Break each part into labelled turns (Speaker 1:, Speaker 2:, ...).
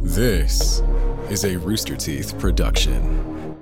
Speaker 1: This is a Rooster Teeth production.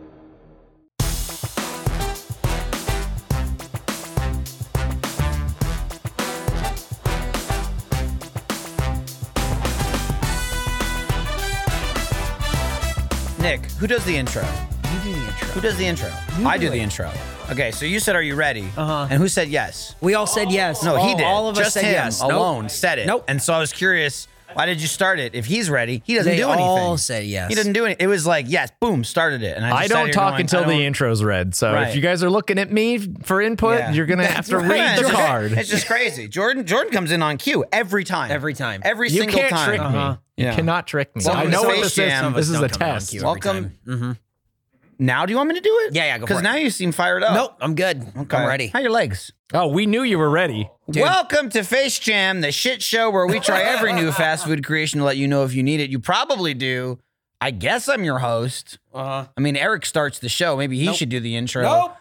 Speaker 2: Nick, who does the intro?
Speaker 3: You do the
Speaker 2: Who
Speaker 3: intro.
Speaker 2: does the intro? I do the intro. Okay, so you said, "Are you ready?"
Speaker 3: Uh-huh.
Speaker 2: And who said yes?
Speaker 3: We all said yes.
Speaker 2: No, he
Speaker 3: All-
Speaker 2: did.
Speaker 3: All of us
Speaker 2: Just
Speaker 3: said
Speaker 2: him
Speaker 3: yes. Nope.
Speaker 2: alone said it.
Speaker 3: Nope.
Speaker 2: And so I was curious, why did you start it? If he's ready, he doesn't
Speaker 3: They
Speaker 2: do anything.
Speaker 3: all said yes.
Speaker 2: He doesn't do anything. It was like yes, boom, started it. And I,
Speaker 4: I
Speaker 2: just sat
Speaker 4: don't
Speaker 2: here
Speaker 4: talk
Speaker 2: going,
Speaker 4: until
Speaker 2: I
Speaker 4: the
Speaker 2: don't-
Speaker 4: intro's read. So
Speaker 2: Right.
Speaker 4: if you guys are looking at me for input,
Speaker 2: Yeah.
Speaker 4: you're gonna have to
Speaker 3: right.
Speaker 4: read
Speaker 2: it's
Speaker 4: the
Speaker 2: just-
Speaker 4: card.
Speaker 2: It's just crazy. Jordan Jordan comes in on cue every time.
Speaker 3: Every time.
Speaker 2: Every
Speaker 4: You
Speaker 2: single
Speaker 4: can't
Speaker 2: time.
Speaker 4: trick
Speaker 3: Uh-huh.
Speaker 4: me. You
Speaker 2: Yeah.
Speaker 4: cannot trick me.
Speaker 2: Some
Speaker 4: I
Speaker 2: of
Speaker 4: know
Speaker 2: us
Speaker 4: what
Speaker 2: face
Speaker 4: this
Speaker 2: jam,
Speaker 4: is.
Speaker 2: some
Speaker 4: This is a
Speaker 3: don't come on
Speaker 4: test.
Speaker 3: cue. every Mm-hmm.
Speaker 2: Welcome. Now, do you want me to do it?
Speaker 3: Yeah, yeah, go for
Speaker 2: Because
Speaker 3: it.
Speaker 2: now you seem fired up.
Speaker 3: Nope, I'm good.
Speaker 2: Okay.
Speaker 3: I'm ready.
Speaker 2: How your legs?
Speaker 4: Oh, we knew you were ready.
Speaker 2: Welcome to Face Jam, the shit show where we try every new fast food creation to let you know if you need it. You probably do. I guess I'm your host.
Speaker 3: Uh,
Speaker 2: I mean, Eric starts the show. Maybe he should do the intro.
Speaker 3: nope.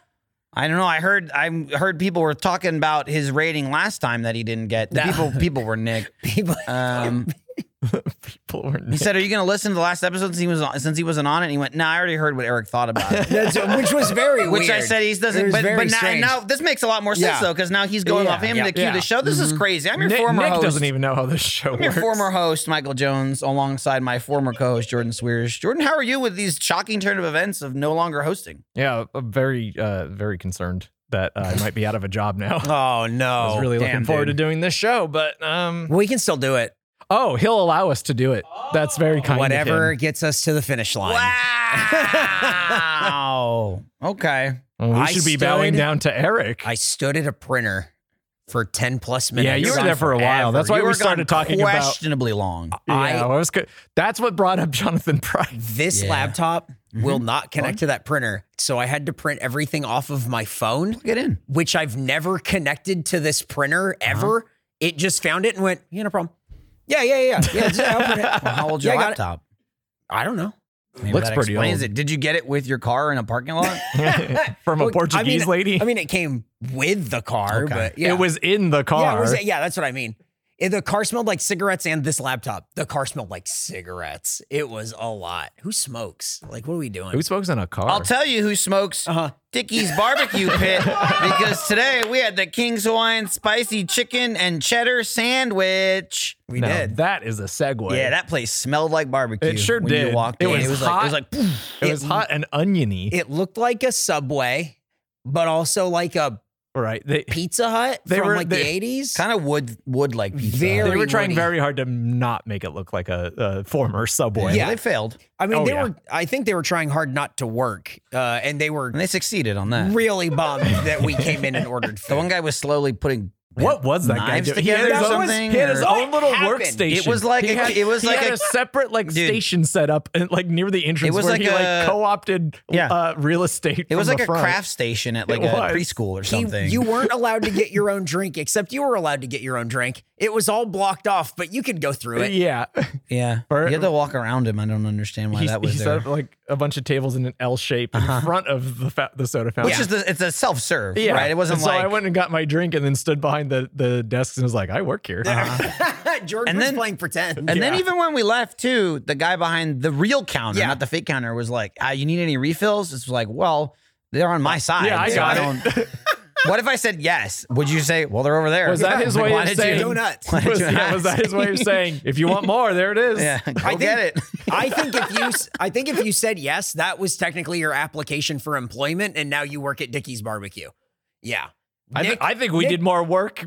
Speaker 2: I don't know. I heard I heard people were talking about his rating last time that he didn't get. The
Speaker 3: That-
Speaker 2: people people were Nick.
Speaker 3: People,
Speaker 2: Um,
Speaker 4: People were
Speaker 2: he said, "Are you going to listen to the last episode since he was on, since he wasn't on it?" And he went, "No, nah, I already heard what Eric thought about it."
Speaker 3: that's, which was very
Speaker 2: Which I
Speaker 3: weird.
Speaker 2: said he
Speaker 3: It
Speaker 2: doesn't,
Speaker 3: was
Speaker 2: but,
Speaker 3: very
Speaker 2: but now,
Speaker 3: strange.
Speaker 2: now this makes a lot more sense
Speaker 3: Yeah.
Speaker 2: though, because now he's going
Speaker 3: Yeah,
Speaker 2: off him
Speaker 3: yeah,
Speaker 2: to cue
Speaker 4: yeah. Mm-hmm.
Speaker 2: the show. This is crazy. I'm your
Speaker 4: Nick,
Speaker 2: former
Speaker 4: Nick
Speaker 2: host.
Speaker 4: doesn't even know how this show
Speaker 2: I'm your
Speaker 4: works.
Speaker 2: former host, Michael Jones, alongside my former co-host Jordan Swears. Jordan, how are you with these shocking turn of events of no longer hosting?
Speaker 4: yeah, I'm very, uh, very concerned that uh, I might be out of a job now.
Speaker 3: Oh
Speaker 4: I
Speaker 3: no.
Speaker 4: was really
Speaker 2: damn,
Speaker 4: looking forward
Speaker 2: dude.
Speaker 4: to doing this show, but um,
Speaker 3: we can still do it.
Speaker 4: oh, he'll allow us to do it. That's very kind.
Speaker 3: Whatever
Speaker 4: Of him.
Speaker 3: gets us to the finish line.
Speaker 2: Wow. okay.
Speaker 4: Well, we
Speaker 3: I
Speaker 4: should be bowing
Speaker 3: stood-
Speaker 4: down to Eric.
Speaker 3: I stood at a printer for 10 plus minutes.
Speaker 4: yeah, you
Speaker 2: You're
Speaker 4: were
Speaker 2: gone
Speaker 4: there for a while.
Speaker 2: forever.
Speaker 4: That's why
Speaker 2: You
Speaker 4: we
Speaker 2: were
Speaker 4: started
Speaker 2: gone
Speaker 4: talking about
Speaker 2: questionably long.
Speaker 3: I-
Speaker 4: Yeah, I was good. That's what brought up Jonathan Price.
Speaker 3: This
Speaker 2: Yeah.
Speaker 3: laptop will
Speaker 4: Mm-hmm.
Speaker 3: not connect to that printer. So I had to print everything off of my phone.
Speaker 2: Get in.
Speaker 3: which I've never connected to this printer ever. It just found it and went, yeah, no problem. Uh-huh. Yeah, yeah, yeah, yeah. yeah, I'll print it.
Speaker 2: Well, how old your
Speaker 3: Yeah, I got it.
Speaker 2: laptop?
Speaker 3: I don't know.
Speaker 2: Maybe
Speaker 4: Looks
Speaker 2: that
Speaker 4: pretty
Speaker 2: explains
Speaker 4: old.
Speaker 2: it. Did you get it with your car in a parking lot?
Speaker 4: from
Speaker 3: Well,
Speaker 4: a Portuguese
Speaker 3: I mean,
Speaker 2: uh,
Speaker 4: lady.
Speaker 3: I mean, it came with the car,
Speaker 2: Okay.
Speaker 3: but yeah.
Speaker 4: It was in the car.
Speaker 3: Yeah, it was- yeah, that's what I mean. It- the car smelled like cigarettes and this laptop. The car smelled like cigarettes. It was a lot. Who smokes? Like, what are we doing?
Speaker 4: Who smokes in a car?
Speaker 2: I'll tell you who smokes
Speaker 3: Uh-huh.
Speaker 2: Dickie's barbecue pit because today we had the King's Hawaiian spicy chicken and cheddar sandwich.
Speaker 3: we
Speaker 4: Now,
Speaker 3: did.
Speaker 4: That is a segue.
Speaker 2: Yeah, that place smelled like barbecue.
Speaker 4: It sure
Speaker 2: when You
Speaker 4: did.
Speaker 2: walked
Speaker 4: It
Speaker 2: in.
Speaker 4: was
Speaker 2: it was
Speaker 4: hot.
Speaker 2: like it was like
Speaker 4: it, was hot and oniony.
Speaker 3: it looked like a subway, but also like a
Speaker 4: right. They,
Speaker 3: Pizza Hut
Speaker 4: They
Speaker 3: from
Speaker 4: were-
Speaker 3: like
Speaker 4: they-
Speaker 3: the 80s.
Speaker 2: kind of wood wood like pizza.
Speaker 3: Very-
Speaker 4: they were trying
Speaker 3: woody.
Speaker 4: very hard to not make it look like a, a former subway.
Speaker 2: yeah,
Speaker 3: Yeah.
Speaker 2: they failed
Speaker 3: I mean,
Speaker 4: Oh,
Speaker 3: they
Speaker 4: yeah.
Speaker 3: were. I think they were trying hard not to work, uh, and they were
Speaker 2: and they succeeded on that.
Speaker 3: really bummed that we came in and ordered
Speaker 2: The one
Speaker 3: food.
Speaker 2: guy was slowly putting
Speaker 4: What was that
Speaker 2: knives
Speaker 4: guy doing?
Speaker 2: together
Speaker 4: he had
Speaker 2: or
Speaker 4: his, own-
Speaker 2: something,
Speaker 4: he had his
Speaker 2: or-
Speaker 4: own little
Speaker 3: What happened?
Speaker 4: workstation.
Speaker 2: It was like
Speaker 4: He
Speaker 2: a-
Speaker 4: had-
Speaker 2: it was
Speaker 4: he
Speaker 2: like
Speaker 4: had
Speaker 2: a-
Speaker 4: a, separate like
Speaker 2: Dude.
Speaker 4: station set up and like near the entrance
Speaker 2: was
Speaker 4: where
Speaker 2: like
Speaker 4: he
Speaker 2: a-
Speaker 4: like co-opted
Speaker 2: Yeah.
Speaker 4: uh, real estate.
Speaker 2: It was
Speaker 4: from
Speaker 2: like
Speaker 4: the
Speaker 2: a
Speaker 4: front.
Speaker 2: craft station at like
Speaker 4: It
Speaker 2: a
Speaker 4: was.
Speaker 2: preschool or
Speaker 3: He-
Speaker 2: something.
Speaker 3: you weren't allowed to get your own drink, except you were allowed to get your own drink. It was all blocked off, but you could go through it.
Speaker 4: Yeah.
Speaker 2: yeah,
Speaker 4: Or-
Speaker 2: you had to walk around him. I don't understand why
Speaker 4: he,
Speaker 2: that was
Speaker 4: he set
Speaker 2: there.
Speaker 4: up like a bunch of tables in an L shape in front of the fa- the soda fountain.
Speaker 2: Which is the it's a self serve,
Speaker 4: Yeah.
Speaker 2: right? It wasn't
Speaker 4: And so
Speaker 2: like
Speaker 4: I went and got my drink and then stood behind the the desks and was like, I work here.
Speaker 3: Jordan
Speaker 2: And
Speaker 3: was
Speaker 2: then-
Speaker 3: playing pretend.
Speaker 2: And then
Speaker 4: Yeah.
Speaker 2: even when we left too, the guy behind the real counter,
Speaker 3: Yeah.
Speaker 2: not the fake counter, was like, ah, "You need any refills?" It's like, well, they're on my side.
Speaker 4: Yeah, I
Speaker 2: so
Speaker 4: got
Speaker 2: don't- what if I said yes? Would you say, "Well, they're over there"?
Speaker 4: Was that his
Speaker 2: Like,
Speaker 4: way
Speaker 2: why
Speaker 4: of
Speaker 2: did
Speaker 4: saying-
Speaker 2: You,
Speaker 3: Donuts.
Speaker 2: why did
Speaker 4: was,
Speaker 2: you
Speaker 4: yeah, was
Speaker 2: ask?
Speaker 4: that his way of saying, if you want more, there it is.
Speaker 2: Yeah, go
Speaker 3: I
Speaker 2: get it.
Speaker 3: think- I think if you, s- I think if you said yes, that was technically your application for employment, and now you work at Dickie's Barbecue. Yeah,
Speaker 4: I,
Speaker 3: Nick-
Speaker 4: thi- I think we
Speaker 3: Nick-
Speaker 4: did more work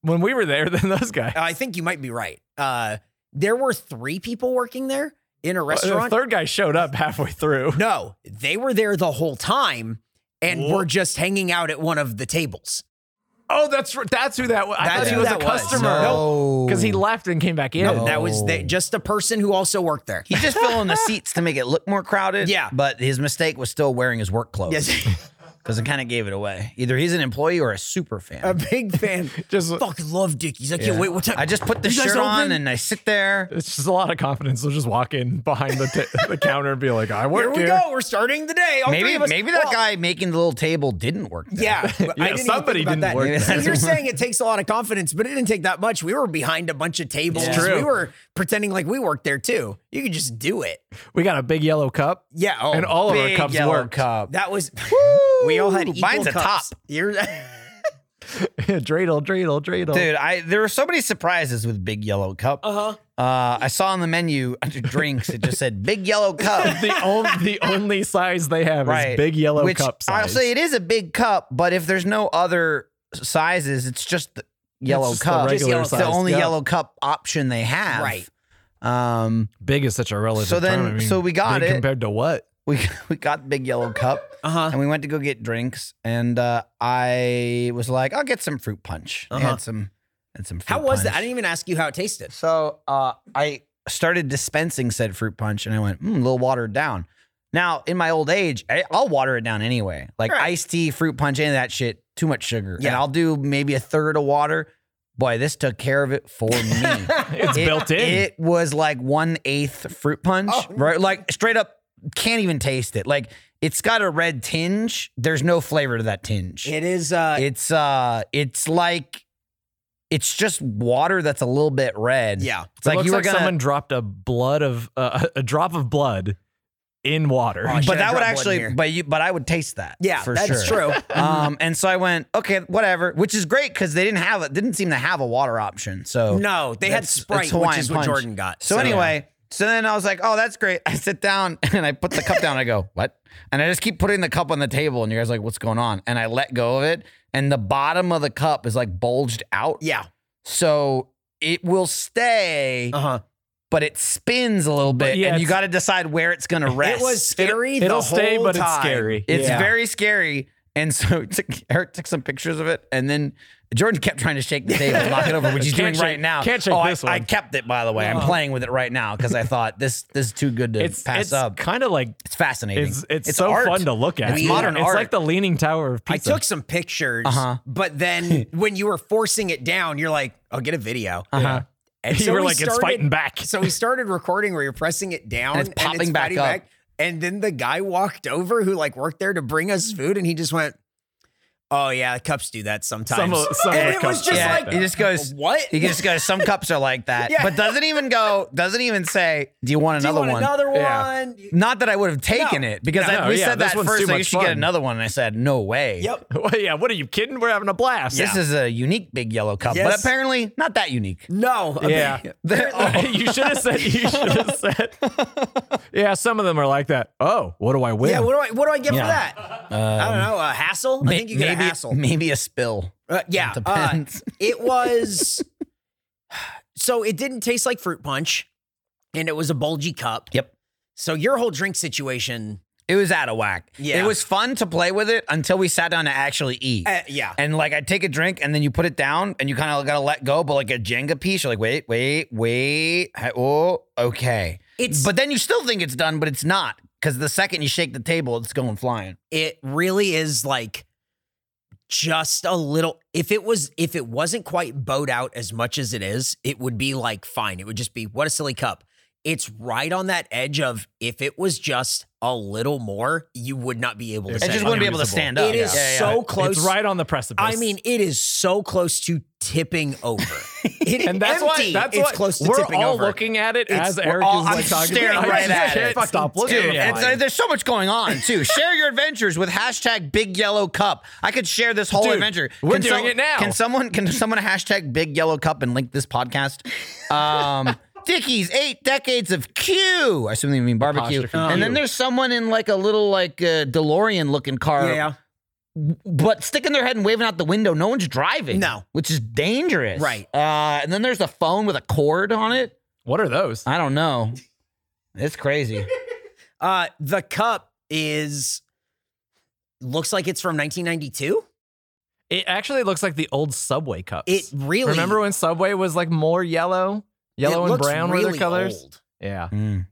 Speaker 4: when we were there than those guys.
Speaker 3: I think you might be right. Uh, there were three people working there in a
Speaker 4: the
Speaker 3: restaurant.
Speaker 4: third guy showed up halfway through.
Speaker 3: No, they were there the whole time and were just hanging out at one of the tables.
Speaker 4: Oh, that's r- that's who that was. I
Speaker 3: That's
Speaker 4: thought he
Speaker 3: who
Speaker 4: was a
Speaker 3: that was.
Speaker 4: customer.
Speaker 2: No.
Speaker 4: Because he left and came back in.
Speaker 3: No, that was the,
Speaker 2: No.
Speaker 3: just a person who also worked there.
Speaker 2: He's just filling the seats to make it look more crowded.
Speaker 3: Yeah.
Speaker 2: but his mistake was still wearing his work clothes.
Speaker 3: Yes.
Speaker 2: because I kind of gave it away. Either he's an employee or a super fan.
Speaker 3: A big fan.
Speaker 4: Just
Speaker 3: Fucking love Dickies. I can't
Speaker 4: Yeah.
Speaker 3: wait. What time?
Speaker 2: I just put the
Speaker 3: You guys
Speaker 2: shirt on
Speaker 3: open?
Speaker 2: and I sit there.
Speaker 4: it's just a lot of confidence. They'll just walk in behind the, t- the counter and be like, "I
Speaker 3: Here
Speaker 4: work
Speaker 3: we
Speaker 4: here."
Speaker 3: go. We're starting the day. All three
Speaker 2: Maybe
Speaker 3: of us-
Speaker 2: maybe that
Speaker 3: Well,
Speaker 2: guy making the little table didn't work. There.
Speaker 3: Yeah, but I
Speaker 4: Yeah,
Speaker 3: didn't
Speaker 4: somebody
Speaker 3: even think about
Speaker 4: didn't
Speaker 3: that.
Speaker 4: work
Speaker 3: So
Speaker 2: that.
Speaker 3: you're saying it takes a lot of confidence, but it didn't take that much. We were behind a bunch of tables.
Speaker 4: It's true.
Speaker 3: We were pretending like we worked there too. You could just do it.
Speaker 4: We got a big yellow cup,
Speaker 3: Yeah. Oh,
Speaker 4: and all of our
Speaker 2: Big
Speaker 4: cups
Speaker 2: yellow
Speaker 4: work.
Speaker 2: cup.
Speaker 3: that was. we all had
Speaker 2: Woo!
Speaker 3: equal
Speaker 2: Mine's a
Speaker 3: cups.
Speaker 2: top.
Speaker 3: You're,
Speaker 4: dreidel, dreidel, dreidel.
Speaker 2: Dude, I there were so many surprises with Big Yellow Cup.
Speaker 3: uh-huh.
Speaker 2: Uh, I saw on the menu under drinks it just said Big Yellow Cup.
Speaker 4: the only the only size they have
Speaker 2: right,
Speaker 4: is big yellow
Speaker 2: Which
Speaker 4: cup size.
Speaker 2: I'll say it is a big cup, but if there's no other sizes, it's just the yellow
Speaker 4: just the
Speaker 2: cup.
Speaker 4: regular
Speaker 3: yellow
Speaker 2: it's
Speaker 3: cup.
Speaker 2: the
Speaker 4: size,
Speaker 2: only
Speaker 4: yeah.
Speaker 2: yellow cup option they have.
Speaker 3: Right.
Speaker 2: Um,
Speaker 4: Big is such a relative.
Speaker 2: So then-
Speaker 4: term. I mean,
Speaker 2: so we got
Speaker 4: big
Speaker 2: it.
Speaker 4: compared to what?
Speaker 2: we we got Big Yellow Cup.
Speaker 3: Uh-huh.
Speaker 2: and we went to go get drinks and uh, i was like i'll get some fruit punch I
Speaker 3: Uh-huh.
Speaker 2: had some and some fruit
Speaker 3: How was that? I
Speaker 2: punch.
Speaker 3: didn't even ask you how it tasted.
Speaker 2: so uh, i started dispensing said fruit punch and i went mm, a little watered down now in my old age I, i'll water it down anyway like
Speaker 3: Right.
Speaker 2: iced tea fruit punch any of that shit too much sugar and
Speaker 3: Yeah.
Speaker 2: i'll do maybe a third of water boy this took care of it for me
Speaker 4: It's
Speaker 2: it,
Speaker 4: built in.
Speaker 2: It was like one eighth fruit punch,
Speaker 3: Oh.
Speaker 2: right? Like straight up, can't even taste it. Like it's got a red tinge. There's no flavor to that tinge.
Speaker 3: It is. Uh,
Speaker 2: it's uh, it's like, it's just water that's a little bit red.
Speaker 3: yeah.
Speaker 2: it's like
Speaker 4: looks
Speaker 2: you were
Speaker 4: like
Speaker 2: gonna.
Speaker 4: someone dropped a blood of uh, a drop of blood in water.
Speaker 3: Oh, I
Speaker 2: but
Speaker 3: should've
Speaker 2: that would
Speaker 3: dropped one
Speaker 2: actually,
Speaker 3: here.
Speaker 2: but you, but I would taste that.
Speaker 3: Yeah.
Speaker 2: for
Speaker 3: that's
Speaker 2: sure.
Speaker 3: true.
Speaker 2: um, and so I went, okay, whatever, which is great because they didn't have it, didn't seem to have a water option. So
Speaker 3: No, they had
Speaker 2: Oh, That's- it's
Speaker 3: Sprite, which
Speaker 2: Hawaiian
Speaker 3: is
Speaker 2: punch.
Speaker 3: what Jordan got.
Speaker 2: So anyway, so then I was like, oh, that's great. I sit down and I put the cup down. I go, what? And I just keep putting the cup on the table, and you guys are like, what's going on? And I let go of it, and the bottom of the cup is like bulged out.
Speaker 3: Yeah.
Speaker 2: So it will stay,
Speaker 3: Uh huh.
Speaker 2: but it spins a little bit,
Speaker 4: yeah,
Speaker 2: and you
Speaker 4: it's-
Speaker 2: got to decide where it's gonna
Speaker 3: It
Speaker 2: rest.
Speaker 3: was scary. the
Speaker 4: It'll stay,
Speaker 3: whole
Speaker 4: but it's
Speaker 3: time.
Speaker 4: scary.
Speaker 2: It's
Speaker 3: Yeah.
Speaker 2: very scary. And so it took, Eric took some pictures of it, and then Jordan kept trying to shake the table, knock it over, which he's doing
Speaker 4: Can't shake-
Speaker 2: right now.
Speaker 4: can't shake
Speaker 2: oh,
Speaker 4: this
Speaker 2: I, I
Speaker 4: one.
Speaker 2: kept it, by the way. I'm
Speaker 3: Oh.
Speaker 2: playing with it right now because I thought this this is too good to
Speaker 4: it's
Speaker 2: pass
Speaker 4: it's
Speaker 2: up.
Speaker 4: kind of like
Speaker 2: It's fascinating.
Speaker 4: it's it's, so
Speaker 2: art.
Speaker 4: fun to look at.
Speaker 2: It's
Speaker 4: Yeah.
Speaker 2: modern
Speaker 4: It's
Speaker 2: art.
Speaker 4: like the Leaning Tower of
Speaker 3: I
Speaker 4: Pizza.
Speaker 3: took some pictures,
Speaker 2: Uh-huh.
Speaker 3: but then when you were forcing it down, you're like, I'll get a video.
Speaker 2: Uh-huh.
Speaker 3: And
Speaker 4: you
Speaker 3: so
Speaker 4: were
Speaker 3: we
Speaker 4: like, it's
Speaker 3: started-
Speaker 4: fighting back.
Speaker 3: So we started recording where you're pressing it down
Speaker 2: And it's popping back
Speaker 3: fighting
Speaker 2: up.
Speaker 3: And then the guy walked over who like worked there to bring us food and he just went, Oh yeah, cups do that sometimes.
Speaker 4: Some of- some of
Speaker 3: and
Speaker 4: the
Speaker 3: it was
Speaker 4: cups
Speaker 3: just
Speaker 4: do
Speaker 2: yeah,
Speaker 4: that.
Speaker 3: like
Speaker 2: he just goes.
Speaker 3: what?
Speaker 2: He just goes. Some cups are like that,
Speaker 3: Yeah.
Speaker 2: but doesn't even go. Doesn't even say. Do you want
Speaker 3: do you
Speaker 2: another
Speaker 3: want
Speaker 2: one?
Speaker 3: another
Speaker 4: Yeah.
Speaker 3: one?
Speaker 2: Not that I would have taken
Speaker 3: No.
Speaker 2: it because I,
Speaker 4: No,
Speaker 2: we
Speaker 4: yeah,
Speaker 2: said
Speaker 4: this
Speaker 2: that
Speaker 4: one's
Speaker 2: first.
Speaker 4: too
Speaker 2: Like, you
Speaker 4: much
Speaker 2: should get
Speaker 4: fun.
Speaker 2: another one, and I said no way.
Speaker 3: Yep.
Speaker 4: Well, yeah, what are you kidding? We're having a blast.
Speaker 2: This is a unique big yellow cup, but
Speaker 3: Yes.
Speaker 2: apparently not that unique.
Speaker 3: No. I mean,
Speaker 4: Yeah. you should have said. You should have said. Yeah, some of them are like that. Oh, what do I win?
Speaker 3: Yeah, what do I what do I get
Speaker 2: Yeah. Um,
Speaker 3: for that? I don't know. A hassle? I think you get
Speaker 2: maybe,
Speaker 3: a hassle.
Speaker 2: Maybe a spill.
Speaker 3: Uh, yeah,
Speaker 2: It
Speaker 3: uh,
Speaker 2: depends.
Speaker 3: it was. so it didn't taste like fruit punch, and it was a bulgy cup.
Speaker 2: Yep.
Speaker 3: So your whole drink situation,
Speaker 2: It was out of whack.
Speaker 3: Yeah.
Speaker 2: It was fun to play with it until we sat down to actually eat.
Speaker 3: uh, yeah,
Speaker 2: and like I take a drink and then you put it down and you kind of gotta let go, but like a Jenga piece, you're like, wait, wait, wait. hi- Oh, okay.
Speaker 3: it's but
Speaker 2: But then you still think it's done, but it's not. Because the second you shake the table, it's going flying.
Speaker 3: it really is like just a little. If it was, if it wasn't quite bowed out as much as it is, it would be like fine. It would just be what a silly cup. It's right on that edge of if it was just a little more, you would not be able to.
Speaker 4: It's
Speaker 2: I
Speaker 3: say
Speaker 2: just
Speaker 3: it.
Speaker 2: wouldn't be able to
Speaker 4: Unusable.
Speaker 2: stand up.
Speaker 3: It is
Speaker 2: Yeah, yeah,
Speaker 3: so
Speaker 2: yeah.
Speaker 3: close.
Speaker 4: It's right on the precipice.
Speaker 3: I mean, it is so close to tipping over. It,
Speaker 4: and that's why
Speaker 3: empty,
Speaker 4: that's
Speaker 3: it's
Speaker 4: why
Speaker 3: close to
Speaker 4: we're
Speaker 3: tipping
Speaker 4: all
Speaker 3: over.
Speaker 4: looking at it
Speaker 3: It's-
Speaker 4: as
Speaker 3: we're
Speaker 4: Eric
Speaker 3: all-
Speaker 4: is
Speaker 3: I'm
Speaker 4: like talking.
Speaker 2: staring
Speaker 4: about it.
Speaker 2: right at it.
Speaker 4: Fuck, Stop looking.
Speaker 2: Dude,
Speaker 4: at
Speaker 2: it's,
Speaker 4: it.
Speaker 2: uh, there's so much going on too. share your adventures with hashtag Big Yellow Cup. I could share this whole
Speaker 4: Dude,
Speaker 2: adventure.
Speaker 4: we're
Speaker 2: Can
Speaker 4: doing
Speaker 2: some-
Speaker 4: it now.
Speaker 2: Can someone can someone hashtag Big Yellow Cup and link this podcast? Um, Dickies, eight decades of Q. I assume they mean barbecue.
Speaker 4: Apostrophe
Speaker 2: and
Speaker 4: Q.
Speaker 2: then there's someone in like a little like uh, DeLorean looking car,
Speaker 3: Yeah,
Speaker 2: but sticking their head and waving out the window. No one's driving.
Speaker 3: No.
Speaker 2: which is dangerous.
Speaker 3: Right.
Speaker 2: Uh, and then there's the phone with a cord on it.
Speaker 4: what are those?
Speaker 2: I don't know. It's crazy.
Speaker 3: Uh, the cup is looks like it's from 1992.
Speaker 4: It actually looks like the old Subway cups.
Speaker 3: It really
Speaker 4: Remember when Subway was like more yellow,
Speaker 3: it
Speaker 4: yellow and
Speaker 3: looks
Speaker 4: brown were
Speaker 3: really
Speaker 4: the colors?
Speaker 3: old.
Speaker 4: Yeah.
Speaker 2: Mm.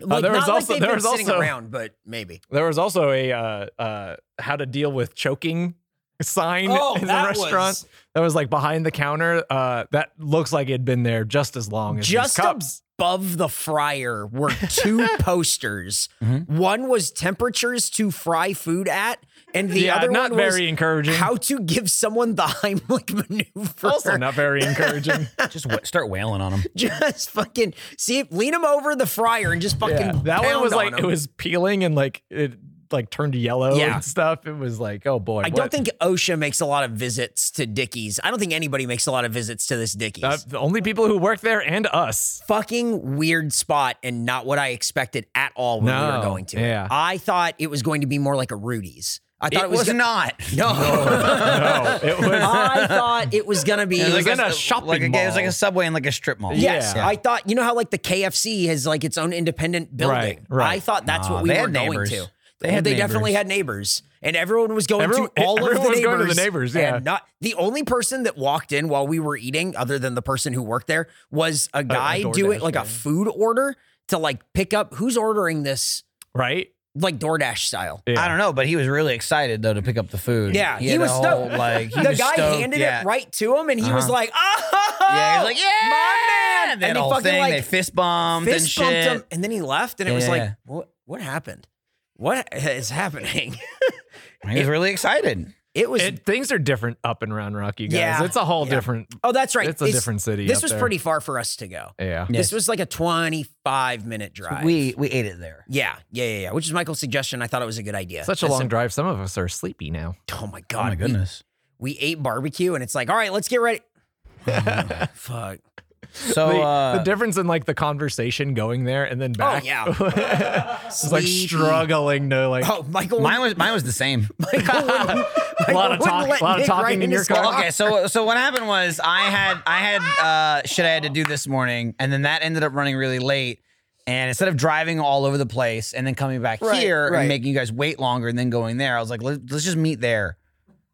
Speaker 3: Like,
Speaker 4: there
Speaker 3: not
Speaker 4: was
Speaker 3: like
Speaker 4: also-
Speaker 3: they've
Speaker 4: there
Speaker 3: been
Speaker 4: was
Speaker 3: sitting
Speaker 4: also-
Speaker 3: around, but maybe.
Speaker 4: There was also a uh, uh, how to deal with choking sign
Speaker 5: Oh,
Speaker 4: in the
Speaker 5: that
Speaker 4: restaurant
Speaker 5: was-
Speaker 4: that was like behind the counter. Uh, that looks like it'd been there just as long as
Speaker 3: Just
Speaker 4: these cups.
Speaker 3: above the fryer were two posters.
Speaker 2: Mhm.
Speaker 4: Mm-hmm.
Speaker 3: One was temperatures to fry food at, and the
Speaker 4: yeah,
Speaker 3: other
Speaker 4: not
Speaker 3: one was
Speaker 4: very encouraging.
Speaker 3: how to give someone the Heimlich maneuver.
Speaker 4: also not very encouraging.
Speaker 2: Just wh- start wailing on them.
Speaker 3: just fucking see it, lean him over the fryer and just fucking.
Speaker 4: Yeah, that one
Speaker 3: pound
Speaker 4: was
Speaker 3: on
Speaker 4: like
Speaker 3: 'em.
Speaker 4: it was peeling and like it like turned yellow
Speaker 3: Yeah.
Speaker 4: and stuff. It was like, oh boy.
Speaker 3: I
Speaker 4: what-
Speaker 3: don't think OSHA makes a lot of visits to Dickies. I don't think anybody makes a lot of visits to this Dickies.
Speaker 4: uh, the only people who work there and us.
Speaker 3: fucking weird spot and not what I expected at all when we were
Speaker 4: No,
Speaker 3: going to. it.
Speaker 4: yeah.
Speaker 3: I thought it was going to be more like a Rudy's. I thought it,
Speaker 2: It was
Speaker 3: gonna-
Speaker 2: not.
Speaker 3: no.
Speaker 4: No, it was.
Speaker 3: I thought it was gonna be.
Speaker 4: It was
Speaker 2: like
Speaker 4: in a
Speaker 2: a-
Speaker 4: shopping
Speaker 2: like a, It was like
Speaker 4: mall.
Speaker 2: a subway and like a strip mall.
Speaker 3: Yes,
Speaker 4: Yeah.
Speaker 3: I thought you know how like the KFC has like its own independent building.
Speaker 4: Right, right.
Speaker 3: I thought that's
Speaker 2: Nah,
Speaker 3: what we
Speaker 2: they
Speaker 3: were
Speaker 2: had
Speaker 3: going
Speaker 2: neighbors.
Speaker 3: to.
Speaker 2: They
Speaker 3: Well,
Speaker 2: had
Speaker 3: they definitely
Speaker 2: neighbors.
Speaker 3: had neighbors, and everyone was going
Speaker 4: Everyone-
Speaker 3: to all of
Speaker 4: everyone
Speaker 3: the
Speaker 4: was
Speaker 3: neighbors.
Speaker 4: going to the neighbors, yeah.
Speaker 3: and not the only person that walked in while we were eating, other than the person who worked there, was a guy
Speaker 4: DoorDash
Speaker 3: doing like
Speaker 4: guy.
Speaker 3: a food order to like pick up who's ordering this
Speaker 4: Right?
Speaker 3: like DoorDash style.
Speaker 4: Yeah.
Speaker 2: I don't know, but he was really excited though to pick up the food.
Speaker 3: Yeah, he
Speaker 2: had
Speaker 3: was
Speaker 2: a whole,
Speaker 3: stoked.
Speaker 2: Like he
Speaker 3: the
Speaker 2: was
Speaker 3: guy
Speaker 2: stoked,
Speaker 3: handed
Speaker 2: yeah.
Speaker 3: it right to him, and he was
Speaker 2: Uh-huh.
Speaker 3: like, "Oh,
Speaker 2: Yeah, he was like, yeah,
Speaker 3: my man!"
Speaker 2: That
Speaker 3: and he
Speaker 2: whole
Speaker 3: fucking
Speaker 2: thing,
Speaker 3: like
Speaker 2: they fist bumped and
Speaker 3: fist
Speaker 2: shit.
Speaker 3: bumped him, and then he left, and it
Speaker 2: Yeah,
Speaker 3: was
Speaker 2: yeah,
Speaker 3: like,
Speaker 2: yeah.
Speaker 3: what? What happened? What is happening?
Speaker 2: He was really excited.
Speaker 3: It was.
Speaker 4: It, things are different up and around Rocky, guys.
Speaker 3: Yeah.
Speaker 4: It's a whole
Speaker 3: Yeah.
Speaker 4: different.
Speaker 3: oh, that's right.
Speaker 4: It's a different city
Speaker 3: This
Speaker 4: up
Speaker 3: was
Speaker 4: there.
Speaker 3: pretty far for us to go.
Speaker 4: Yeah.
Speaker 2: Yes.
Speaker 3: This was like a twenty-five minute drive.
Speaker 2: We we ate it there.
Speaker 3: yeah, yeah, yeah, yeah. Which is Michael's suggestion. I thought it was a good idea.
Speaker 4: Such a
Speaker 3: That's
Speaker 4: long drive. Some of us are sleepy now.
Speaker 3: oh my
Speaker 2: Oh
Speaker 3: god.
Speaker 2: my
Speaker 3: we-
Speaker 2: goodness.
Speaker 3: We, ate barbecue, and it's like, all right, let's get ready. Fuck.
Speaker 2: So
Speaker 3: Oh,
Speaker 4: the,
Speaker 2: uh,
Speaker 4: the difference in like the conversation going there and then back.
Speaker 3: yeah.
Speaker 4: it's like
Speaker 3: Sleepy.
Speaker 4: struggling to like
Speaker 3: Oh, Michael.
Speaker 2: mine was mine was the same.
Speaker 3: Michael wouldn't-
Speaker 4: a lot
Speaker 3: Michael
Speaker 4: of
Speaker 3: wouldn't
Speaker 4: talk,
Speaker 3: let
Speaker 4: a lot of
Speaker 3: Nick
Speaker 4: talking
Speaker 3: right
Speaker 4: in,
Speaker 3: in
Speaker 4: your
Speaker 3: his
Speaker 4: car.
Speaker 3: car.
Speaker 2: okay, so so what happened was I had I had uh, shit I had to do this morning, and then that ended up running really late. And instead of driving all over the place and then coming back
Speaker 3: Right,
Speaker 2: here
Speaker 3: right.
Speaker 2: and making you guys wait longer and then going there, I was like, let's, let's just meet there.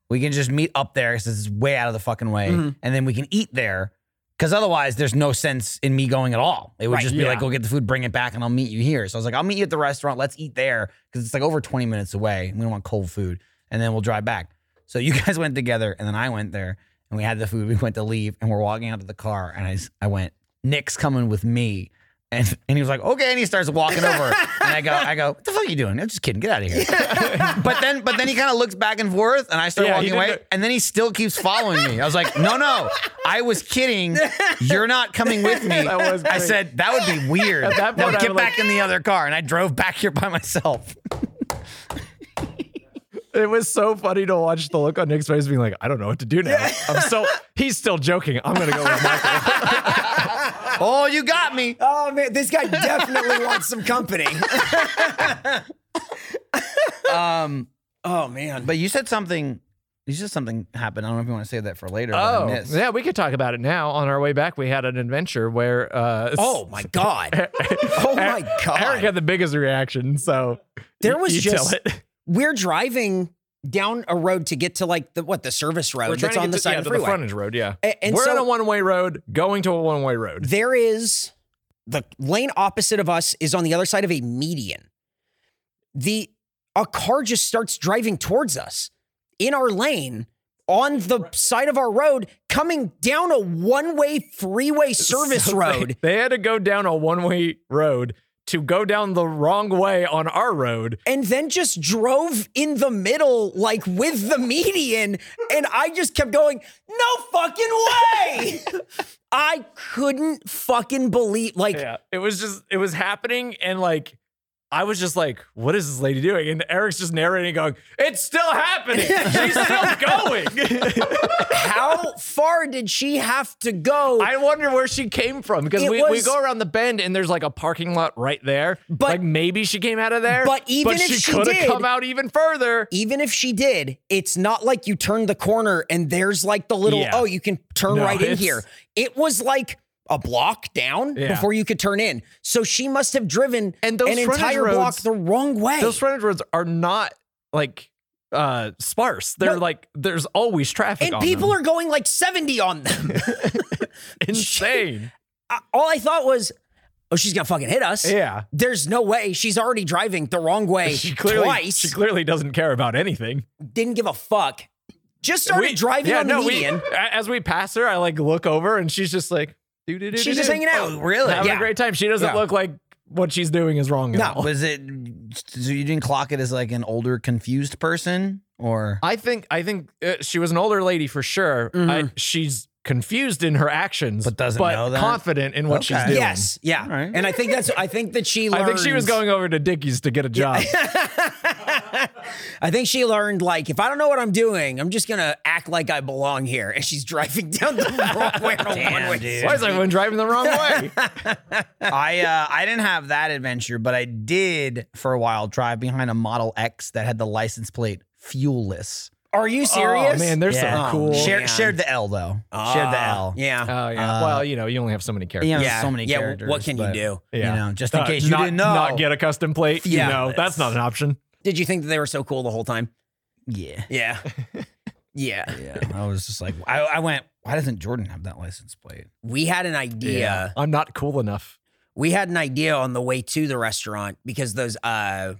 Speaker 2: We can just meet up there because it's way out of the fucking way,
Speaker 3: Mhm.
Speaker 2: and then we can eat there. Because otherwise, there's no sense in me going at all. It would
Speaker 3: Right,
Speaker 2: just be
Speaker 4: yeah.
Speaker 2: like, go get the food, bring it back, and I'll meet you here. So I was like, I'll meet you at the restaurant. Let's eat there because it's like over 20 minutes away. and We don't want cold food, and then we'll drive back. So you guys went together, and then I went there, and we had the food. We went to leave, and we're walking out of the car, and I, s- I went, Nick's coming with me. And, and he was like, okay. And he starts walking over. and I go, I go, what the fuck are you doing? I'm just kidding. Get out of here. but then but then he kind of looks back and forth and I start
Speaker 4: Yeah, he
Speaker 2: walking away.
Speaker 4: didn't-
Speaker 2: And then he still keeps following me. I was like, no, no. I was kidding. You're not coming with me.
Speaker 4: That was
Speaker 2: I
Speaker 4: great.
Speaker 2: said, that would be weird.
Speaker 4: At that
Speaker 2: now
Speaker 4: point, I
Speaker 2: get
Speaker 4: was like-
Speaker 2: back in the other car. And I drove back here by myself.
Speaker 4: It was so funny to watch the look on Nick's face being like, I don't know what to do now. I'm so he's still joking. I'm gonna go with Michael.
Speaker 2: oh, you got me.
Speaker 3: Oh man, this guy definitely wants some company.
Speaker 2: Um,
Speaker 3: Oh man.
Speaker 2: but you said something. You said something happened. I don't know if you want to save that for later. but I
Speaker 4: Oh,
Speaker 2: missed.
Speaker 4: yeah, we could talk about it now. On our way back, we had an adventure where uh
Speaker 3: Oh my god. Oh my god.
Speaker 4: Eric had the biggest reaction, so
Speaker 3: There
Speaker 4: y-
Speaker 3: was
Speaker 4: you
Speaker 3: just-
Speaker 4: tell it.
Speaker 3: We're driving down a road to get to like the what the service road that's on the side
Speaker 4: yeah,
Speaker 3: of the
Speaker 4: to
Speaker 3: freeway.
Speaker 4: frontage road, yeah.
Speaker 3: A- and
Speaker 4: We're on
Speaker 3: so-
Speaker 4: a one-way road, going to a one-way road.
Speaker 3: There is the lane opposite of us is on the other side of a median. The a car just starts driving towards us in our lane on the side of our road coming down a one-way freeway service
Speaker 4: So they-
Speaker 3: road.
Speaker 4: They, had to go down a one-way road to go down the wrong way on our road.
Speaker 3: and then just drove in the middle, like with the median. And I just kept going, no fucking way. I couldn't fucking believe, like,
Speaker 4: Yeah. It was just it was happening and like I was just like, what is this lady doing? And Eric's just narrating going, it's still happening. She's still going.
Speaker 3: how far did she have to go?
Speaker 4: I wonder where she came from because
Speaker 3: It
Speaker 4: we, we
Speaker 3: was-
Speaker 4: go around the bend and there's like a parking lot right there.
Speaker 3: But-
Speaker 4: like maybe she came out of there.
Speaker 3: but even if
Speaker 4: she,
Speaker 3: she
Speaker 4: could
Speaker 3: did-
Speaker 4: have come out even further.
Speaker 3: even if she did, it's not like you turn the corner and there's like the little,
Speaker 4: Yeah.
Speaker 3: oh, you can turn
Speaker 4: No,
Speaker 3: right in
Speaker 4: it's-
Speaker 3: here. It was like a block down
Speaker 4: Yeah.
Speaker 3: before you could turn in. So she must have driven
Speaker 4: And those
Speaker 3: an
Speaker 4: frontage
Speaker 3: entire block
Speaker 4: roads-
Speaker 3: the wrong way.
Speaker 4: Those frontage roads are not like uh sparse. They're
Speaker 3: No.
Speaker 4: like there's always traffic.
Speaker 3: and
Speaker 4: on
Speaker 3: people
Speaker 4: them.
Speaker 3: are going like 70 on them.
Speaker 4: insane.
Speaker 3: I- all I thought was, oh, she's gonna fucking hit us.
Speaker 4: Yeah.
Speaker 3: There's no way. She's already driving the wrong way
Speaker 4: She clearly
Speaker 3: twice.
Speaker 4: she clearly doesn't care about anything.
Speaker 3: Didn't give a fuck. Just started driving
Speaker 4: yeah,
Speaker 3: on the
Speaker 4: no, we-
Speaker 3: median.
Speaker 4: a- as we pass her, I like look over and she's just like doo-doo-doo-doo-doo.
Speaker 3: she's just hanging out.
Speaker 2: Oh, really?
Speaker 4: having
Speaker 3: yeah.
Speaker 4: a great time. She doesn't
Speaker 3: Yeah.
Speaker 4: look like what she's doing is wrong. at
Speaker 3: No.
Speaker 4: all.
Speaker 2: Was it so you didn't clock it as like an older confused person or
Speaker 4: I think I think uh, she was an older lady for sure.
Speaker 3: Mm-hmm.
Speaker 4: I, she's confused in her actions,
Speaker 2: But doesn't know that?
Speaker 4: confident in what she's
Speaker 2: Okay.
Speaker 4: doing.
Speaker 3: Yes, yeah.
Speaker 2: right.
Speaker 3: And I think that's I think that she learned
Speaker 4: I think she was going over to Dickie's to get a job.
Speaker 3: I think she learned like if I don't know what I'm doing, I'm just gonna act like I belong here. And she's driving down the wrong way.
Speaker 2: Damn,
Speaker 3: Damn, way.
Speaker 2: dude.
Speaker 4: Why is everyone driving the wrong way?
Speaker 2: I uh, I didn't have that adventure, but I did for a while drive behind a Model X that had the license plate fuelless.
Speaker 3: Are you serious?
Speaker 4: Oh man, they're
Speaker 2: Yeah.
Speaker 4: so cool.
Speaker 3: Share-
Speaker 2: Shared,
Speaker 3: man.
Speaker 2: shared the L though. shared the L.
Speaker 3: Yeah.
Speaker 4: Oh yeah. well, you know, you only have so many characters.
Speaker 2: You know,
Speaker 3: yeah.
Speaker 2: so many
Speaker 3: yeah,
Speaker 2: characters.
Speaker 3: What can you
Speaker 2: but,
Speaker 3: do?
Speaker 4: Yeah.
Speaker 2: You know, just in
Speaker 4: Uh,
Speaker 2: case you
Speaker 4: not,
Speaker 2: didn't know.
Speaker 4: not get a custom plate.
Speaker 3: Yeah.
Speaker 4: You know, that's not an option.
Speaker 3: Did you think that they were so cool the whole time?
Speaker 2: Yeah.
Speaker 3: Yeah. yeah.
Speaker 2: Yeah. I was just like, I, I went, why doesn't Jordan have that license plate?
Speaker 3: We had an idea.
Speaker 4: I'm not cool enough.
Speaker 3: We had an idea on the way to the restaurant because those uh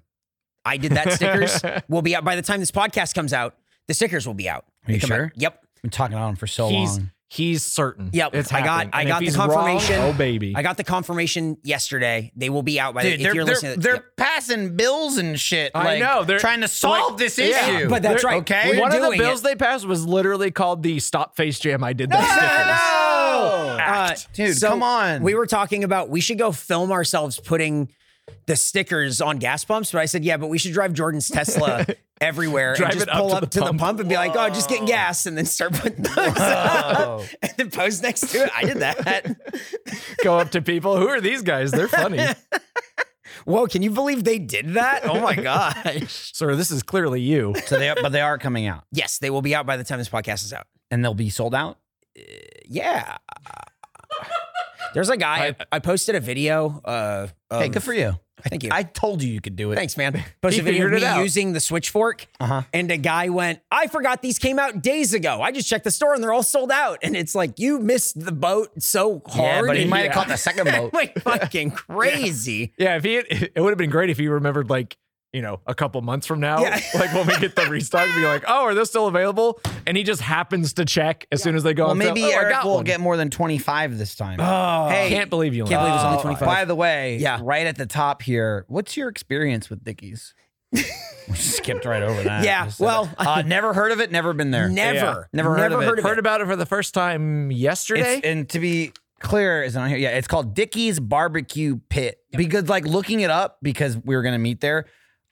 Speaker 3: I did that stickers will be out by the time this podcast comes out. The stickers will be out.
Speaker 2: Are you
Speaker 3: They come out-
Speaker 2: sure?
Speaker 3: Yep.
Speaker 2: I've been talking on him for so
Speaker 4: he's
Speaker 2: long.
Speaker 4: he's certain.
Speaker 3: Yep,
Speaker 4: It's
Speaker 3: I got-
Speaker 4: happening.
Speaker 3: I
Speaker 4: And
Speaker 3: got the
Speaker 4: if he's wrong,
Speaker 3: confirmation.
Speaker 4: oh baby.
Speaker 3: I got the confirmation yesterday. They will be out by
Speaker 2: Dude,
Speaker 3: the if
Speaker 2: they're,
Speaker 3: you're
Speaker 2: they're,
Speaker 3: listening. to-
Speaker 2: they're
Speaker 3: yep.
Speaker 2: passing bills and shit.
Speaker 4: I
Speaker 2: like,
Speaker 4: know, they're-
Speaker 2: trying to solve
Speaker 4: like-
Speaker 2: this
Speaker 4: yeah,
Speaker 2: issue.
Speaker 3: But that's right.
Speaker 2: Okay.
Speaker 3: We're
Speaker 4: One of the
Speaker 3: doing
Speaker 4: bills
Speaker 3: it.
Speaker 4: they passed was literally called the Stop Face Jam. I did that
Speaker 2: Oh,
Speaker 3: Uh,
Speaker 2: Dude, come on.
Speaker 3: We were talking about we should go film ourselves putting the stickers on gas pumps, but I said, yeah, but we should drive Jordan's Tesla everywhere
Speaker 4: Drive
Speaker 3: and just
Speaker 4: it up
Speaker 3: pull
Speaker 4: to
Speaker 3: up
Speaker 4: the
Speaker 3: to the
Speaker 4: pump.
Speaker 3: pump and be like, oh, just getting gas, and then start putting those up and then pose next to it. I did that.
Speaker 4: sticker. Go up to people. Who are these guys? They're funny.
Speaker 3: Whoa, can you believe they did that? Oh my gosh.
Speaker 4: Sir, this is clearly you.
Speaker 2: so they, are- but they are coming out
Speaker 3: yes, they will be out by the time this podcast is out.
Speaker 2: and they'll be sold out.
Speaker 3: Yeah. There's a guy, I, I posted a video. Uh, of,
Speaker 2: Hey, good for you.
Speaker 3: Thank you.
Speaker 2: I told you you could do it.
Speaker 3: Thanks, man. Posted a video of
Speaker 4: figured it
Speaker 3: me
Speaker 4: out.
Speaker 3: using the switch fork,
Speaker 2: Uh-huh.
Speaker 3: and a guy went, "I forgot these came out days ago. I just checked the store and they're all sold out." And it's like you missed the boat so hard.
Speaker 2: Yeah, but he
Speaker 3: and-
Speaker 2: might have caught the second boat.
Speaker 3: like fucking crazy.
Speaker 4: Yeah, if he it would have been great if he remembered like, you know, a couple months from now,
Speaker 3: Yeah.
Speaker 4: like when we get the restock, be like, oh, are those still available? And he just happens to check as soon as they go
Speaker 2: Well,
Speaker 4: on sale.
Speaker 2: maybe
Speaker 4: "Oh, I
Speaker 2: Eric
Speaker 4: got
Speaker 2: will
Speaker 4: one."
Speaker 2: get more than 25 this time.
Speaker 3: Oh,
Speaker 2: Hey,
Speaker 4: Uh, Can't believe you.
Speaker 3: Can't believe it's only
Speaker 2: Oh,
Speaker 3: 25.
Speaker 2: By the way,
Speaker 3: Yeah.
Speaker 2: right at the top here, what's your experience with Dickies? we skipped right over that.
Speaker 3: Yeah,
Speaker 2: Just said
Speaker 3: well,
Speaker 2: it. uh, never heard of it, never been there.
Speaker 3: never,
Speaker 2: Never heard of it.
Speaker 4: Heard, about it for the first time yesterday.
Speaker 2: It's, and to be clear, is on here. Yeah, it's called Dickie's Barbecue Pit. Because like looking it up, because we were gonna meet there,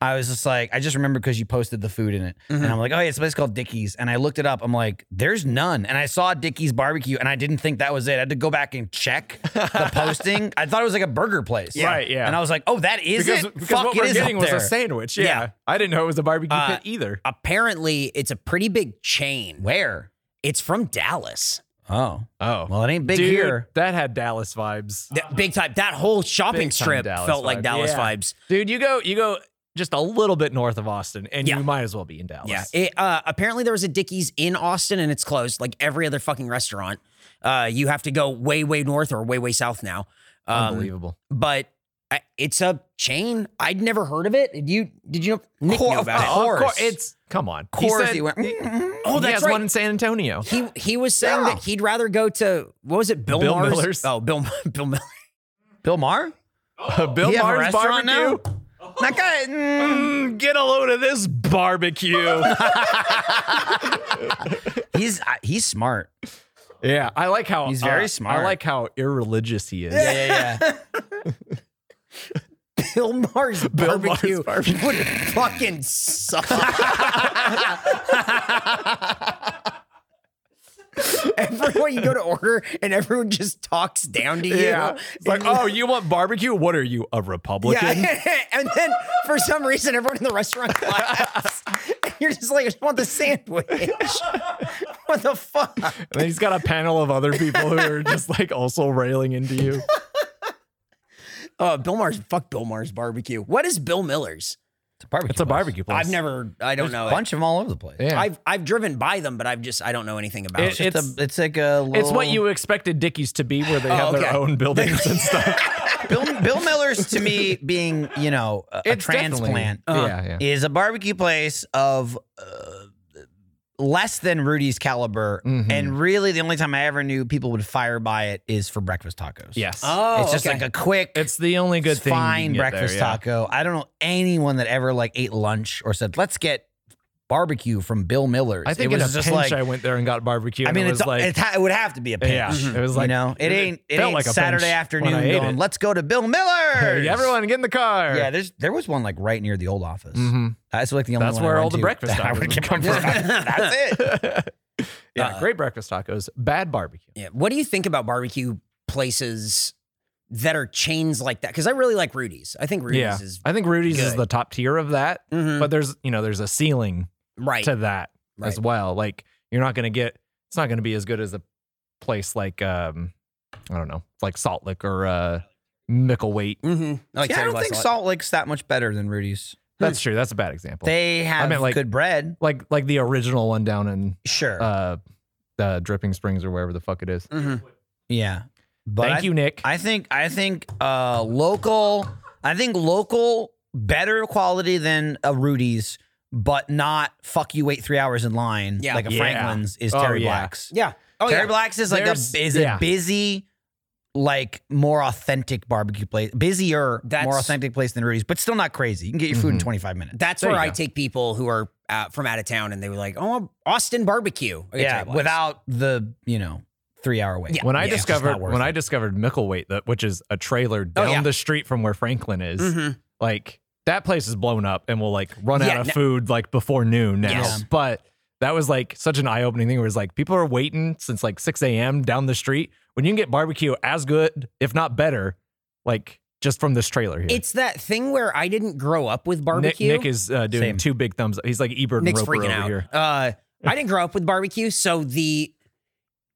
Speaker 2: I was just like, I just remember because you posted the food in it,
Speaker 4: Mm-hmm.
Speaker 2: and I'm like, oh yeah, it's a place called Dickie's, and I looked it up. I'm like, there's none, and I saw Dickie's Barbecue, and I didn't think that was it. I had to go back and check the posting. I thought it was like a burger place,
Speaker 4: Yeah. Right, yeah.
Speaker 2: and I was like, oh, that is
Speaker 4: because
Speaker 2: it.
Speaker 4: because
Speaker 2: Fuck,
Speaker 4: what
Speaker 2: it
Speaker 4: we're
Speaker 2: is
Speaker 4: getting
Speaker 2: up
Speaker 4: was
Speaker 2: there.
Speaker 4: a sandwich. Yeah.
Speaker 3: Yeah.
Speaker 4: I didn't know it was a barbecue
Speaker 3: Uh,
Speaker 4: pit either.
Speaker 3: Apparently, it's a pretty big chain.
Speaker 2: Where?
Speaker 3: It's from Dallas.
Speaker 2: Oh,
Speaker 4: Oh.
Speaker 2: well, it ain't big
Speaker 4: Dude,
Speaker 2: here.
Speaker 4: that had Dallas vibes.
Speaker 3: That big time. That whole shopping
Speaker 4: Big time
Speaker 3: strip
Speaker 4: Dallas
Speaker 3: felt like
Speaker 4: vibes.
Speaker 3: Dallas
Speaker 4: Yeah.
Speaker 3: vibes.
Speaker 4: Dude, you go you go just a little bit north of Austin and
Speaker 3: Yeah.
Speaker 4: you might as well be in Dallas.
Speaker 3: Yeah. It, uh, apparently, there was a Dickies in Austin and it's closed, like every other fucking restaurant. Uh, you have to go way, way north or way, way south now. Um,
Speaker 4: Unbelievable.
Speaker 3: but I, it's a chain. I'd never heard of it. Did you? Did you? Know, Nick knew
Speaker 2: Cor-
Speaker 3: about
Speaker 2: oh, of
Speaker 3: it.
Speaker 2: course.
Speaker 4: It's come on.
Speaker 2: Of
Speaker 4: He
Speaker 2: course,
Speaker 4: said-
Speaker 2: he went. "Mm."
Speaker 3: Oh,
Speaker 4: he
Speaker 3: that's
Speaker 4: has
Speaker 3: right.
Speaker 4: one in San Antonio.
Speaker 3: He he was saying
Speaker 2: Yeah.
Speaker 3: that he'd rather go to what was it? Bill,
Speaker 4: Bill
Speaker 3: Maher's-
Speaker 4: Miller's.
Speaker 3: Oh, Bill Bill Miller.
Speaker 2: Bill Maher.
Speaker 4: Bill
Speaker 2: He have a
Speaker 4: Maher's
Speaker 2: restaurant
Speaker 4: barbecue.
Speaker 2: now. That guy. mm,
Speaker 4: Mm, get a load of this barbecue.
Speaker 2: He's I- he's smart.
Speaker 4: yeah, I like how
Speaker 2: He's very
Speaker 4: uh,
Speaker 2: smart.
Speaker 4: I like how irreligious he is.
Speaker 2: yeah, yeah.
Speaker 3: Bill Maher's
Speaker 4: Bill Maher's
Speaker 3: barbecue
Speaker 4: barbecue.
Speaker 3: would fucking suck. Everywhere you go to order, and everyone just talks down to you.
Speaker 4: Yeah. It's like, oh, you want barbecue? What are you, a Republican?
Speaker 3: yeah. and then for some reason, everyone in the restaurant claps. And You're just like, I just want the sandwich. what the fuck?
Speaker 4: And then he's got a panel of other people who are just like also railing into you.
Speaker 3: Oh, Bill Maher's fuck Bill Maher's barbecue. What is Bill Miller's?
Speaker 2: It's a barbecue.
Speaker 4: It's a
Speaker 2: place.
Speaker 4: barbecue place.
Speaker 3: I've never. I don't
Speaker 2: There's
Speaker 3: know.
Speaker 2: a
Speaker 3: it.
Speaker 2: bunch of them all over the place.
Speaker 4: Yeah.
Speaker 3: I've I've driven by them, but I've just I don't know anything about
Speaker 4: It-
Speaker 3: it.
Speaker 2: It's,
Speaker 4: It's-
Speaker 2: a, it's like a. Little,
Speaker 4: it's what you expected Dickies to be, where they
Speaker 3: Oh,
Speaker 4: have
Speaker 3: okay.
Speaker 4: their own buildings and stuff.
Speaker 2: Bill, Bill Miller's to me being, you know, a, a
Speaker 4: It's definitely-
Speaker 2: transplant
Speaker 3: Uh,
Speaker 5: yeah, yeah.
Speaker 2: is a barbecue place of uh, less than Rudy's caliber.
Speaker 4: Mm-hmm.
Speaker 5: Mhm.
Speaker 2: And really, the only time I ever knew people would fire by it is for breakfast tacos.
Speaker 4: Yes.
Speaker 3: Oh,
Speaker 2: it's just
Speaker 3: okay.
Speaker 2: like a quick,
Speaker 4: it's the only good thing. you can
Speaker 2: fine
Speaker 4: get there,
Speaker 2: breakfast
Speaker 4: yeah.
Speaker 2: taco. I don't know anyone that ever like ate lunch or said, "Let's get barbecue from Bill Miller's."
Speaker 4: I think
Speaker 2: it was
Speaker 4: in a
Speaker 2: just
Speaker 4: pinch,
Speaker 2: like
Speaker 4: I went there and got barbecue.
Speaker 2: I
Speaker 4: and
Speaker 2: mean,
Speaker 4: it
Speaker 2: it's,
Speaker 4: was like
Speaker 2: it's ha- it would have to be a pinch.
Speaker 4: Yeah, it was like
Speaker 2: you know, it ain't it,
Speaker 4: felt
Speaker 2: ain't
Speaker 4: like a
Speaker 2: Saturday
Speaker 4: pinch
Speaker 2: afternoon
Speaker 4: when I ate
Speaker 2: going.
Speaker 4: it.
Speaker 2: Let's go to Bill Miller's.
Speaker 4: Hey, everyone, get in the car. Mm-hmm.
Speaker 2: Yeah, there's there was one like right near the old office.
Speaker 5: Mhm.
Speaker 2: That's like the only
Speaker 4: That's
Speaker 2: one I
Speaker 4: where
Speaker 2: went
Speaker 4: all the
Speaker 2: to
Speaker 4: breakfast
Speaker 2: that I would
Speaker 4: tacos
Speaker 2: get
Speaker 4: come
Speaker 2: my-
Speaker 4: from.
Speaker 2: That's it.
Speaker 4: yeah,
Speaker 3: Uh,
Speaker 4: great breakfast tacos, bad barbecue.
Speaker 3: Yeah. What do you think about barbecue places that are chains like that? Because I really like Rudy's. I think Rudy's
Speaker 4: Yeah.
Speaker 3: is
Speaker 4: I think Rudy's is
Speaker 3: Good.
Speaker 4: the top tier of that,
Speaker 3: Mhm.
Speaker 2: Mm.
Speaker 4: but there's you know there's a ceiling
Speaker 3: right.
Speaker 4: to that
Speaker 3: right.
Speaker 4: as well. Like you're not gonna get it's not gonna be as good as a place like um I don't know like Salt Lick or uh Mickleweight.
Speaker 2: Mm.
Speaker 3: Mm-hmm.
Speaker 2: yeah, I don't think Salt Lake's that much better than Rudy's.
Speaker 4: That's true. That's a bad example.
Speaker 2: They have
Speaker 4: meant, like-
Speaker 2: good bread.
Speaker 4: like like the original one down in
Speaker 2: Sure.
Speaker 4: uh, uh Dripping Springs or wherever the fuck it is.
Speaker 3: Mm-hmm.
Speaker 2: yeah. But
Speaker 4: Thank
Speaker 2: I-
Speaker 4: you, Nick.
Speaker 2: I think I think uh local I think local better quality than a Rudy's, but not fuck you wait three hours in line
Speaker 3: Yeah.
Speaker 2: like a
Speaker 4: Yeah.
Speaker 2: Franklin's is
Speaker 4: Oh,
Speaker 2: Terry
Speaker 4: yeah.
Speaker 2: Black's.
Speaker 3: Yeah. Oh
Speaker 2: Terry
Speaker 3: yeah.
Speaker 2: Black's is like
Speaker 4: There's-
Speaker 2: a is
Speaker 4: yeah.
Speaker 2: a busy, like more authentic barbecue place. Busier, more
Speaker 3: That's- Mm-hmm.
Speaker 2: authentic place than Rudy's, but still not crazy. You can get your food in twenty five minutes.
Speaker 3: That's
Speaker 4: There
Speaker 3: where
Speaker 4: you
Speaker 3: I
Speaker 4: go.
Speaker 3: take people who are uh, from out of town and they were like, "Oh, Austin barbecue." I get
Speaker 2: yeah,
Speaker 3: Terry Black's.
Speaker 2: without the you know three hour wait.
Speaker 4: when I
Speaker 2: Yeah, it's just
Speaker 4: discovered
Speaker 2: not worth
Speaker 4: when
Speaker 2: it. Oh,
Speaker 4: I discovered Mickleweight, that which is a trailer down
Speaker 3: yeah.
Speaker 4: the street from where Franklin is,
Speaker 2: Mm-hmm.
Speaker 3: Mhm.
Speaker 4: like that place is blown up and will like run
Speaker 3: Yeah,
Speaker 4: out of
Speaker 3: no-
Speaker 4: food like before noon now.
Speaker 3: Yes.
Speaker 4: But that was like such an eye opening thing where it's like people are waiting since like six a.m. down the street when you can get barbecue as good, if not better, like just from this trailer here.
Speaker 3: It's that thing where I didn't grow up with
Speaker 4: Nick,
Speaker 3: barbecue.
Speaker 4: Nick is uh, doing
Speaker 2: Same.
Speaker 4: two big thumbs up. He's like Ebert
Speaker 3: Nick's
Speaker 4: and Roper
Speaker 3: freaking
Speaker 4: over
Speaker 3: out.
Speaker 4: here.
Speaker 3: Uh, I didn't grow up with barbecue, so the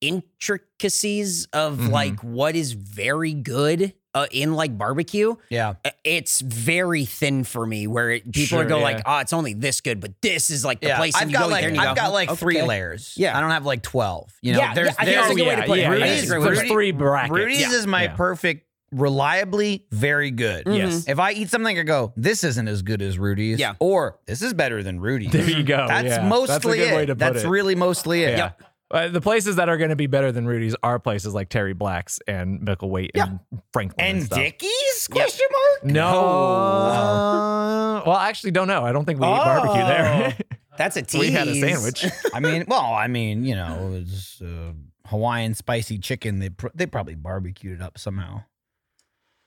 Speaker 3: intricacies of
Speaker 2: Mm-hmm.
Speaker 4: Mhm.
Speaker 3: like what is very good uh, in like barbecue,
Speaker 2: yeah,
Speaker 3: uh, it's very thin for me. Where it, people
Speaker 4: Sure,
Speaker 3: are go
Speaker 4: yeah.
Speaker 3: like, "Oh, it's only this good," but this is like the
Speaker 2: yeah.
Speaker 3: place. And
Speaker 2: I've
Speaker 3: you
Speaker 2: got
Speaker 3: go
Speaker 2: like
Speaker 3: there and you
Speaker 2: I've
Speaker 3: go,
Speaker 2: got like
Speaker 3: "Okay."
Speaker 2: three layers.
Speaker 3: Yeah.
Speaker 2: I don't have like twelve. You know,
Speaker 3: Yeah, yeah,
Speaker 2: there's
Speaker 3: I think
Speaker 2: there's
Speaker 3: that's a good way to put it.
Speaker 4: Oh, yeah,
Speaker 3: Rudy's
Speaker 4: yeah.
Speaker 3: is
Speaker 4: There's
Speaker 3: great.
Speaker 4: three brackets.
Speaker 2: Rudy's
Speaker 4: Yeah.
Speaker 2: is my
Speaker 4: Yeah.
Speaker 2: perfect, reliably very good.
Speaker 3: Mhm.
Speaker 4: Yes.
Speaker 2: If I eat something, I go, this isn't as good as Rudy's.
Speaker 3: Yeah.
Speaker 2: Or this is better than Rudy's.
Speaker 4: There you go.
Speaker 2: That's
Speaker 4: Oh, yeah.
Speaker 2: mostly
Speaker 4: That's a good
Speaker 2: it.
Speaker 4: way to put
Speaker 2: That's
Speaker 4: it.
Speaker 2: really mostly it.
Speaker 4: Yeah. Uh, the places that are going to be better than Rudy's are places like Terry Black's and Mickleweight and Franklin and,
Speaker 2: And
Speaker 4: stuff.
Speaker 2: Dickies? Question mark?
Speaker 4: No. Uh,
Speaker 2: Oh.
Speaker 4: Well, I actually don't know. I don't think we eat barbecue there.
Speaker 3: That's a tease.
Speaker 4: we had a sandwich.
Speaker 2: I mean, well, I mean, you know, it's uh, Hawaiian spicy chicken. They pr- they probably barbecued it up somehow.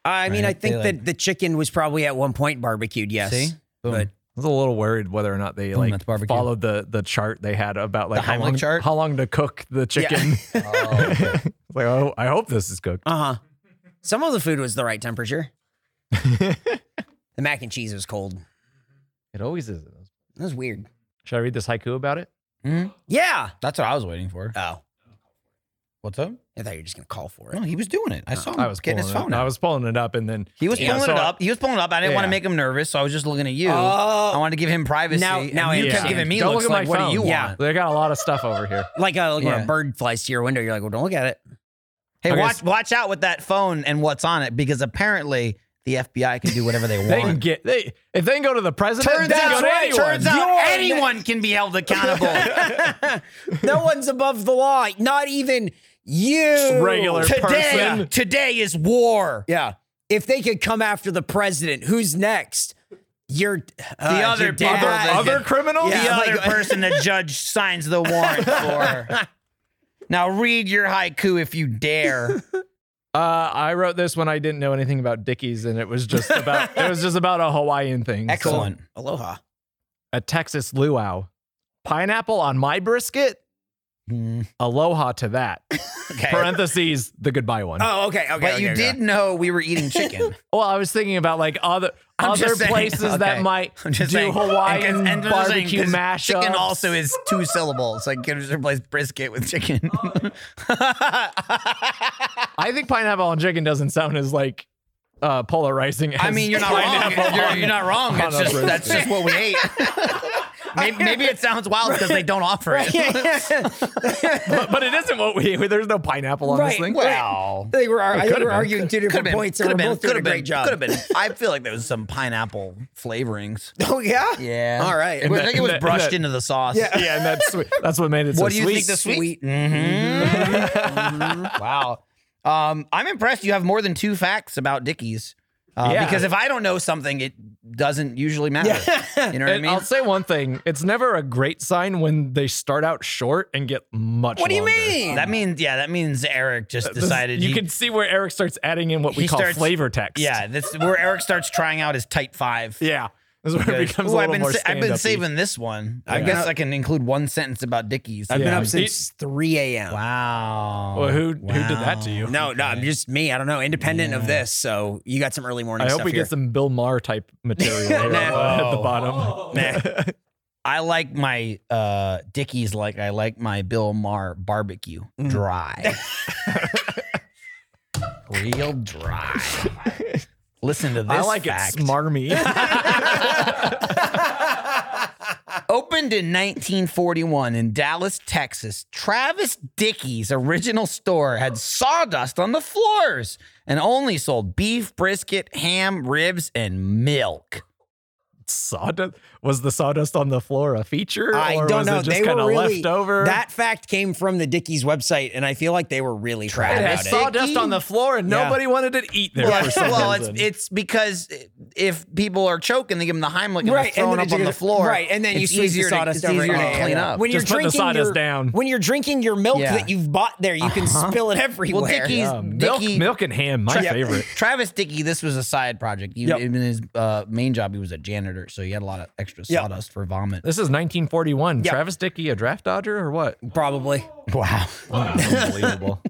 Speaker 3: I mean,
Speaker 2: Right?
Speaker 3: I think
Speaker 2: They, like-
Speaker 3: that the chicken was probably at one point barbecued. Yes.
Speaker 2: See? Boom.
Speaker 3: But-
Speaker 4: I was a little worried whether or not they
Speaker 2: Boom,
Speaker 4: like
Speaker 2: that's barbecue.
Speaker 4: followed the the chart they had about like
Speaker 2: The
Speaker 4: how
Speaker 2: Heimlich
Speaker 4: long
Speaker 2: chart?
Speaker 4: how long to cook the chicken.
Speaker 2: Oh, okay.
Speaker 4: It's like oh, I hope this is cooked.
Speaker 3: Uh huh. Some of the food was the right temperature. the mac and cheese was cold.
Speaker 4: It always is.
Speaker 3: That was weird.
Speaker 4: Should I read this haiku about it?
Speaker 2: Mhm.
Speaker 3: Yeah.
Speaker 2: That's what I was waiting for.
Speaker 3: Oh,
Speaker 2: What's up?
Speaker 3: I thought you were just gonna call for
Speaker 2: No,
Speaker 3: it.
Speaker 2: he was doing it. I saw him
Speaker 4: I was
Speaker 2: getting
Speaker 4: pulling
Speaker 2: Oh, his
Speaker 4: it.
Speaker 2: phone
Speaker 4: I
Speaker 2: out.
Speaker 4: was pulling it up and then
Speaker 2: He was
Speaker 4: Yeah,
Speaker 2: pulling
Speaker 4: so
Speaker 2: it
Speaker 4: I-
Speaker 2: up. He was pulling it up. I didn't want to
Speaker 4: Yeah.
Speaker 2: make him nervous, so I was just looking at you. I
Speaker 3: Oh,
Speaker 2: wanted to give him privacy.
Speaker 3: Now-
Speaker 2: and
Speaker 3: now I
Speaker 2: you kept
Speaker 3: understand.
Speaker 2: Oh, giving me
Speaker 4: Don't
Speaker 2: looks
Speaker 4: look at
Speaker 2: like,
Speaker 4: my
Speaker 2: what
Speaker 4: phone.
Speaker 2: do you
Speaker 3: Yeah.
Speaker 2: want?
Speaker 4: they got a lot of stuff over here.
Speaker 3: like, a, like when
Speaker 2: Yeah.
Speaker 3: a bird flies to your window, you're like, well, don't look at it.
Speaker 2: Hey,
Speaker 4: Okay,
Speaker 2: watch
Speaker 4: so-
Speaker 2: watch out with that phone and what's on it, because apparently the FBI can do whatever they
Speaker 4: They can
Speaker 2: want.
Speaker 4: get they if they can go to the president.
Speaker 2: turns
Speaker 4: they can
Speaker 2: out,
Speaker 4: go to anyone.
Speaker 2: turns out
Speaker 3: You're-
Speaker 2: anyone can be held accountable.
Speaker 3: no one's above the law. Not even you.
Speaker 4: regular
Speaker 2: today,
Speaker 4: person.
Speaker 2: today is war.
Speaker 3: Yeah. If they could come after the president, who's next? Your uh,
Speaker 2: The
Speaker 3: your
Speaker 2: other people
Speaker 3: dad.
Speaker 2: that-
Speaker 4: Other
Speaker 2: Yeah.
Speaker 4: criminals?
Speaker 2: The
Speaker 3: Yeah.
Speaker 2: other
Speaker 4: uh,
Speaker 3: like-
Speaker 2: person the judge signs the warrant for. Now read your haiku if you dare.
Speaker 4: Uh, I wrote this when I didn't know anything about Dickies, and it was just about it was just about a Hawaiian thing. So,
Speaker 2: Excellent.
Speaker 3: Aloha.
Speaker 4: a Texas luau, pineapple on my brisket.
Speaker 2: Hmm.
Speaker 4: Aloha to that.
Speaker 2: Okay.
Speaker 4: Parentheses the goodbye one.
Speaker 3: Oh, okay, okay.
Speaker 2: But you
Speaker 3: okay,
Speaker 2: did
Speaker 3: okay.
Speaker 2: know we were eating chicken.
Speaker 4: well, I was thinking about like other
Speaker 2: I'm
Speaker 4: other
Speaker 2: just saying-
Speaker 4: places that
Speaker 2: okay.
Speaker 4: might
Speaker 2: I'm
Speaker 4: do
Speaker 2: just saying,
Speaker 4: Hawaiian
Speaker 2: and 'cause- and I'm just saying,
Speaker 4: barbecue
Speaker 2: 'cause
Speaker 4: mashups.
Speaker 2: Chicken also is two syllables. Like, can just replace brisket with chicken.
Speaker 4: I think pineapple on chicken doesn't sound as like uh, polarizing. As
Speaker 2: I mean, you're not wrong.
Speaker 4: pineapple
Speaker 2: You're,
Speaker 4: on-
Speaker 2: you're not wrong.
Speaker 4: on
Speaker 2: It's
Speaker 4: a
Speaker 2: just, that's
Speaker 4: brisket.
Speaker 2: just what we ate. Maybe, maybe it sounds wild because they don't offer it.
Speaker 4: but, but it isn't what we. There's no pineapple on this
Speaker 3: Right.
Speaker 4: thing.
Speaker 2: Wow.
Speaker 3: I think we're, I think
Speaker 4: could've
Speaker 3: we're
Speaker 4: been.
Speaker 3: arguing two different points, and
Speaker 2: Could have been.
Speaker 3: we're both doing
Speaker 2: Could
Speaker 3: a
Speaker 2: have been.
Speaker 3: great
Speaker 2: Could
Speaker 3: job.
Speaker 2: have been. I feel like there was some pineapple flavorings.
Speaker 3: Oh yeah,
Speaker 2: Yeah.
Speaker 3: All right.
Speaker 2: I think it was
Speaker 4: that-
Speaker 2: brushed
Speaker 4: that-
Speaker 2: into the sauce.
Speaker 3: Yeah.
Speaker 4: Yeah, and that's sweet. that's what made it.
Speaker 2: What
Speaker 4: so
Speaker 2: do you
Speaker 4: sweet.
Speaker 2: think the sweet?
Speaker 3: Sweet.
Speaker 2: Mhm.
Speaker 4: Mm-hmm.
Speaker 2: wow. Um, I'm impressed you have more than two facts about Dickies. Uh,
Speaker 4: Yeah.
Speaker 2: Because if I don't know something, it doesn't usually matter. You know what I
Speaker 4: And
Speaker 2: mean?
Speaker 4: I'll say one thing: it's never a great sign when they start out short and get much.
Speaker 3: What do you
Speaker 4: longer.
Speaker 3: mean?
Speaker 2: that means, yeah, that means Eric just
Speaker 4: This-
Speaker 2: decided
Speaker 4: you
Speaker 2: he-
Speaker 4: can see where Eric starts adding in what we
Speaker 2: He
Speaker 4: call
Speaker 2: starts-
Speaker 4: flavor text.
Speaker 2: Yeah, that's where Eric starts trying out his type five.
Speaker 4: yeah. This is where it becomes
Speaker 2: Ooh,
Speaker 4: a
Speaker 2: I've
Speaker 4: little
Speaker 2: been
Speaker 4: more
Speaker 2: sa- I've been
Speaker 4: stand-up-y.
Speaker 2: saving this one. I
Speaker 3: Yeah.
Speaker 2: guess I can include one sentence about Dickies.
Speaker 3: I've been
Speaker 4: Yeah.
Speaker 3: up since 3 a.m.
Speaker 2: Wow.
Speaker 4: Well, who who did that to you?
Speaker 3: No, no, I'm just me. I don't know. Independent of this, so you got some early morning.
Speaker 4: I
Speaker 3: stuff
Speaker 4: hope we
Speaker 3: here.
Speaker 4: get some Bill Maher type material here
Speaker 3: Nah.
Speaker 4: at the- at the
Speaker 2: Whoa.
Speaker 4: bottom.
Speaker 3: Nah.
Speaker 2: I like my uh Dickies like I like my Bill Maher barbecue
Speaker 4: Mm.
Speaker 2: dry. Real dry. Listen to this.
Speaker 4: I like
Speaker 2: fact.
Speaker 4: it smarmy.
Speaker 2: Opened in 1941 in Dallas, Texas, Travis Dickey's original store had sawdust on the floors and only sold beef, brisket, ham, ribs, and milk.
Speaker 4: sawdust was the sawdust on the floor a feature?
Speaker 3: I
Speaker 4: or
Speaker 3: don't
Speaker 4: was
Speaker 3: know.
Speaker 4: It just
Speaker 3: they
Speaker 4: kind
Speaker 3: were
Speaker 4: of
Speaker 3: really
Speaker 4: left over.
Speaker 3: That fact came from the Dickies website, and I feel like they were really proud
Speaker 4: it had
Speaker 3: about
Speaker 2: Travis
Speaker 3: it.
Speaker 4: sawdust
Speaker 2: Dickey?
Speaker 4: on the floor, and
Speaker 3: Yeah.
Speaker 4: nobody wanted to eat there
Speaker 2: Well,
Speaker 4: for some
Speaker 2: well,
Speaker 4: reason.
Speaker 2: it's it's because if people are choking, they give them the Heimlich and they're thrown
Speaker 3: then
Speaker 2: up on the floor.
Speaker 3: Right, and then
Speaker 2: It's
Speaker 3: you squeeze
Speaker 2: easier
Speaker 3: the
Speaker 2: to-
Speaker 3: sawdust
Speaker 2: it's
Speaker 3: over
Speaker 2: easier
Speaker 3: it.
Speaker 2: to
Speaker 3: Yeah, yeah,
Speaker 2: clean
Speaker 3: yeah.
Speaker 2: up.
Speaker 3: When you're
Speaker 4: Just put the
Speaker 3: drinking
Speaker 4: sawdust
Speaker 3: your,
Speaker 4: down. Uh-huh.
Speaker 3: When you're drinking your milk
Speaker 2: Yeah.
Speaker 3: that you've bought there, you can spill it everywhere.
Speaker 2: Well, Dickies,
Speaker 4: Yeah, Um, milk,
Speaker 2: Dickey-
Speaker 4: milk and ham, my
Speaker 3: Yeah.
Speaker 4: favorite.
Speaker 2: Travis Dickey, this was a side project. He,
Speaker 3: Yep.
Speaker 2: In his uh, main job, he was a janitor, so he had a lot of extra
Speaker 3: Yep.
Speaker 2: sawdust for vomit.
Speaker 4: This is 1941.
Speaker 3: Yeah.
Speaker 4: Travis Dickey, a draft dodger, or what?
Speaker 3: Probably.
Speaker 2: Wow.
Speaker 4: Unbelievable.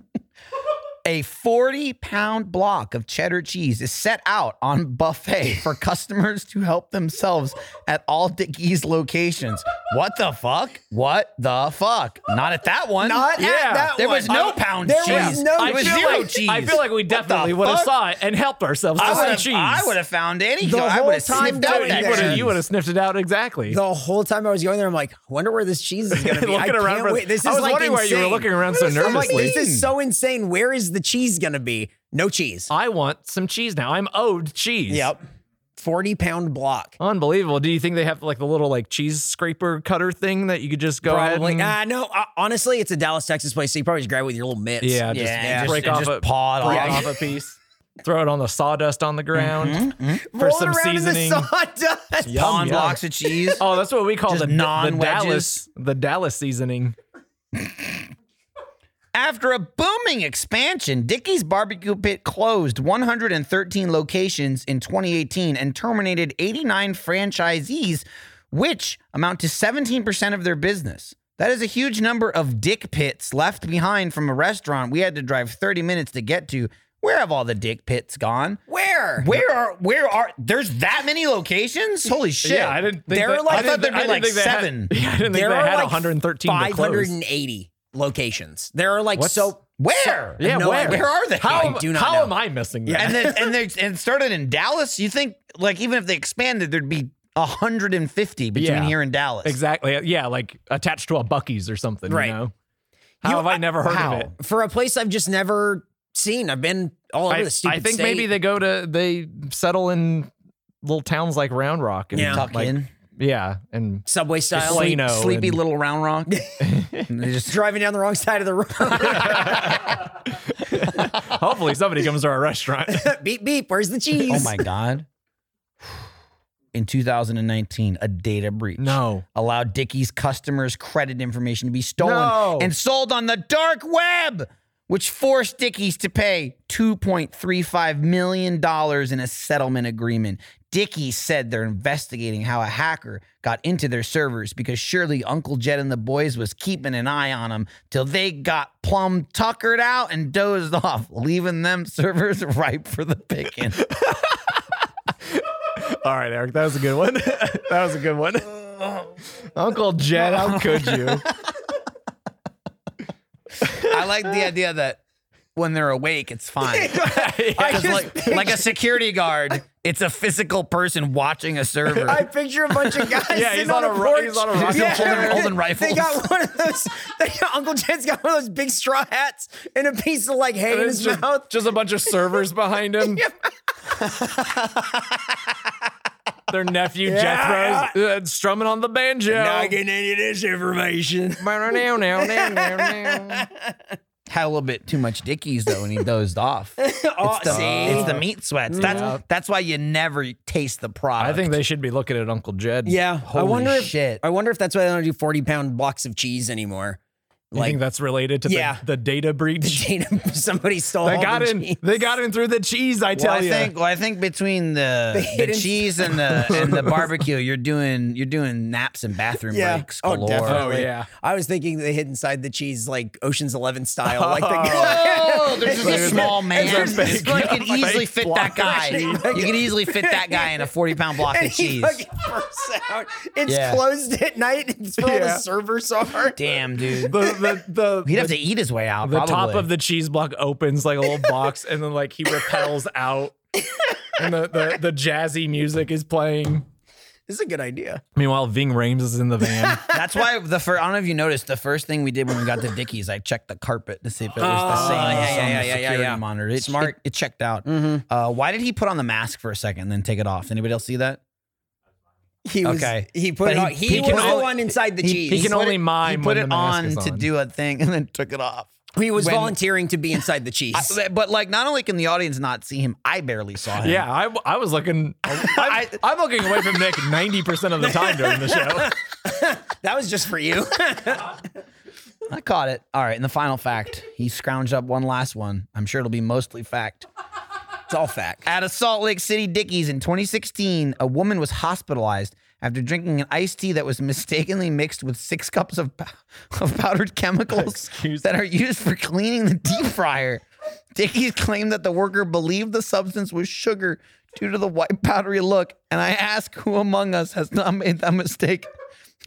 Speaker 2: A 40 pound block of cheddar cheese is set out on buffet for customers to help themselves at all Dickey's locations. What the fuck? What the fuck? Not at that one.
Speaker 3: Not
Speaker 4: Yeah.
Speaker 3: at that
Speaker 2: there
Speaker 3: one.
Speaker 2: was no
Speaker 3: Uh,
Speaker 2: pound
Speaker 3: there
Speaker 2: cheese.
Speaker 3: was no
Speaker 2: There was
Speaker 3: cheese.
Speaker 2: zero
Speaker 4: like,
Speaker 2: cheese.
Speaker 4: I feel like we definitely would have
Speaker 2: fuck?
Speaker 4: saw it and helped ourselves to
Speaker 2: I
Speaker 4: some
Speaker 2: would've-
Speaker 4: cheese.
Speaker 2: I would have found any.
Speaker 3: The
Speaker 2: I
Speaker 3: whole
Speaker 2: would have
Speaker 3: time
Speaker 2: sniffed
Speaker 3: that
Speaker 2: out
Speaker 3: we
Speaker 2: that
Speaker 3: were-
Speaker 2: cheese.
Speaker 4: You would have sniffed it out exactly.
Speaker 3: The whole time I was going there, I'm like, I wonder where this cheese is gonna be.
Speaker 4: Looking
Speaker 3: I can't
Speaker 4: around for-
Speaker 3: wait. This is
Speaker 4: I was
Speaker 3: like
Speaker 4: wondering why you were
Speaker 3: insane.
Speaker 4: looking around so
Speaker 3: What is- I'm like,
Speaker 4: nervously.
Speaker 3: this is so insane. Where is the cheese gonna be? No cheese.
Speaker 4: I want some cheese now. I'm owed cheese.
Speaker 3: Yep. 40 pound block.
Speaker 4: Unbelievable. Do you think they have like the little like cheese scraper cutter thing that you could just go
Speaker 3: Probably.
Speaker 4: ahead and
Speaker 3: Uh, no, uh, honestly, it's a Dallas, Texas place, so you probably just grab it with your little mitts.
Speaker 4: yeah, just,
Speaker 2: Yeah,
Speaker 3: just-
Speaker 4: break
Speaker 2: and
Speaker 4: off
Speaker 2: just
Speaker 4: a
Speaker 2: paw it
Speaker 4: break
Speaker 2: off.
Speaker 4: off a piece, throw it on the sawdust on the ground for
Speaker 3: Roll it
Speaker 4: some
Speaker 3: around
Speaker 4: seasoning.
Speaker 3: in the sawdust.
Speaker 4: Yum,
Speaker 2: Pawn
Speaker 4: yum.
Speaker 2: blocks of cheese.
Speaker 4: Oh, that's what we call
Speaker 2: Just
Speaker 4: the, the
Speaker 2: non-wedges.
Speaker 4: Dallas the Dallas seasoning.
Speaker 2: After a booming expansion, Dickey's Barbecue Pit closed 113 locations in 2018 and terminated 89 franchisees, which amount to 17% of their business. That is a huge number of dick pits left behind from a restaurant we had to drive 30 minutes to get to. Where have all the dick pits gone?
Speaker 3: Where?
Speaker 2: Where are where are there's that many locations? Holy shit.
Speaker 4: Yeah, I didn't. Think
Speaker 3: There
Speaker 4: that-
Speaker 3: are, like-
Speaker 4: I,
Speaker 2: I
Speaker 4: didn't
Speaker 2: thought there'd
Speaker 4: thi-
Speaker 2: be,
Speaker 4: didn't
Speaker 2: like,
Speaker 4: think they had-
Speaker 2: seven.
Speaker 4: yeah, I didn't think
Speaker 3: There
Speaker 4: they
Speaker 3: are
Speaker 4: had
Speaker 3: like
Speaker 4: 113 to close.
Speaker 3: 580 locations. There are like
Speaker 4: What's-
Speaker 3: so.
Speaker 2: Where?
Speaker 3: I have
Speaker 4: Yeah,
Speaker 3: no
Speaker 4: where?
Speaker 3: idea.
Speaker 2: Where are they?
Speaker 4: How,
Speaker 3: I do not
Speaker 4: how
Speaker 3: know.
Speaker 4: am I missing that?
Speaker 2: and then and they and started in Dallas. You think like even if they expanded, there'd be hundred and fifty between
Speaker 4: Yeah.
Speaker 2: here and Dallas.
Speaker 4: Exactly. Yeah, like attached to a Bucky's or something.
Speaker 3: Right.
Speaker 4: You know? How
Speaker 3: You-
Speaker 4: have I never heard
Speaker 2: how?
Speaker 4: of it?
Speaker 3: For a place I've just never seen. I've been all over
Speaker 4: I,
Speaker 3: the stupid
Speaker 4: I think
Speaker 3: state.
Speaker 4: maybe they go to they settle in little towns like Round Rock and
Speaker 3: Yeah.
Speaker 2: Tuck
Speaker 4: like,
Speaker 2: in,
Speaker 4: Yeah, and
Speaker 3: Subway style.
Speaker 4: It's like-
Speaker 3: Sleep-
Speaker 4: know,
Speaker 2: sleepy
Speaker 4: and-
Speaker 2: little round rock. And they just
Speaker 3: Driving down the wrong side of the road.
Speaker 4: hopefully somebody comes to our restaurant.
Speaker 3: beep, beep. Where's the cheese?
Speaker 2: oh my god. In 2019, a data breach
Speaker 4: No.
Speaker 2: allowed Dickey's customers' credit information to be stolen
Speaker 4: No.
Speaker 2: and sold on the dark web, which forced Dickey's to pay $2.35 million in a settlement agreement. Dickey's said they're investigating how a hacker got into their servers because surely Uncle Jed and the boys was keeping an eye on them till they got plumb tuckered out and dozed off, leaving them servers ripe for the picking.
Speaker 4: All right, Eric, that was a good one. that was a good one. Uncle Jed, how could you?
Speaker 2: I like the idea that when they're awake, it's fine.
Speaker 3: I
Speaker 2: 'Cause
Speaker 3: just
Speaker 2: like, like a security guard, it's a physical person watching a server.
Speaker 5: I picture a bunch of guys.
Speaker 4: Yeah,
Speaker 5: sitting
Speaker 4: he's on a ro-
Speaker 5: porch.
Speaker 4: he's on a rock-
Speaker 2: He's holding- holding rifles.
Speaker 5: They got one of those. They got, Uncle Jed's got one of those big straw hats and a piece of like hay in
Speaker 4: There's
Speaker 5: his
Speaker 4: just,
Speaker 5: mouth.
Speaker 4: just a bunch of servers behind him. Their nephew Jethro's uh, strumming on the banjo.
Speaker 3: any of this information.
Speaker 2: Had a little bit too much dickies though, and he dozed off. It's
Speaker 3: Oh,
Speaker 2: the,
Speaker 3: see?
Speaker 2: it's the meat sweats. That's that's why you never taste the product.
Speaker 4: I think they should be looking at Uncle Jed.
Speaker 3: yeah. I
Speaker 2: Holy
Speaker 3: wonder if
Speaker 2: shit.
Speaker 3: I wonder if that's why they don't do 40 pound blocks of cheese anymore.
Speaker 4: You think
Speaker 3: Like
Speaker 4: that's related to
Speaker 3: Yeah.
Speaker 4: the, the data breach?
Speaker 3: Dana, somebody stole
Speaker 4: They
Speaker 3: all
Speaker 4: got
Speaker 3: the
Speaker 4: in.
Speaker 3: cheese.
Speaker 4: They got in through the cheese. I tell
Speaker 2: well, I
Speaker 4: you.
Speaker 2: think well, I think between the
Speaker 3: They
Speaker 2: the
Speaker 3: didn't-
Speaker 2: cheese and the and the barbecue, you're doing you're doing naps and bathroom
Speaker 3: Yeah.
Speaker 2: breaks
Speaker 3: Oh,
Speaker 2: galore.
Speaker 4: oh
Speaker 3: definitely.
Speaker 4: yeah.
Speaker 3: I was thinking they hid inside the cheese like Ocean's Eleven style. Like the
Speaker 4: Oh,
Speaker 2: Whoa, Oh, there's just a
Speaker 4: There's
Speaker 2: small
Speaker 4: a-
Speaker 2: man.
Speaker 4: there's a
Speaker 2: It's like you
Speaker 4: big
Speaker 2: can easily
Speaker 4: block
Speaker 2: fit
Speaker 4: of
Speaker 2: that guy.
Speaker 4: cheese.
Speaker 2: You can easily fit that guy in a 40 pound block
Speaker 3: and
Speaker 2: of
Speaker 3: he
Speaker 2: cheese.
Speaker 3: fucking bursts out. It's
Speaker 2: Yeah.
Speaker 3: closed at night. It's where all the
Speaker 4: Yeah.
Speaker 3: servers are.
Speaker 2: Damn, dude.
Speaker 4: The the
Speaker 2: He'd
Speaker 4: the.
Speaker 2: have to eat his way out.
Speaker 4: the top
Speaker 2: probably.
Speaker 4: of the cheese block opens like a little box, and then like he repels out, and the, the the jazzy music is playing.
Speaker 3: This is a good idea.
Speaker 4: Meanwhile, Ving Rames is in the van.
Speaker 2: That's why the first. I don't know if you noticed the first thing we did when we got to Dickies, I checked the carpet to see if it was the
Speaker 3: Oh,
Speaker 2: same as
Speaker 3: yeah, yeah,
Speaker 2: on
Speaker 3: yeah,
Speaker 2: the
Speaker 3: yeah, yeah,
Speaker 2: security
Speaker 3: yeah.
Speaker 2: monitor. It,
Speaker 3: Smart.
Speaker 2: It, it checked out. Uh, why did he put on the mask for a second and then take it off? Anybody else see that?
Speaker 3: He was.
Speaker 2: Okay.
Speaker 3: He put
Speaker 2: But
Speaker 3: it
Speaker 2: he-
Speaker 3: on. He,
Speaker 2: he
Speaker 3: was
Speaker 2: can
Speaker 3: the
Speaker 2: only-
Speaker 3: one inside the cheese.
Speaker 4: he can
Speaker 2: put
Speaker 4: only
Speaker 2: it-
Speaker 4: mime
Speaker 2: He put
Speaker 4: when
Speaker 2: it
Speaker 4: the mask
Speaker 2: on,
Speaker 4: is
Speaker 2: to
Speaker 4: on.
Speaker 2: do a thing and then took it off.
Speaker 3: He was
Speaker 2: when-
Speaker 3: volunteering to be inside the cheese.
Speaker 2: I- but like, not only can the audience not see him, I barely saw him.
Speaker 4: yeah, I, I was looking. I'm,
Speaker 2: I-
Speaker 4: I'm looking away from Nick ninety percent of the time during the show.
Speaker 3: that was just for you.
Speaker 2: I caught it. All right, and the final fact, he scrounged up one last one. I'm sure it'll be mostly fact.
Speaker 3: it's all fact.
Speaker 2: At a Salt Lake City Dickies in 2016, a woman was hospitalized after drinking an iced tea that was mistakenly mixed with six cups of, pow- of powdered chemicals
Speaker 4: Excuse
Speaker 2: that are used for cleaning the deep fryer. Dickies claimed that the worker believed the substance was sugar due to the white powdery look. And I ask who among us has not made that mistake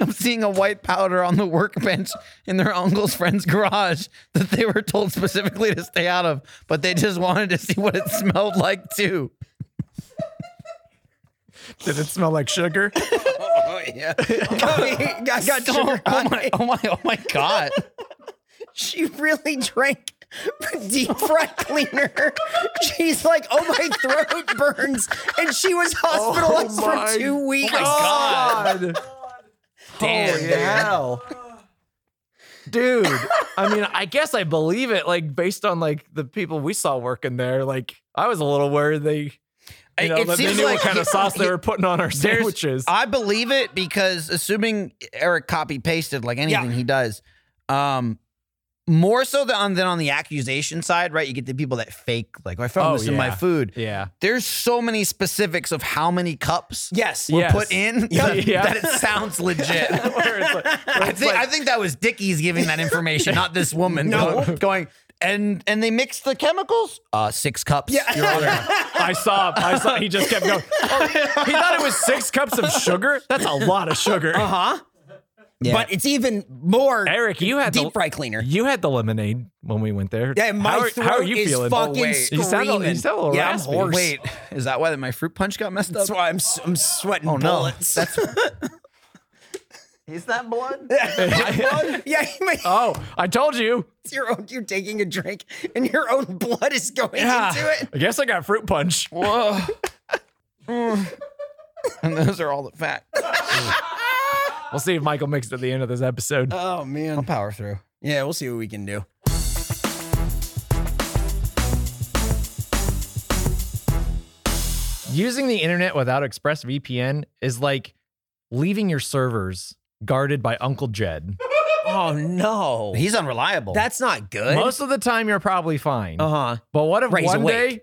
Speaker 2: of seeing a white powder on the workbench in their uncle's friend's garage that they were told specifically to stay out of, but they just wanted to see what it smelled like too.
Speaker 4: Did it smell like sugar?
Speaker 3: Oh yeah. I got sugar
Speaker 2: oh
Speaker 3: on
Speaker 2: my,
Speaker 3: it.
Speaker 2: oh my, oh my God.
Speaker 3: She really drank deep fry cleaner. She's like, oh my throat burns, and she was hospitalized for two weeks.
Speaker 4: Oh God.
Speaker 2: Damn,
Speaker 4: Holy
Speaker 2: dude.
Speaker 4: hell. Dude, I mean, I guess I believe it. Like based on like the people we saw working there, like I was a little worried they, you know,
Speaker 2: It
Speaker 4: that they
Speaker 2: seems
Speaker 4: knew
Speaker 2: like-
Speaker 4: what kind of sauce they were putting on our
Speaker 2: There's-
Speaker 4: sandwiches.
Speaker 2: I believe it because assuming Eric copy pasted like anything he does, um, more so than on, than on the accusation side, right? You get the people that fake like I found
Speaker 4: Oh,
Speaker 2: this in my
Speaker 4: yeah.
Speaker 2: food.
Speaker 4: yeah.
Speaker 2: There's so many specifics of how many cups
Speaker 3: Yes.
Speaker 2: were
Speaker 4: Yes.
Speaker 2: put in that,
Speaker 4: Yeah.
Speaker 2: that it sounds legit.
Speaker 4: Where it's like- where
Speaker 2: I
Speaker 4: it's
Speaker 2: think
Speaker 4: like-
Speaker 2: I think that was Dickies giving that information, not this woman.
Speaker 3: No.
Speaker 2: going, going, and and they mixed the chemicals. Uh, six cups. Yeah.
Speaker 4: I saw. I saw. He just kept going. Oh, he thought it was six cups of sugar. That's a lot of sugar.
Speaker 3: But it's even more
Speaker 4: Eric, you had
Speaker 3: deep
Speaker 4: the
Speaker 3: fry cleaner.
Speaker 4: You had the lemonade when we went there.
Speaker 3: Yeah, my
Speaker 4: how are,
Speaker 3: throat
Speaker 4: how are you
Speaker 3: is
Speaker 4: feeling?
Speaker 3: fucking
Speaker 4: wait. You sound a- you
Speaker 3: screaming.
Speaker 4: sound a little
Speaker 3: yeah,
Speaker 4: raspy.
Speaker 3: I'm hoarse.
Speaker 2: Wait, is that why my fruit punch got messed up?
Speaker 3: That's why I'm s- I'm sweating
Speaker 2: Oh, no.
Speaker 3: bullets.
Speaker 2: That's-
Speaker 3: is that blood? yeah, you may-
Speaker 4: Oh, I told you.
Speaker 3: it's your own. You're taking a drink, and your own blood is going into it.
Speaker 4: Ah, I guess I got fruit punch.
Speaker 2: Whoa. and those are all the facts.
Speaker 4: We'll see if Michael makes it at the end of this episode.
Speaker 3: Oh man.
Speaker 2: I'll power through.
Speaker 3: Yeah, we'll see what we can do.
Speaker 4: Using the internet without ExpressVPN is like leaving your servers guarded by Uncle Jed.
Speaker 3: Oh no,
Speaker 2: He's unreliable.
Speaker 3: that's not good.
Speaker 4: Most of the time, you're probably fine.
Speaker 3: uh huh.
Speaker 4: But what if
Speaker 3: Right, he's
Speaker 4: one
Speaker 3: awake. Uh-huh.
Speaker 4: day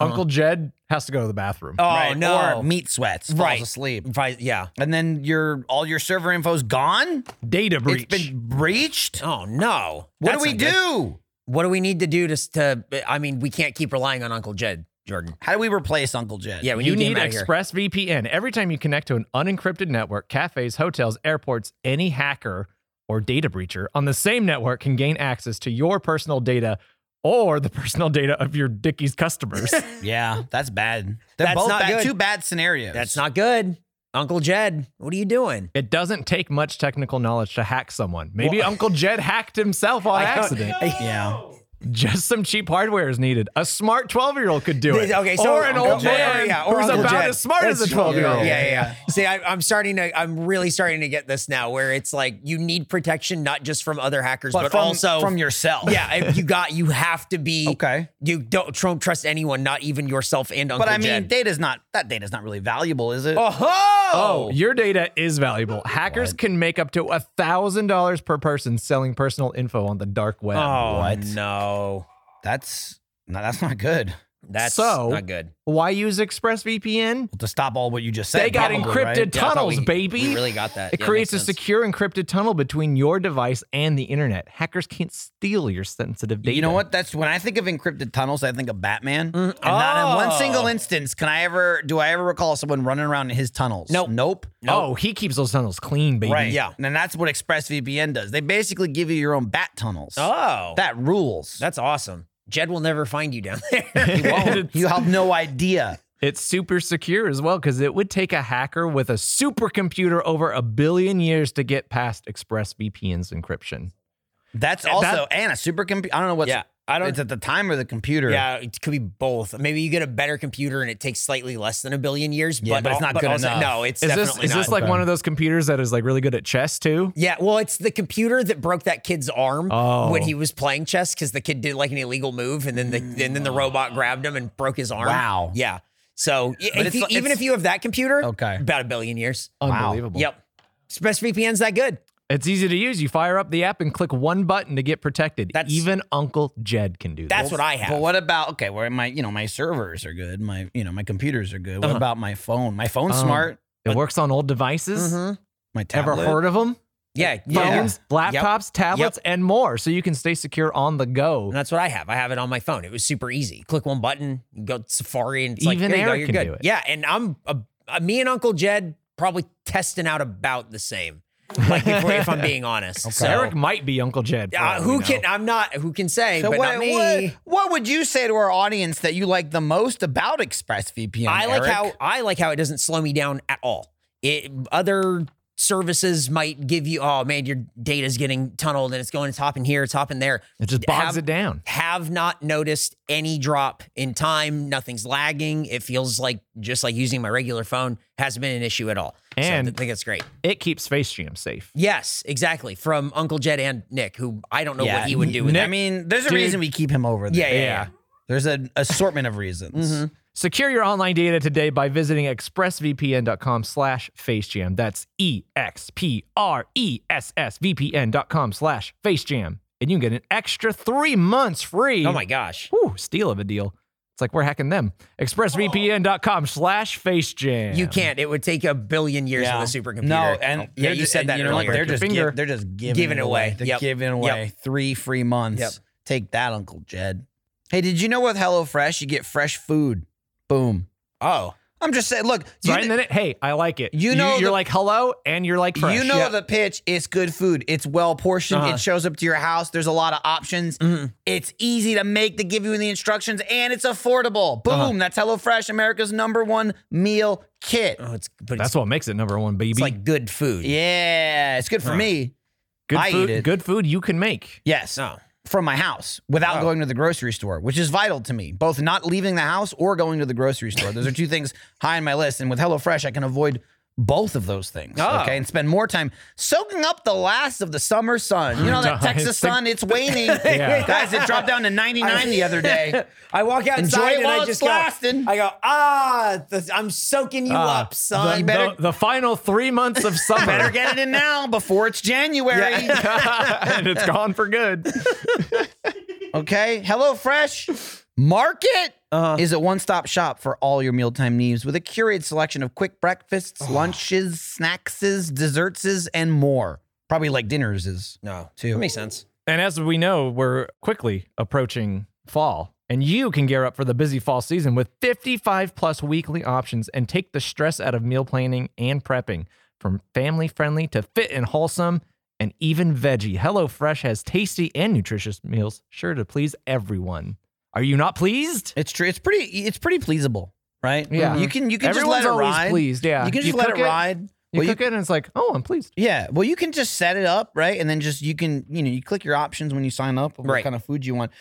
Speaker 4: Uncle Jed has to go to the bathroom?
Speaker 3: Oh
Speaker 2: Right,
Speaker 3: no.
Speaker 2: Or meat sweats. Falls
Speaker 3: Right.
Speaker 2: asleep.
Speaker 3: Right, yeah.
Speaker 2: And then your all your server info's gone.
Speaker 4: Data breach.
Speaker 2: It's been breached.
Speaker 3: Oh no.
Speaker 2: what
Speaker 3: That's
Speaker 2: do we
Speaker 3: not
Speaker 2: do?
Speaker 3: good. What do we need to do to s- to? I mean, we can't keep relying on Uncle Jed, Jordan.
Speaker 2: How do we replace Uncle Jed?
Speaker 3: Yeah, we
Speaker 4: you
Speaker 3: need,
Speaker 4: need
Speaker 3: to get him out
Speaker 4: ExpressVPN. Every time you connect to an unencrypted network, cafes, hotels, airports, any hacker or data breacher on the same network can gain access to your personal data or the personal data of your Dickies customers.
Speaker 2: Yeah, that's bad. They're
Speaker 3: That's
Speaker 2: both
Speaker 3: not
Speaker 2: bad,
Speaker 3: good.
Speaker 2: two bad scenarios.
Speaker 3: That's not good. Uncle Jed, what are you doing?
Speaker 4: it doesn't take much technical knowledge to hack someone. Maybe Uncle Jed hacked himself on accident.
Speaker 2: Yeah.
Speaker 4: Just some cheap hardware is needed. A smart 12 year old could do it.
Speaker 3: Okay, so
Speaker 4: or an
Speaker 3: Uncle
Speaker 4: old
Speaker 3: Jed-
Speaker 4: man
Speaker 3: yeah, or
Speaker 4: who's
Speaker 3: Uncle
Speaker 4: about
Speaker 3: Jed.
Speaker 4: as smart as a
Speaker 3: That's
Speaker 4: 12 year
Speaker 3: Yeah,
Speaker 4: old.
Speaker 3: yeah, yeah. See, I, I'm starting to, I'm really starting to get this now, where it's like you need protection not just from other hackers, but,
Speaker 2: But, from,
Speaker 3: also
Speaker 2: from yourself.
Speaker 3: Yeah, if you got, you have to be
Speaker 2: Okay.
Speaker 3: You don't, don't trust anyone, not even yourself and Uncle
Speaker 2: But I mean,
Speaker 3: Jed.
Speaker 2: data's not that data's not really valuable, is it?
Speaker 3: oh,
Speaker 4: Oh, your data is valuable. Hackers can make up to $1,000 per person selling personal info on the dark web.
Speaker 2: Oh, what?
Speaker 3: oh, no,
Speaker 2: That's no, that's not good.
Speaker 3: that's
Speaker 4: So-
Speaker 3: not good.
Speaker 4: Why use ExpressVPN?
Speaker 2: To stop all what you just said.
Speaker 4: They got
Speaker 2: probably,
Speaker 4: encrypted
Speaker 2: right?
Speaker 3: Yeah, I thought
Speaker 4: tunnels,
Speaker 3: we-
Speaker 4: baby.
Speaker 3: we really got that.
Speaker 4: It
Speaker 3: Yeah,
Speaker 4: creates a
Speaker 3: makes sense.
Speaker 4: secure encrypted tunnel between your device and the internet. Hackers can't steal your sensitive data.
Speaker 2: You know what? That's when I think of encrypted tunnels, I think of Batman. And not in one
Speaker 3: oh.
Speaker 2: single instance can I ever do I ever recall someone running around in his tunnels.
Speaker 3: Nope.
Speaker 2: Nope.
Speaker 4: Oh, he keeps those tunnels clean, baby.
Speaker 2: Right.
Speaker 3: Yeah.
Speaker 2: And that's what ExpressVPN does. They basically give you your own bat tunnels.
Speaker 3: Oh,
Speaker 2: That rules.
Speaker 3: that's awesome. Jed will never find you down there.
Speaker 2: You won't. you have no idea.
Speaker 4: It's super secure as well because it would take a hacker with a supercomputer over a billion years to get past ExpressVPN's encryption.
Speaker 2: That's
Speaker 4: And
Speaker 2: also
Speaker 4: that-
Speaker 2: and a supercomputer. I don't know what's
Speaker 3: yeah, I don't.
Speaker 2: it's at the time or the computer.
Speaker 3: Yeah, it could be both. Maybe you get a better computer and it takes slightly less than a billion years.
Speaker 2: Yeah,
Speaker 3: but,
Speaker 2: but it's not good
Speaker 3: also-
Speaker 2: enough.
Speaker 3: No, it's
Speaker 4: Is this
Speaker 3: definitely
Speaker 4: is
Speaker 3: not.
Speaker 4: this like one of those computers that is like really good at chess too?
Speaker 3: yeah, well, it's the computer that broke that kid's arm
Speaker 4: Oh.
Speaker 3: when he was playing chess because the kid did like an illegal move and then the and
Speaker 4: Mm.
Speaker 3: then the robot grabbed him and broke his arm.
Speaker 2: Wow.
Speaker 3: Yeah. So y- if
Speaker 2: it's
Speaker 3: you-
Speaker 2: like-
Speaker 3: even
Speaker 2: it's-
Speaker 3: if you have that computer,
Speaker 2: Okay.
Speaker 3: about a billion years.
Speaker 2: Wow.
Speaker 4: Unbelievable.
Speaker 3: Yep. VPN's that good.
Speaker 4: It's easy to use. You fire up the app and click one button to get protected.
Speaker 3: That's-
Speaker 4: Even Uncle Jed can do that.
Speaker 3: That's what I have.
Speaker 2: But what about okay? Where my you know my servers are good, my you know my computers are good. What
Speaker 3: Uh-huh.
Speaker 2: about my phone? My phone's
Speaker 4: Um,
Speaker 2: smart.
Speaker 4: It works on old devices.
Speaker 3: Mhm.
Speaker 2: My
Speaker 4: Ever
Speaker 2: tablet.
Speaker 4: heard of them?
Speaker 3: Yeah, yeah.
Speaker 4: Phones, laptops, tablets, and more. So you can stay secure on the go.
Speaker 3: And that's what I have. I have it on my phone. It was super easy. Click one button, you go to Safari, and it's like,
Speaker 4: Even
Speaker 3: there you go,
Speaker 4: Eric
Speaker 3: you're
Speaker 4: can
Speaker 3: good.
Speaker 4: do it.
Speaker 3: Yeah, and I'm uh, uh, me and Uncle Jed probably testing out about the same. Like if, we- if I'm being honest, so
Speaker 4: Eric might be Uncle Jed. for
Speaker 3: uh,
Speaker 4: all
Speaker 3: who
Speaker 4: we
Speaker 3: can?
Speaker 4: know.
Speaker 3: I'm not. Who can say?
Speaker 2: So
Speaker 3: but
Speaker 2: what,
Speaker 3: not me.
Speaker 2: what, what would you say to our audience that you like the most about ExpressVPN?
Speaker 3: I like
Speaker 2: Eric?
Speaker 3: how I like how it doesn't slow me down at all. It other services might give you, oh man, your data's getting tunneled and it's going, it's hopping here, it's hopping there.
Speaker 4: It just bogs
Speaker 3: Have-
Speaker 4: it down.
Speaker 3: have not noticed any drop in time. Nothing's lagging. It feels like just like using my regular phone hasn't been an issue at all.
Speaker 4: And-
Speaker 3: so I think that's great.
Speaker 4: It keeps Space Jam safe.
Speaker 3: Yes, exactly. From Uncle Jed and Nick, who I don't know
Speaker 2: Yeah,
Speaker 3: what he would do with
Speaker 4: Nick-
Speaker 2: I
Speaker 3: that.
Speaker 2: mean, there's a
Speaker 4: Dude.
Speaker 2: reason we keep him over there.
Speaker 3: Yeah, yeah, yeah. Mm-hmm.
Speaker 2: There's an assortment of reasons.
Speaker 4: Secure your online data today by visiting expressvpn.com slash facejam. That's E E-X-P-R-E-S-S-V-P-N dot com slash facejam. And you can get an extra three months free.
Speaker 3: Oh my gosh.
Speaker 4: Whew, steal of a deal. It's like we're hacking them. Expressvpn.com slash facejam.
Speaker 3: You can't. It would take a billion years
Speaker 2: Yeah.
Speaker 3: with a supercomputer.
Speaker 2: No, and
Speaker 3: Oh, yeah,
Speaker 2: they're
Speaker 3: you
Speaker 2: just-
Speaker 3: said
Speaker 2: and
Speaker 3: that
Speaker 2: you know what?
Speaker 3: earlier.
Speaker 2: They're
Speaker 4: Break your
Speaker 2: just
Speaker 4: finger.
Speaker 2: gi- they're just giving,
Speaker 3: Giving
Speaker 2: it
Speaker 3: away.
Speaker 2: away. They're
Speaker 3: Yep.
Speaker 2: giving away three free months.
Speaker 3: Yep.
Speaker 2: Take that, Uncle Jed. Hey, did you know with HelloFresh you get fresh food? Boom.
Speaker 3: oh,
Speaker 2: I'm just saying. Look,
Speaker 4: So right in the minute, hey, I like it.
Speaker 2: You know
Speaker 4: you, are
Speaker 2: the-
Speaker 4: like hello, and you're like fresh.
Speaker 2: You know
Speaker 4: Yeah.
Speaker 2: the Uh-huh. pitch. It's good food. It's well portioned. It shows up to your house. There's a lot of options. It's easy to make. They give you the instructions, and it's affordable. Boom! That's HelloFresh, America's number one meal kit.
Speaker 3: oh, it's but
Speaker 4: that's
Speaker 3: it's,
Speaker 4: what makes it number one, baby.
Speaker 3: it's like good food.
Speaker 2: Yeah, it's good for me.
Speaker 4: good
Speaker 2: I eat
Speaker 4: food.
Speaker 2: it.
Speaker 4: Good food you can make.
Speaker 2: Yes,
Speaker 3: No.
Speaker 2: from my house without going to the grocery store, which is vital to me. Both not leaving the house or going to the grocery store. Those are two things high on my list. And with HelloFresh, I can avoid both of those things.
Speaker 3: Oh.
Speaker 2: Okay. And spend more time soaking up the last of the summer sun. You know that Texas sun, it's waning.
Speaker 4: Yeah.
Speaker 2: Guys, it dropped down to 99 the other day.
Speaker 5: I walk outside
Speaker 2: Enjoy it
Speaker 5: and
Speaker 2: while
Speaker 5: I
Speaker 2: it's
Speaker 5: just
Speaker 2: lasting.
Speaker 5: go. I go ah, th- I'm soaking you
Speaker 3: Ah,
Speaker 5: up, son.
Speaker 4: the,
Speaker 2: better-
Speaker 4: the- the final three months of summer.
Speaker 2: Better get it in now before it's January.
Speaker 4: and it's gone for good.
Speaker 2: Okay. HelloFresh Market
Speaker 4: Uh-huh.
Speaker 2: is a one stop shop for all your mealtime needs with a curated selection of quick breakfasts, lunches, snacks, desserts, and more. Probably like dinners is.
Speaker 3: No,
Speaker 2: Two.
Speaker 3: that makes sense.
Speaker 4: And as we know, we're quickly approaching fall. And you can gear up for the busy fall season with 55 plus weekly options and take the stress out of meal planning and prepping. From family friendly to fit and wholesome, and even veggie. HelloFresh has tasty and nutritious meals sure to please everyone. Are you not pleased?
Speaker 2: It's true. It's pretty. It's pretty pleasable, right?
Speaker 4: Yeah.
Speaker 2: You can you can just
Speaker 4: Everyone's
Speaker 2: let it
Speaker 4: always
Speaker 2: ride.
Speaker 4: pleased. Yeah.
Speaker 2: You can just let
Speaker 4: cook
Speaker 2: it ride.
Speaker 4: You
Speaker 2: Well, you-
Speaker 4: cook it and it's like, oh, I'm pleased.
Speaker 2: Yeah. Well, you can just set it up, right? And then just you can, you know, you click your options when you sign up of what
Speaker 3: Right.
Speaker 2: kind of food you want,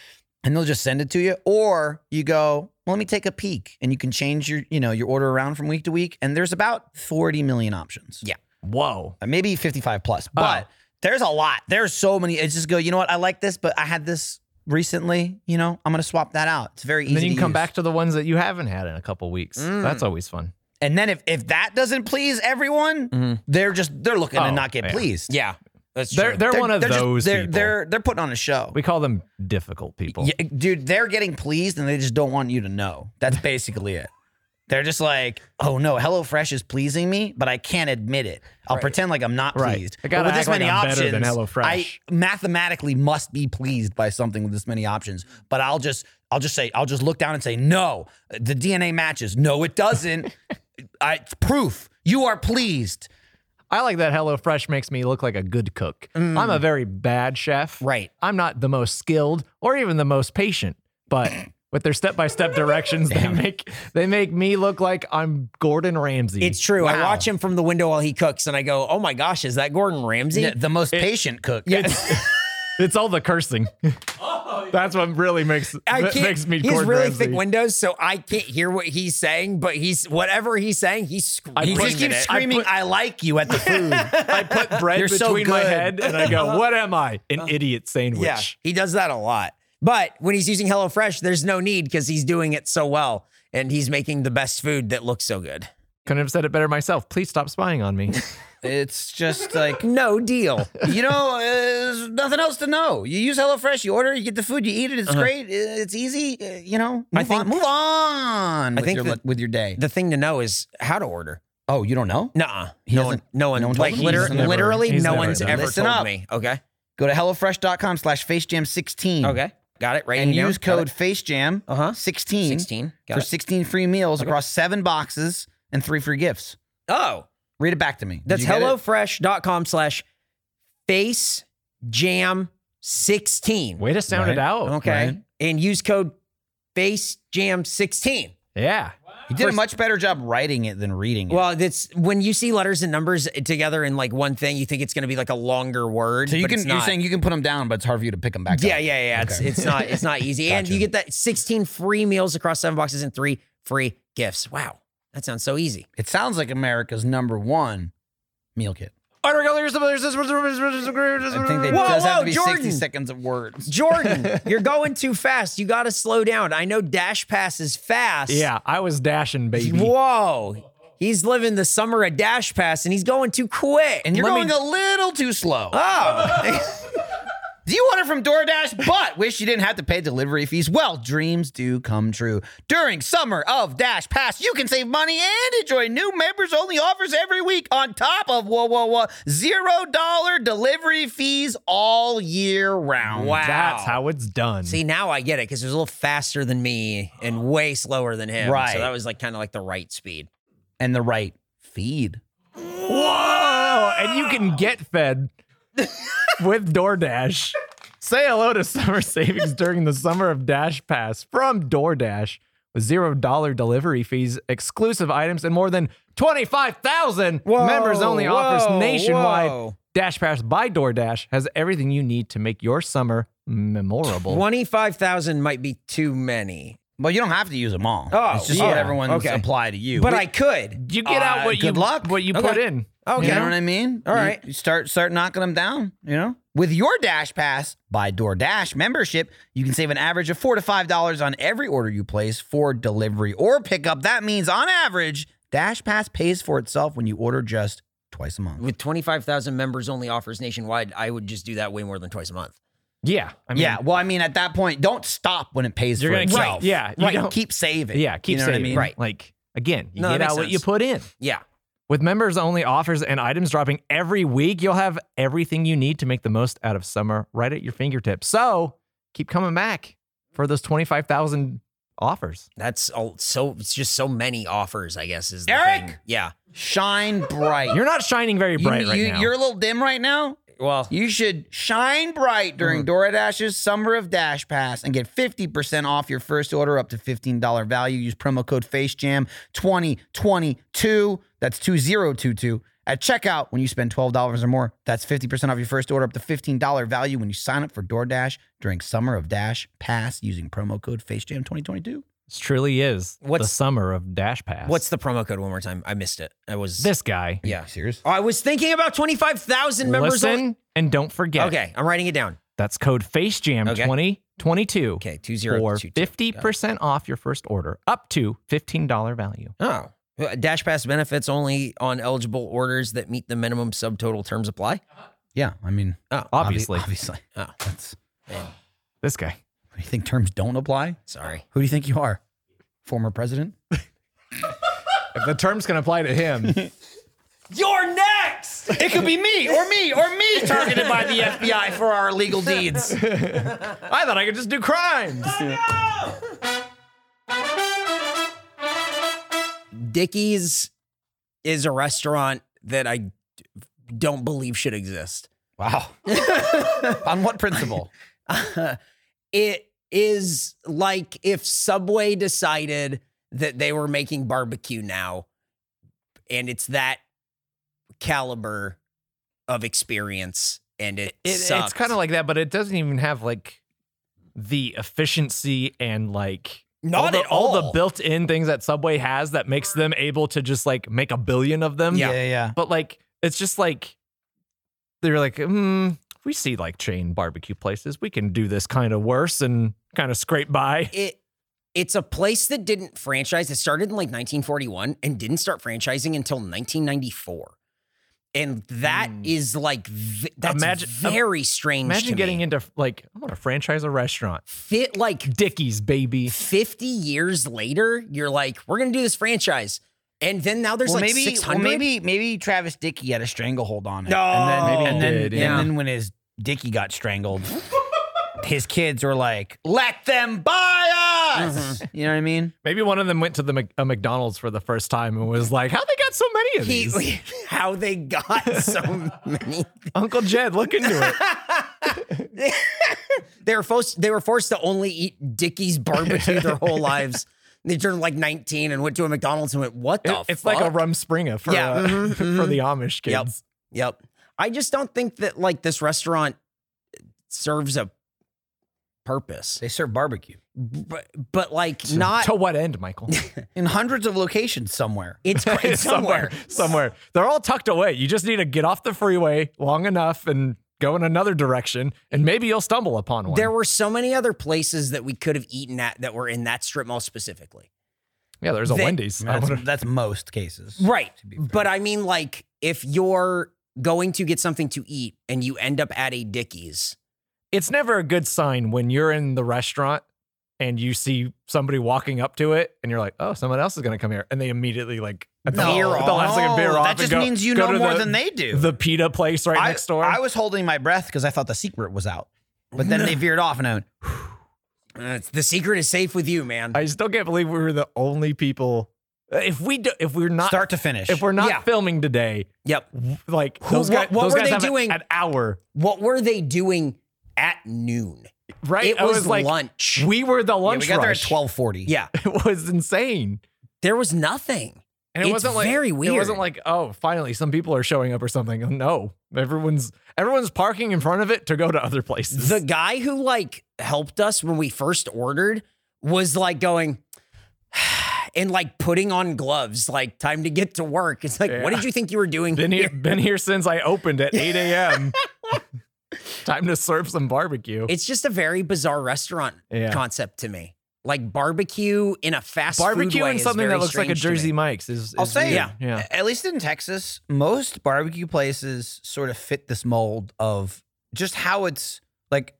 Speaker 2: and they'll just send it to you. Or you go, well, let me take a peek, and you can change your, you know, your order around from week to week. And there's about forty million options.
Speaker 3: Yeah.
Speaker 4: Whoa.
Speaker 2: Uh, Maybe fifty-five
Speaker 4: Oh.
Speaker 2: plus, but there's a lot. There's so many. It's just go. You know what? I like this, but I had this recently. You know, I'm gonna swap that out. It's very easy.
Speaker 4: And then you
Speaker 2: to
Speaker 4: can come
Speaker 2: use. Mm.
Speaker 4: back to the ones that you haven't had in a couple weeks. That's always fun.
Speaker 2: And then if if that doesn't please everyone, they're just they're looking to
Speaker 4: Mm-hmm. Oh,
Speaker 2: not get
Speaker 4: yeah.
Speaker 2: pleased.
Speaker 3: Yeah, that's true.
Speaker 4: They're, they're, one of
Speaker 2: just-
Speaker 4: those
Speaker 2: they're,
Speaker 4: people.
Speaker 2: They're they're putting on a show.
Speaker 4: we call them difficult people.
Speaker 2: Yeah, dude, they're getting pleased and they just don't want you to know. That's basically it. They're just like, oh no, HelloFresh is pleasing me, but I can't admit it. I'll pretend like I'm not
Speaker 4: Right.
Speaker 2: pleased.
Speaker 4: I
Speaker 2: But
Speaker 4: gotta
Speaker 2: with
Speaker 4: act
Speaker 2: this
Speaker 4: like
Speaker 2: many
Speaker 4: I'm
Speaker 2: options,
Speaker 4: better than HelloFresh.
Speaker 2: I mathematically must be pleased by something with this many options. But I'll just, I'll just say, I'll just look down and say, no, the DNA matches. No, it doesn't. I, it's proof. You are pleased.
Speaker 4: I like that HelloFresh makes me look like a good cook. I'm a very bad chef.
Speaker 3: Right.
Speaker 4: I'm not the most skilled or even the most patient, but with their step-by-step directions, they make they make me look like I'm Gordon Ramsay.
Speaker 3: It's true. I
Speaker 2: Wow.
Speaker 3: watch him from the window while he cooks, and I go, "Oh my gosh, is that Gordon Ramsay?"
Speaker 2: Yeah, the most patient cook.
Speaker 4: it's all the cursing. That's what really makes
Speaker 3: I
Speaker 4: that
Speaker 3: can't,
Speaker 4: makes me
Speaker 3: he has
Speaker 4: Gordon
Speaker 3: really
Speaker 4: Ramsay.
Speaker 3: thick windows, so I can't hear what he's saying. But he's whatever he's saying, he's
Speaker 4: I
Speaker 3: screaming.
Speaker 2: He just
Speaker 4: put-
Speaker 2: keeps
Speaker 4: I
Speaker 2: screaming,
Speaker 4: put-
Speaker 2: I like you at the food.
Speaker 4: I put bread
Speaker 2: You're
Speaker 4: between
Speaker 2: so
Speaker 4: my
Speaker 2: good.
Speaker 4: head and I go, "What am I? An idiot sandwich?"
Speaker 3: yeah, he does that a lot. But when he's using HelloFresh, there's no need because he's doing it so well, and he's making the best food that looks so good.
Speaker 4: Couldn't have said it better myself. Please stop spying on me.
Speaker 2: it's just like
Speaker 3: No deal.
Speaker 2: you know, uh, there's nothing else to know. You use HelloFresh, you order, you get the food, you eat it. It's great. uh, It's easy. uh, you know, move
Speaker 3: Uh-huh. I think-
Speaker 2: on, move on with,
Speaker 3: think
Speaker 2: your,
Speaker 3: that-
Speaker 2: with your day.
Speaker 3: the thing to know is how to order.
Speaker 2: oh, you don't know?
Speaker 3: Nuh-uh.
Speaker 2: He
Speaker 3: no one,
Speaker 2: hasn't-
Speaker 3: no one,
Speaker 2: no one told
Speaker 3: like
Speaker 2: him?
Speaker 3: liter-
Speaker 2: He's never-
Speaker 3: literally,
Speaker 4: he's
Speaker 3: no
Speaker 4: never
Speaker 3: one's
Speaker 4: done
Speaker 3: ever
Speaker 2: Listen
Speaker 3: told
Speaker 2: up.
Speaker 3: me. Okay,
Speaker 2: Go to HelloFresh.com slash FaceJam16.
Speaker 3: okay, got it. Right,
Speaker 2: Hmm. And use code FaceJam16
Speaker 3: Uh-huh.
Speaker 2: 16
Speaker 3: sixteen. Got
Speaker 2: for
Speaker 3: it.
Speaker 2: 16 free meals across seven boxes and three free gifts.
Speaker 3: Oh,
Speaker 2: Read it back to me. Did
Speaker 3: that's
Speaker 2: you get it?
Speaker 3: HelloFresh.com slash face jam 16.
Speaker 4: Way to sound it
Speaker 2: Right.
Speaker 4: out.
Speaker 3: Okay. And use code face jam 16.
Speaker 4: Yeah.
Speaker 2: You did a much better job writing it than reading it.
Speaker 3: Well, that's when you see letters and numbers together in like one thing, you think it's going to be like a longer word.
Speaker 2: so you
Speaker 3: but
Speaker 2: can
Speaker 3: it's
Speaker 2: you're
Speaker 3: not.
Speaker 2: saying you can put them down, but it's hard for you to pick them back
Speaker 3: Yeah,
Speaker 2: up.
Speaker 3: yeah, yeah. It's
Speaker 2: Okay.
Speaker 3: it's not it's not easy. And you get that 16 free meals across seven boxes and three free gifts. Wow. That sounds so easy.
Speaker 2: It sounds like America's number one meal kit. I think they
Speaker 3: Whoa,
Speaker 2: does have
Speaker 3: whoa,
Speaker 2: to be
Speaker 3: Jordan!
Speaker 2: 60 seconds of words.
Speaker 3: Jordan, you're going too fast. You got to slow down. I know Dash Pass is fast.
Speaker 4: Yeah, I was dashing, baby.
Speaker 3: Whoa. He's living the summer of Dash Pass and he's going too quick.
Speaker 2: And you're
Speaker 3: Let me-
Speaker 2: going a little too slow.
Speaker 3: Oh.
Speaker 2: Do you order from DoorDash but wish you didn't have to pay delivery fees? Well, dreams do come true. During Summer of Dash Pass, you can save money and enjoy new members only offers every week on top of whoa, whoa, whoa, zero dollar delivery fees all year round.
Speaker 3: Wow.
Speaker 4: That's how it's done.
Speaker 3: See, now I get it because it was a little faster than me and way slower than him.
Speaker 2: Right.
Speaker 3: So that was like kind of like the right speed.
Speaker 2: And the right feed.
Speaker 4: Whoa! And you can get fed with DoorDash. Say hello to summer savings during the summer of Dash Pass from DoorDash with zero dollar delivery fees, exclusive items, and more than 25,000 members only offers
Speaker 3: whoa,
Speaker 4: nationwide.
Speaker 3: whoa.
Speaker 4: Dash Pass by DoorDash has everything you need to make your summer memorable.
Speaker 3: 25,000 might be too many.
Speaker 2: But you don't have to use them all.
Speaker 3: Oh,
Speaker 2: it's just
Speaker 3: yeah.
Speaker 2: what everyone's
Speaker 3: Okay.
Speaker 2: apply to you.
Speaker 3: But
Speaker 2: We-
Speaker 3: I could.
Speaker 4: You get out
Speaker 2: Uh,
Speaker 4: what you
Speaker 2: good luck.
Speaker 4: what you put in.
Speaker 3: Okay.
Speaker 2: You know what I mean?
Speaker 3: All
Speaker 2: You-
Speaker 3: right.
Speaker 2: You, start start knocking them down, you know? With your Dash Pass by DoorDash membership, you can save an average of 4 to $5 on every order you place for delivery or pickup. That means on average, Dash Pass pays for itself when you order just twice a month.
Speaker 3: With 25,000 members only offers nationwide, I would just do that way more than twice a month.
Speaker 4: Yeah, I mean,
Speaker 2: yeah, well, I mean, at that point, don't stop when it pays
Speaker 4: You're
Speaker 2: for
Speaker 4: gonna keep-
Speaker 2: itself.
Speaker 4: yeah, you
Speaker 2: right.
Speaker 4: don't-
Speaker 2: Keep saving.
Speaker 4: yeah. Keep
Speaker 2: you know
Speaker 4: saving,
Speaker 2: what I mean?
Speaker 4: right? Like again, you
Speaker 3: No, that
Speaker 4: get out
Speaker 3: makes
Speaker 4: what you
Speaker 3: sense.
Speaker 4: put in.
Speaker 3: Yeah.
Speaker 4: With members only offers and items dropping every week, you'll have everything you need to make the most out of summer right at your fingertips. So keep coming back for those 25,000 offers.
Speaker 3: That's all, so, it's just so many offers, I guess, is the
Speaker 2: Eric!
Speaker 3: thing. Yeah.
Speaker 2: Shine bright.
Speaker 4: You're not shining very bright
Speaker 2: you,
Speaker 4: right
Speaker 2: you,
Speaker 4: now.
Speaker 2: You're a little dim right now.
Speaker 3: well,
Speaker 2: You should shine bright during
Speaker 3: Mm.
Speaker 2: DoorDash's Summer of Dash Pass and get 50% off your first order up to $15 value. Use promo code FACEJAM2022. That's 2022. At checkout, when you spend $12 or more, that's 50% off your first order up to $15 value when you sign up for DoorDash during Summer of Dash Pass using promo code FACEJAM2022.
Speaker 4: This truly is the
Speaker 3: What's-
Speaker 4: summer of Dash Pass.
Speaker 3: what's the promo code one more time? I missed it. I was
Speaker 4: this guy?
Speaker 3: Yeah.
Speaker 2: serious?
Speaker 3: I was thinking about 25,000 members
Speaker 4: Listen
Speaker 3: only.
Speaker 4: and don't forget.
Speaker 3: Okay, I'm writing it down.
Speaker 4: That's code FaceJam
Speaker 3: Okay.
Speaker 4: 2022
Speaker 3: Okay, 2022.
Speaker 4: for 50% off your first order, up to $15 value.
Speaker 3: Oh. Dash Pass benefits only on eligible orders that meet the minimum subtotal terms apply.
Speaker 2: Yeah, I mean,
Speaker 3: Uh,
Speaker 2: obvi-
Speaker 4: Obviously,
Speaker 2: Obviously.
Speaker 3: Oh.
Speaker 2: That's,
Speaker 4: this guy.
Speaker 2: what, do you think terms don't apply?
Speaker 3: Sorry.
Speaker 2: Who do you think you are? Former president?
Speaker 4: If the terms can apply to him,
Speaker 6: You're next.
Speaker 2: It could be me or me or me targeted by the FBI for our illegal deeds.
Speaker 6: I thought I could just do crimes.
Speaker 3: Dickie's is a restaurant that I don't believe should exist.
Speaker 2: Wow. On what principle?
Speaker 3: it is like if Subway decided that they were making barbecue now, and it's that caliber of experience, and it,
Speaker 4: it, it's kind of like that, but it doesn't even have like the efficiency and like all
Speaker 3: not
Speaker 4: the,
Speaker 3: at all.
Speaker 4: the built-in things that Subway has that makes them able to just like make a billion of them.
Speaker 3: Yeah.
Speaker 2: yeah, yeah.
Speaker 4: But like, it's just like they're like, hmm, we see like chain barbecue places. We can do this kind of worse and kind of scrape by.
Speaker 3: it it's a place that didn't franchise. It started in like 1941 and didn't start franchising until 1994. And that is like v- that's
Speaker 4: Imagine-
Speaker 3: very strange.
Speaker 4: Hmm. Imagine
Speaker 3: to
Speaker 4: getting
Speaker 3: me.
Speaker 4: into like, I'm gonna franchise a restaurant.
Speaker 3: fit like
Speaker 4: Dickies, baby.
Speaker 3: 50 years later, you're like, we're going to do this franchise. And then now there's
Speaker 2: Well,
Speaker 3: like
Speaker 2: maybe, well,
Speaker 3: 600.
Speaker 2: maybe, maybe Travis Dickey had a stranglehold on it.
Speaker 3: No.
Speaker 2: and then,
Speaker 4: Maybe he
Speaker 2: and then,
Speaker 4: did,
Speaker 2: and
Speaker 4: yeah.
Speaker 2: then when his Dickey got strangled, his kids were like, "Let them buy us." You know what I mean?
Speaker 4: Maybe one of them went to the Mc- a McDonald's for the first time and was like, how they got so many of these?
Speaker 3: He- how they got so many.
Speaker 4: Uncle Jed, look into it.
Speaker 3: They were forced. They were forced to only eat Dickie's barbecue their whole lives. They turned like 19 and went to a McDonald's and went, "What the?
Speaker 4: It- it's like a
Speaker 3: fuck?"
Speaker 4: rum springer for
Speaker 3: Yeah.
Speaker 4: uh,
Speaker 3: Mhm,
Speaker 4: for
Speaker 3: mhm.
Speaker 4: the Amish kids.
Speaker 3: Yep. Yep. I just don't think that like this restaurant serves a purpose,
Speaker 2: They serve barbecue
Speaker 3: but, but like not.
Speaker 4: to what end, Michael?
Speaker 2: in hundreds of locations somewhere.
Speaker 3: It's, it's somewhere.
Speaker 4: somewhere. They're all tucked away. You just need to get off the freeway long enough and go in another direction, and maybe you'll stumble upon one.
Speaker 3: There were so many other places that we could have eaten at that were in that strip mall specifically.
Speaker 4: yeah, there's a
Speaker 3: they-
Speaker 4: Wendy's. I
Speaker 2: That's,
Speaker 4: would've-
Speaker 2: that's most cases.
Speaker 3: Right.
Speaker 2: be fair.
Speaker 3: But I mean, like, if you're going to get something to eat and you end up at a Dickie's,
Speaker 4: it's never a good sign when you're in the restaurant and you see somebody walking up to it, and you're like, "Oh, someone else is going to come here," and they immediately like at the,
Speaker 3: Veer
Speaker 4: at the last second veer
Speaker 2: No,
Speaker 4: off.
Speaker 2: that
Speaker 4: and
Speaker 2: just
Speaker 4: go-
Speaker 2: means you
Speaker 4: go
Speaker 2: know
Speaker 4: to
Speaker 2: more
Speaker 4: the-
Speaker 2: than they do.
Speaker 4: The pita place right
Speaker 2: I,
Speaker 4: next door.
Speaker 2: I was holding my breath because I thought the secret was out. But then they veered off and I went,
Speaker 3: uh, the secret is safe with you, man.
Speaker 4: I still can't believe we were the only people. If we do, if we're not
Speaker 2: start to finish.
Speaker 4: if we're not
Speaker 3: Yeah.
Speaker 4: filming today,
Speaker 3: yep.
Speaker 4: like
Speaker 3: Who-
Speaker 4: those guys,
Speaker 3: what- what
Speaker 4: those
Speaker 3: were
Speaker 4: guys
Speaker 3: they
Speaker 4: have an-
Speaker 3: doing?
Speaker 4: An hour,
Speaker 3: What were they doing at noon?
Speaker 4: right?
Speaker 3: It
Speaker 4: I
Speaker 3: was,
Speaker 4: like,
Speaker 3: lunch.
Speaker 4: we were
Speaker 2: yeah,
Speaker 4: the lunch
Speaker 2: we got there at
Speaker 4: rush.
Speaker 2: 1240.
Speaker 3: yeah.
Speaker 4: It was insane,
Speaker 3: There was nothing.
Speaker 4: and it
Speaker 3: It's
Speaker 4: wasn't like
Speaker 3: very
Speaker 4: It
Speaker 3: weird.
Speaker 4: wasn't like oh, finally some people are showing up or something. No, everyone's everyone's parking in front of it to go to other places.
Speaker 3: The guy who like helped us when we first ordered was like going and like putting on gloves, like time to get to work. It's like, what
Speaker 4: Yeah.
Speaker 3: did you think you were doing?
Speaker 4: been here, been here since I opened at 8 a.m. Time to serve some barbecue.
Speaker 3: It's just a very bizarre restaurant
Speaker 4: Yeah.
Speaker 3: concept to me. Like barbecue in a fast food
Speaker 4: barbecue
Speaker 3: way
Speaker 4: and
Speaker 3: is
Speaker 4: something
Speaker 3: very
Speaker 4: that looks like a
Speaker 3: strange to me.
Speaker 4: Jersey Mike's is.
Speaker 2: I'll
Speaker 4: is
Speaker 2: say,
Speaker 4: weird.
Speaker 2: yeah.
Speaker 4: yeah.
Speaker 2: A- At least in Texas, most barbecue places sort of fit this mold of just how it's like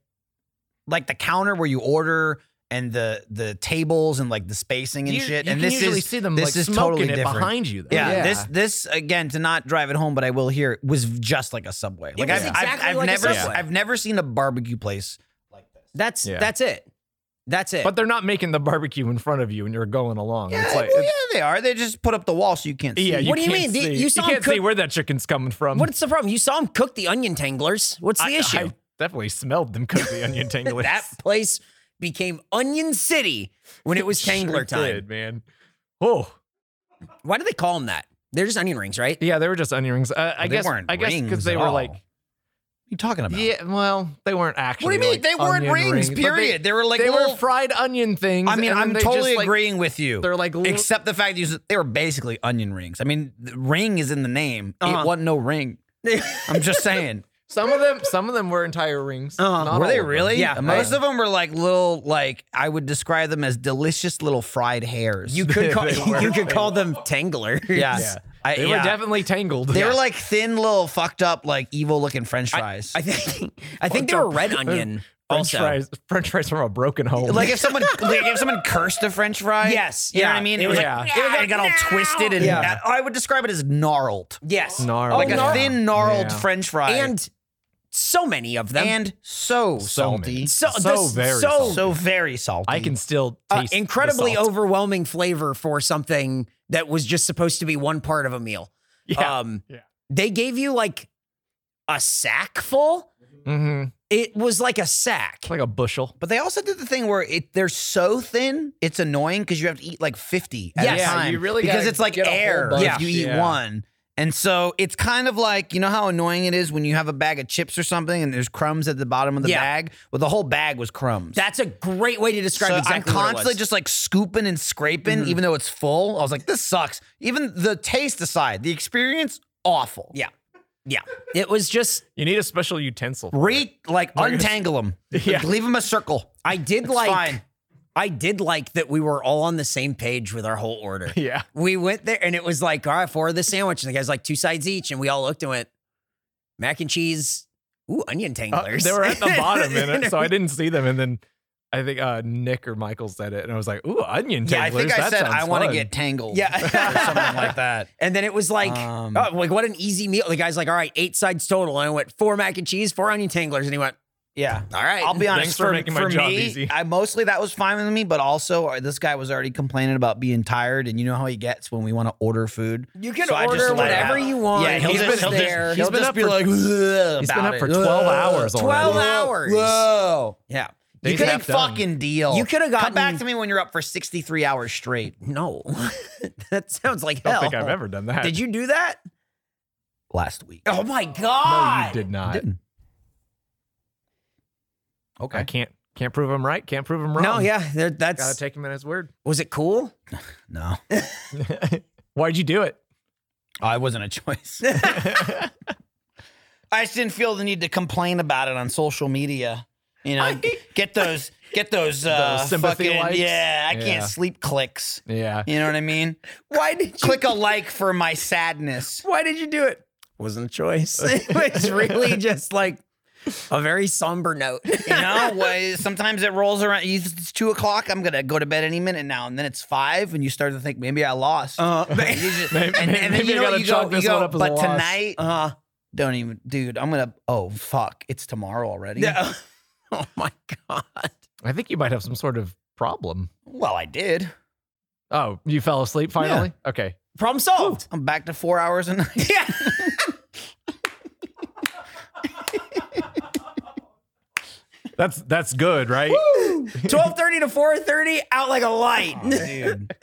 Speaker 2: like the counter where you order and the the tables and like the spacing and shit. and this is this is totally different.
Speaker 4: you. Though.
Speaker 2: Yeah, this this again to not drive it home, but I will here was just like a subway. Like
Speaker 3: was
Speaker 2: I've,
Speaker 3: exactly
Speaker 2: I've, I've
Speaker 3: like a
Speaker 2: never
Speaker 3: Subway.
Speaker 2: I've never seen a barbecue place
Speaker 3: That's
Speaker 4: Yeah.
Speaker 3: that's it. That's it.
Speaker 4: But they're not making the barbecue in front of you and you're going along. it's like,
Speaker 2: Well, yeah, they are. They just put up the wall so you can't see.
Speaker 4: yeah, you
Speaker 3: What do you mean?
Speaker 4: can't
Speaker 3: The-
Speaker 4: See.
Speaker 3: you saw him
Speaker 4: can't see
Speaker 3: cook-
Speaker 4: where that chicken's coming from.
Speaker 3: What's the problem? You saw him cook the onion tanglers. What's the
Speaker 4: I-
Speaker 3: issue?
Speaker 4: I definitely smelled them cook the onion tanglers.
Speaker 3: that place became Onion City when it was Tangler
Speaker 4: Sure
Speaker 3: time.
Speaker 4: did, man. Oh,
Speaker 3: Why do they call them that? They're just onion rings, right?
Speaker 4: yeah, they were just onion rings. Uh, I
Speaker 2: They
Speaker 4: guess,
Speaker 2: weren't
Speaker 4: I guess, because
Speaker 2: rings
Speaker 4: they
Speaker 2: at
Speaker 4: were
Speaker 2: all.
Speaker 4: like,
Speaker 2: you talking about?
Speaker 4: yeah, well, they weren't actually.
Speaker 2: What do you mean?
Speaker 4: like,
Speaker 2: they weren't
Speaker 4: onion
Speaker 2: rings,
Speaker 4: but
Speaker 2: period. They, were like
Speaker 4: They, they
Speaker 2: little,
Speaker 4: were fried onion things.
Speaker 2: I mean,
Speaker 4: and then
Speaker 2: I'm
Speaker 4: they just,
Speaker 2: totally
Speaker 4: like-
Speaker 2: agreeing with you.
Speaker 4: They're like little-
Speaker 2: except the fact that they were basically onion rings. I mean, the ring is in the name.
Speaker 3: Uh-huh.
Speaker 2: It wasn't no ring. I'm just saying.
Speaker 4: Some of them, some of them were entire rings.
Speaker 3: Uh-huh.
Speaker 4: Not
Speaker 2: were
Speaker 4: all
Speaker 2: they
Speaker 4: of them.
Speaker 2: really?
Speaker 3: Yeah.
Speaker 2: Most of them were like little, like I would describe them as delicious little fried hairs.
Speaker 3: You could call
Speaker 4: They were.
Speaker 3: you could call them Tangler.
Speaker 2: yeah.
Speaker 4: Yeah.
Speaker 2: I,
Speaker 4: They
Speaker 2: yeah.
Speaker 4: were definitely tangled.
Speaker 2: They were like thin, little, fucked up, like evil looking French fries.
Speaker 3: I think I think they were red onion
Speaker 4: French
Speaker 3: also.
Speaker 4: fries, French fries from a broken home.
Speaker 2: like if someone, like if someone cursed a French fry.
Speaker 3: Yes,
Speaker 2: you know
Speaker 3: yeah.
Speaker 2: what I mean. It was
Speaker 4: Yeah.
Speaker 2: like it, was like, it got all twisted, and
Speaker 3: Yeah.
Speaker 2: I would describe it as gnarled,
Speaker 3: Yes.
Speaker 4: Gnarly.
Speaker 2: like
Speaker 3: gnar-
Speaker 2: a thin gnarled
Speaker 4: Yeah.
Speaker 2: French fry,
Speaker 3: Oh, And so many of them.
Speaker 2: and so, salty,
Speaker 4: many.
Speaker 3: so,
Speaker 4: so
Speaker 3: this-
Speaker 4: very
Speaker 3: so
Speaker 4: salty.
Speaker 2: so very salty.
Speaker 4: I can still
Speaker 3: uh,
Speaker 4: taste the
Speaker 3: incredibly
Speaker 4: salt.
Speaker 3: overwhelming flavor for something that was just supposed to be one part of a meal.
Speaker 2: uh,
Speaker 4: Yeah.
Speaker 3: Um,
Speaker 4: Yeah.
Speaker 3: They gave you like a sack full.
Speaker 4: Mhm.
Speaker 3: It was like a sack.
Speaker 4: It's like a bushel.
Speaker 2: But they also did the thing where it they're so thin, it's annoying because you have to eat like fifty at
Speaker 3: Yes.
Speaker 2: a
Speaker 3: Yeah,
Speaker 2: time.
Speaker 4: you really
Speaker 2: because
Speaker 4: gotta
Speaker 2: it's like
Speaker 4: get a whole
Speaker 2: air.
Speaker 4: bunch.
Speaker 2: if you eat
Speaker 4: Yeah.
Speaker 2: one. And so it's kind of like you know how annoying it is when you have a bag of chips or something and there's crumbs at the bottom of the
Speaker 3: Yeah.
Speaker 2: bag. Well, the whole bag was crumbs.
Speaker 3: That's a great way to describe
Speaker 2: so
Speaker 3: exactly
Speaker 2: I'm
Speaker 3: what it
Speaker 2: constantly
Speaker 3: was. Mm-hmm.
Speaker 2: just like scooping and scraping, even though it's full. I was like, this sucks. Even the taste aside, the experience awful.
Speaker 3: Yeah. Yeah. It was just
Speaker 4: You need a special utensil.
Speaker 2: Re like untangle them.
Speaker 4: Yeah.
Speaker 2: Leave them a circle.
Speaker 3: I did
Speaker 2: It's
Speaker 3: like
Speaker 2: fine.
Speaker 3: I did like that we were all on the same page with our whole order.
Speaker 4: Yeah.
Speaker 3: We went there and it was like, all right, four of the sandwich. And the guy's like two sides each. And we all looked and went, mac and cheese, ooh, onion
Speaker 4: Uh,
Speaker 3: tanglers.
Speaker 4: they were at the bottom, in it, so I didn't see them. And then I think uh, Nick or Michael said it, and I was like, "Ooh, onion
Speaker 2: Yeah, I
Speaker 4: tanglers."
Speaker 2: think I
Speaker 4: that
Speaker 2: said
Speaker 4: sounds
Speaker 2: I want to
Speaker 4: fun."
Speaker 2: get tangled.
Speaker 3: Yeah.
Speaker 2: or something like that.
Speaker 3: And then it was like,
Speaker 2: Um,
Speaker 3: oh, like what an easy meal. The guy's like, all right, eight sides total. And I went, four mac and cheese, four onion tanglers. And he went,
Speaker 2: Yeah.
Speaker 3: all right.
Speaker 2: I'll be honest.
Speaker 4: for making my job
Speaker 2: me,
Speaker 4: easy.
Speaker 2: I mostly that was fine with me, but also uh, this guy was already complaining about being tired, and you know how he gets when we want to order food.
Speaker 3: You can
Speaker 2: So I just
Speaker 3: order
Speaker 2: let it
Speaker 3: whatever
Speaker 2: out.
Speaker 3: you want.
Speaker 2: Yeah, he'll
Speaker 3: He's
Speaker 2: just,
Speaker 3: been-
Speaker 2: he'll
Speaker 3: there.
Speaker 2: just, he'll
Speaker 4: He's been
Speaker 2: just
Speaker 4: up
Speaker 2: be
Speaker 4: for-
Speaker 2: like, he's
Speaker 4: He's been up for 12 hours
Speaker 3: 12
Speaker 4: already.
Speaker 3: hours.
Speaker 2: Whoa.
Speaker 3: Yeah.
Speaker 4: They
Speaker 2: You big
Speaker 4: tapped out.
Speaker 2: fucking deal.
Speaker 3: You coulda
Speaker 2: Come
Speaker 3: gotten-
Speaker 2: back to me when you're up for 63 hours straight.
Speaker 3: No. that sounds like
Speaker 4: I
Speaker 3: hell.
Speaker 4: don't think I've ever done that.
Speaker 3: Did you do that?
Speaker 2: Last week.
Speaker 3: Oh my
Speaker 4: No,
Speaker 3: god!
Speaker 4: you did not.
Speaker 2: didn't. Okay.
Speaker 4: I can't can't prove him right. Can't prove him wrong.
Speaker 3: No, yeah, there-
Speaker 4: Gotta
Speaker 3: that's
Speaker 4: take him at his word.
Speaker 3: was it cool?
Speaker 2: No.
Speaker 4: Why'd you do it?
Speaker 2: I Oh, wasn't a choice. I just didn't feel the need to complain about it on social media. You know, get those, get those, uh,
Speaker 4: sympathy
Speaker 2: fucking,
Speaker 4: likes?
Speaker 2: yeah, I can't
Speaker 4: Yeah.
Speaker 2: sleep clicks.
Speaker 4: Yeah.
Speaker 2: You know what I mean?
Speaker 3: Why did you?
Speaker 2: Click a like for my sadness.
Speaker 3: Why did you do it? Wasn't a choice. it was really just like a very somber note.
Speaker 2: You know, Why- sometimes it rolls around. you- It's two o'clock. I'm gonna go to bed any minute now, and then it's five, and you start to think maybe I lost.
Speaker 3: Uh,
Speaker 2: You just-
Speaker 4: Maybe-
Speaker 2: and, and then
Speaker 4: maybe
Speaker 2: you
Speaker 4: I
Speaker 2: know what?
Speaker 4: gotta
Speaker 2: you
Speaker 4: chalk
Speaker 2: go, you
Speaker 4: this
Speaker 2: go,
Speaker 4: one up as a
Speaker 2: but
Speaker 4: loss."
Speaker 2: tonight,
Speaker 3: uh,
Speaker 2: don't even, dude. I'm gonna. Oh fuck! It's tomorrow already.
Speaker 3: yeah. Oh my god!
Speaker 4: I think you might have some sort of problem.
Speaker 2: Well, I did.
Speaker 4: Oh, you fell asleep finally? Okay.
Speaker 3: Problem solved.
Speaker 2: I'm back to four hours a night.
Speaker 3: Yeah.
Speaker 4: That's that's good, right?
Speaker 3: Twelve thirty to four thirty, out like a light.
Speaker 4: Oh,
Speaker 2: dude.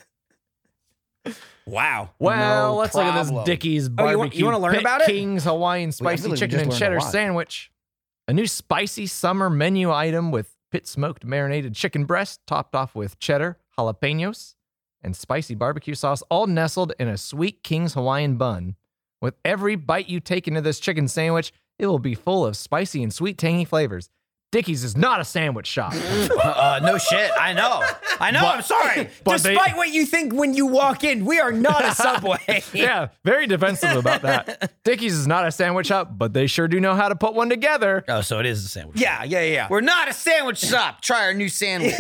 Speaker 3: wow.
Speaker 4: Well,
Speaker 2: No
Speaker 4: let's look at
Speaker 2: problem.
Speaker 4: this Dickie's
Speaker 3: Oh, you
Speaker 4: barbecue.
Speaker 3: want- you wanna learn
Speaker 4: Pit
Speaker 3: about it?
Speaker 4: King's Hawaiian spicy
Speaker 2: literally
Speaker 4: chicken
Speaker 2: just
Speaker 4: and
Speaker 2: learned a
Speaker 4: cheddar
Speaker 2: lot.
Speaker 4: sandwich. A new spicy summer menu item with pit smoked marinated chicken breast topped off with cheddar, jalapenos, and spicy barbecue sauce, all nestled in a sweet King's Hawaiian bun. With every bite you take into this chicken sandwich, it will be full of spicy and sweet tangy flavors. Dickie's is not a sandwich shop.
Speaker 2: Uh, no shit. I know. I know. I'm sorry.
Speaker 4: but they-
Speaker 3: Despite what you think when you walk in, we are not a subway.
Speaker 4: yeah, very defensive about that. Dickie's is not a sandwich shop, but they sure do know how to put one together.
Speaker 2: Oh, so it is a sandwich.
Speaker 3: yeah, yeah, yeah.
Speaker 2: We're not a sandwich shop. Try our new sandwich.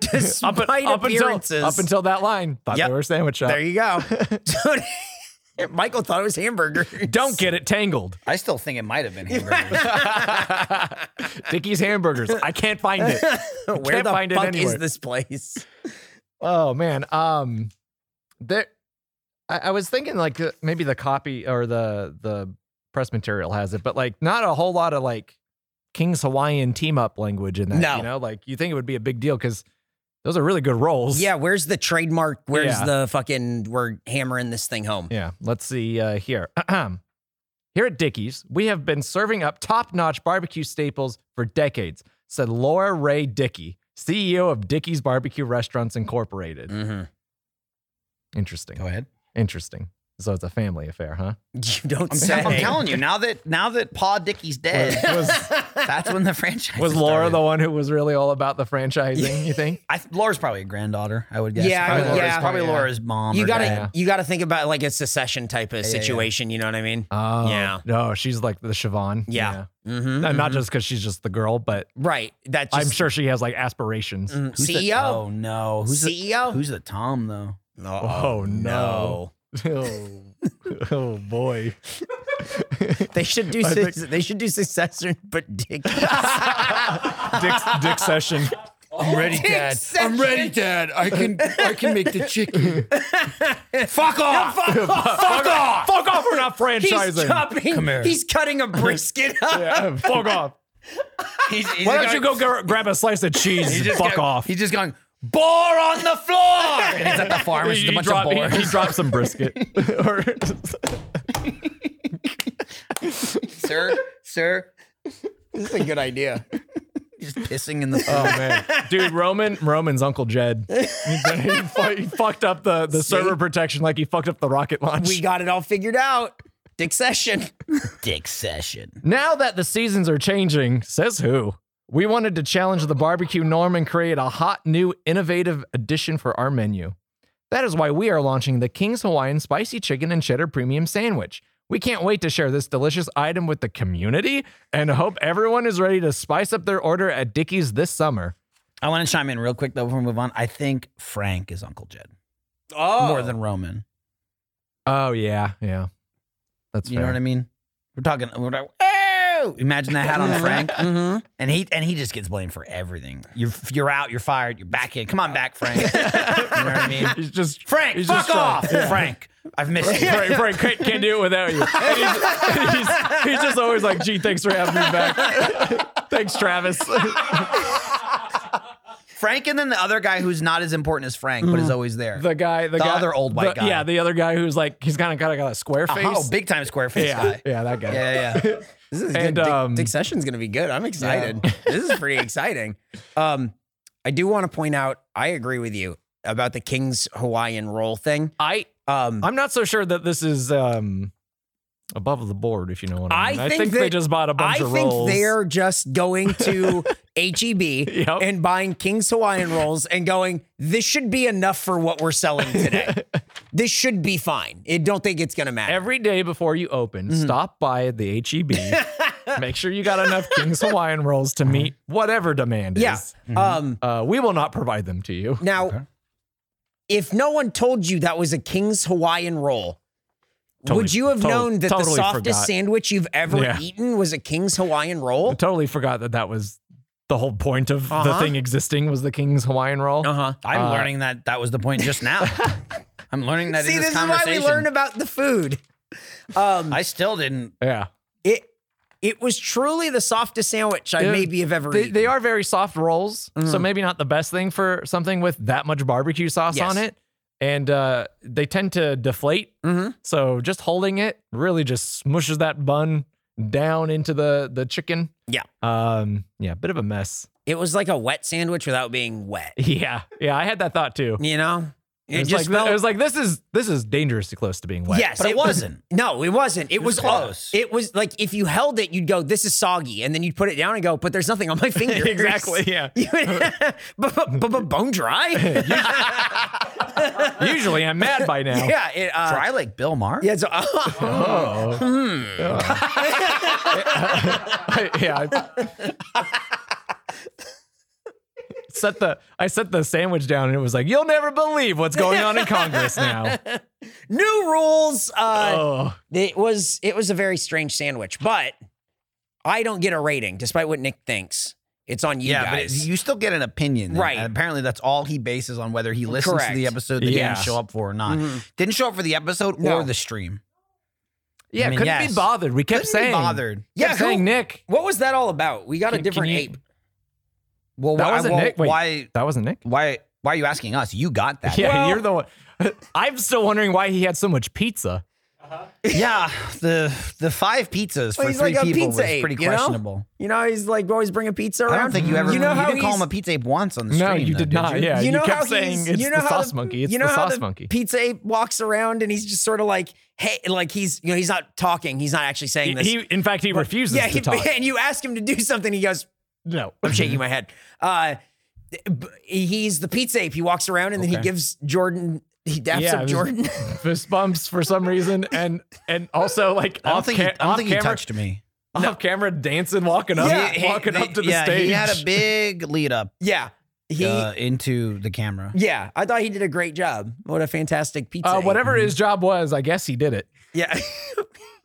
Speaker 3: Despite
Speaker 4: up
Speaker 3: appearances.
Speaker 4: until up until that line, thought
Speaker 3: Yep.
Speaker 4: they were a sandwich shop.
Speaker 3: There you go. So- Michael thought it was hamburger.
Speaker 4: Don't get it tangled.
Speaker 2: I still think it might have been hamburgers.
Speaker 4: Dickie's Hamburgers. I can't find it. I
Speaker 3: Where
Speaker 4: can't
Speaker 3: the
Speaker 4: find
Speaker 3: fuck
Speaker 4: it anywhere.
Speaker 3: is this place?
Speaker 4: Oh man, um, there. I, I was thinking like uh, maybe the copy or the the press material has it, but like not a whole lot of like King's Hawaiian team up language in that.
Speaker 3: No.
Speaker 4: You know, like you think it would be a big deal because those are really good rolls.
Speaker 3: Yeah, where's the trademark? Where's
Speaker 4: Yeah.
Speaker 3: the fucking? We're hammering this thing home.
Speaker 4: Yeah. Let's see uh, here. here at Dickie's, we have been serving up top notch barbecue staples for decades, said Laura Ray Dickey, CEO of Dickie's Barbecue Restaurants Incorporated.
Speaker 3: Mhm.
Speaker 4: Interesting.
Speaker 2: Go ahead.
Speaker 4: Interesting. So it's a family affair, huh?
Speaker 3: You don't
Speaker 2: I'm,
Speaker 3: say.
Speaker 2: I'm telling you now that now that Pa Dickey's dead, that's when the franchise
Speaker 4: Was Laura
Speaker 2: started.
Speaker 4: the one who was really all about the franchising, you think?
Speaker 2: I th- Laura's probably a granddaughter. I would guess.
Speaker 3: Yeah,
Speaker 2: probably Laura's,
Speaker 3: yeah.
Speaker 2: probably
Speaker 4: Yeah.
Speaker 2: Laura's mom.
Speaker 3: you
Speaker 2: or
Speaker 3: gotta
Speaker 2: dad.
Speaker 3: you gotta think about like a secession type of
Speaker 2: yeah, yeah.
Speaker 3: situation. You know what I mean?
Speaker 4: Oh.
Speaker 3: Yeah.
Speaker 4: No, she's like the Siobhan.
Speaker 3: Yeah. Mm-hmm.
Speaker 4: No, Not just because she's just the girl, but
Speaker 3: right. That's just,
Speaker 4: I'm sure she has like aspirations.
Speaker 3: Mm,
Speaker 2: Who's the-
Speaker 3: CEO.
Speaker 2: oh no. Who's the,
Speaker 3: CEO.
Speaker 2: who's the Tom though?
Speaker 4: Oh, no. oh, oh, boy.
Speaker 3: They should do.
Speaker 4: I think-
Speaker 3: Su- they should do successor, but Dick.
Speaker 4: Dick's, Dick session.
Speaker 2: I'm ready, Dad. I'm ready, Dad. I can I can make the chicken. Fuck off!
Speaker 4: Fuck off! Fuck off! We're not franchising.
Speaker 2: Come here.
Speaker 3: He's cutting a brisket. up.
Speaker 4: Yeah, fuck off.
Speaker 2: He's- he's
Speaker 4: Why
Speaker 2: gonna-
Speaker 4: don't you go gra- grab a slice of cheese?
Speaker 2: he's just
Speaker 4: fuck
Speaker 2: go-
Speaker 4: off.
Speaker 2: He's just going bore on the floor. And he's at the farm. It's
Speaker 4: He-
Speaker 2: just a
Speaker 4: he
Speaker 2: bunch
Speaker 4: drop-
Speaker 2: of
Speaker 4: he-
Speaker 2: boars.
Speaker 4: He, dropped some brisket. Or-
Speaker 2: sir, sir,
Speaker 3: This is a good idea.
Speaker 2: just pissing in the
Speaker 4: oh man, dude, Roman Roman's Uncle Jed. He, fu- he fucked up the, the server protection like he fucked up the rocket launch.
Speaker 3: We got it all figured out. Dick session.
Speaker 2: dick session.
Speaker 4: Now that the seasons are changing, says who? We wanted to challenge the barbecue norm and create a hot, new, innovative addition for our menu. That is why we are launching the King's Hawaiian Spicy Chicken and Cheddar Premium Sandwich. We can't wait to share this delicious item with the community and hope everyone is ready to spice up their order at Dickie's this summer.
Speaker 2: I want to chime in real quick though before we move on. I think Frank is Uncle Jed
Speaker 3: Oh,
Speaker 2: more than Roman.
Speaker 4: Oh, yeah, yeah. That's
Speaker 2: You know what I mean? We're talking. We're talking oh! Imagine that hat on
Speaker 4: Mm-hmm.
Speaker 2: Frank, and he and he just gets blamed for everything. You're you're out. You're fired. You're back in. Come on back, Frank. you know what I mean?
Speaker 4: He's just
Speaker 2: Frank,
Speaker 4: he's
Speaker 2: fuck
Speaker 4: just trying-
Speaker 2: off, Frank. I've missed you.
Speaker 4: Frank, Frank can't, can't do it without you. And he's, and he's- he's just always like, gee, thanks for having me back. thanks, Travis.
Speaker 2: Frank, and then the other guy who's not as important as Frank, but is always there.
Speaker 4: Mm-hmm. the guy,
Speaker 2: The
Speaker 4: the, guy,
Speaker 2: other old white
Speaker 4: the-
Speaker 2: guy.
Speaker 4: Yeah, the other guy who's like, he's kind of got, got a square face.
Speaker 2: oh, big time square face
Speaker 4: yeah,
Speaker 2: guy.
Speaker 4: yeah, that guy.
Speaker 2: Yeah, yeah.
Speaker 3: this is
Speaker 4: And,
Speaker 3: good. Dick-
Speaker 4: um,
Speaker 3: Dick, session's gonna be good. I'm excited. this is pretty exciting. Um, I do want to point out. I agree with you about the King's Hawaiian roll thing.
Speaker 4: I,
Speaker 3: Um,
Speaker 4: I'm not so sure that this is um above the board, if you know what
Speaker 3: I
Speaker 4: I mean. I
Speaker 3: think
Speaker 4: think, they
Speaker 3: that-
Speaker 4: just bought
Speaker 3: I
Speaker 4: a bunch of
Speaker 3: think
Speaker 4: rolls.
Speaker 3: they're just going to HEB
Speaker 4: Yep.
Speaker 3: and buying King's Hawaiian rolls and going, this should be enough for what we're selling today. this should be fine. I don't think it's going to matter.
Speaker 4: Every day before you open,
Speaker 3: Mm-hmm.
Speaker 4: stop by the HEB. make sure you got enough King's Hawaiian rolls to meet whatever demand
Speaker 3: yeah.
Speaker 4: is.
Speaker 3: Um,
Speaker 4: Uh, we will not provide them to you.
Speaker 3: now, if no one told you that was a King's Hawaiian roll,
Speaker 4: Totally-
Speaker 3: would you have
Speaker 4: totally-
Speaker 3: known that
Speaker 4: totally
Speaker 3: the softest
Speaker 4: forgot.
Speaker 3: sandwich you've ever
Speaker 4: Yeah.
Speaker 3: eaten was a King's Hawaiian
Speaker 4: I
Speaker 3: roll?
Speaker 4: totally forgot that that was the whole point of the
Speaker 3: Uh-huh.
Speaker 4: thing existing was the King's Hawaiian roll.
Speaker 3: huh.
Speaker 2: I'm
Speaker 4: Uh,
Speaker 2: learning that that was the point just now. I'm learning that in
Speaker 3: See,
Speaker 2: this,
Speaker 3: this is why
Speaker 2: conversation.
Speaker 3: we learn about the food. Um,
Speaker 2: I still didn't.
Speaker 4: Yeah.
Speaker 3: it it was truly the softest sandwich I
Speaker 4: Yeah,
Speaker 3: maybe have ever
Speaker 4: They,
Speaker 3: eaten.
Speaker 4: they are very soft rolls, so
Speaker 3: Mm.
Speaker 4: maybe not the best thing for something with that much barbecue sauce
Speaker 3: Yes. Mm-hmm.
Speaker 4: on it. And uh, they tend to deflate. So just holding it really just smushes that bun down into the, the chicken.
Speaker 3: Yeah.
Speaker 4: Um, yeah, bit of a mess.
Speaker 3: It was like a wet sandwich without being wet.
Speaker 4: Yeah. Yeah, I had that thought too.
Speaker 3: You know,
Speaker 4: It was,
Speaker 3: just
Speaker 4: like,
Speaker 3: felt-
Speaker 4: it was like this is this is dangerously close to being wet.
Speaker 3: yes,
Speaker 2: But it wasn't.
Speaker 3: No, it wasn't. It, was,
Speaker 2: was close.
Speaker 3: It was like if you held it, you'd go, "This is soggy," and then you'd put it down and go, "But there's nothing on my finger."
Speaker 4: Exactly, yeah.
Speaker 3: but, but, but, but bone dry.
Speaker 4: Usually I'm mad by now.
Speaker 3: yeah. It, uh,
Speaker 2: Try like Bill Maher.
Speaker 3: Yeah. So,
Speaker 4: Oh. yeah. I- set the I set the sandwich down and it was like, you'll never believe what's going on in Congress now.
Speaker 3: New rules. Uh,
Speaker 4: Oh.
Speaker 3: It was it was a very strange sandwich, but I don't get a rating, despite what Nick thinks. It's on you
Speaker 2: yeah,
Speaker 3: guys.
Speaker 2: but it, you still get an opinion, then.
Speaker 3: Right.
Speaker 2: And apparently, that's all he bases on whether he listens to the
Speaker 3: Correct.
Speaker 2: episode that
Speaker 4: Yeah.
Speaker 2: he didn't show up for or not.
Speaker 4: Mm-hmm.
Speaker 2: Didn't show up for the episode
Speaker 3: No.
Speaker 2: or the stream.
Speaker 4: Yeah,
Speaker 2: I mean,
Speaker 4: couldn't
Speaker 2: yes.
Speaker 4: be bothered. We kept
Speaker 2: Couldn't
Speaker 4: saying
Speaker 2: be bothered.
Speaker 4: Yeah, kept
Speaker 3: who-
Speaker 4: saying Nick.
Speaker 3: what was that all about? We got
Speaker 4: Can-
Speaker 3: a different
Speaker 4: can you-
Speaker 3: ape.
Speaker 2: Well,
Speaker 4: That
Speaker 2: why,
Speaker 4: wasn't
Speaker 2: well,
Speaker 4: Nick. Wait.
Speaker 2: why?
Speaker 4: That wasn't Nick.
Speaker 2: Why? Why are you asking us? You got that.
Speaker 4: Yeah, you're the one. I'm still wondering why he had so much pizza.
Speaker 2: yeah. The the five pizzas for
Speaker 3: he's
Speaker 2: three
Speaker 3: like a
Speaker 2: people was
Speaker 3: pizza ape,
Speaker 2: pretty
Speaker 3: you know?
Speaker 2: questionable.
Speaker 3: You know, he's like always bring a pizza around.
Speaker 2: I don't think you ever.
Speaker 3: You know
Speaker 2: you
Speaker 3: how
Speaker 2: didn't call
Speaker 3: he's-
Speaker 2: him a pizza ape once on the
Speaker 4: No,
Speaker 2: stream.
Speaker 4: you
Speaker 2: though,
Speaker 4: did not.
Speaker 2: you?
Speaker 4: Yeah, you,
Speaker 3: know how
Speaker 4: kept saying
Speaker 3: he's-
Speaker 4: it's
Speaker 3: you know
Speaker 4: the
Speaker 3: how
Speaker 4: sauce monkey. It's
Speaker 3: you know
Speaker 4: the
Speaker 3: how
Speaker 4: sauce monkey.
Speaker 3: Pizza ape walks around and he's just sort of like, hey, like he's you know he's not talking. He's not actually saying this.
Speaker 4: He, in fact, he refuses
Speaker 3: yeah,
Speaker 4: to
Speaker 3: he-
Speaker 4: talk.
Speaker 3: and you ask him to do something, he goes,
Speaker 4: No,
Speaker 3: I'm shaking my head. Uh, b- he's the pizza ape. He walks around and then he gives Jordan. He daps
Speaker 4: Yeah, it
Speaker 3: up
Speaker 4: was-
Speaker 3: Jordan.
Speaker 4: fist bumps for some reason, and and also like
Speaker 2: I don't
Speaker 4: off,
Speaker 2: think.
Speaker 4: ca-
Speaker 2: he, I don't
Speaker 4: off
Speaker 2: think he
Speaker 4: camera,
Speaker 2: touched me.
Speaker 4: off camera dancing, walking up,
Speaker 2: He- he-
Speaker 4: walking up to the
Speaker 2: yeah,
Speaker 4: stage.
Speaker 2: He had a big lead up
Speaker 3: yeah, he.
Speaker 2: uh, into the camera.
Speaker 3: yeah, I thought he did a great job. What a fantastic pizza.
Speaker 4: uh,
Speaker 3: ape.
Speaker 4: whatever his job was, I guess he did it.
Speaker 3: Yeah,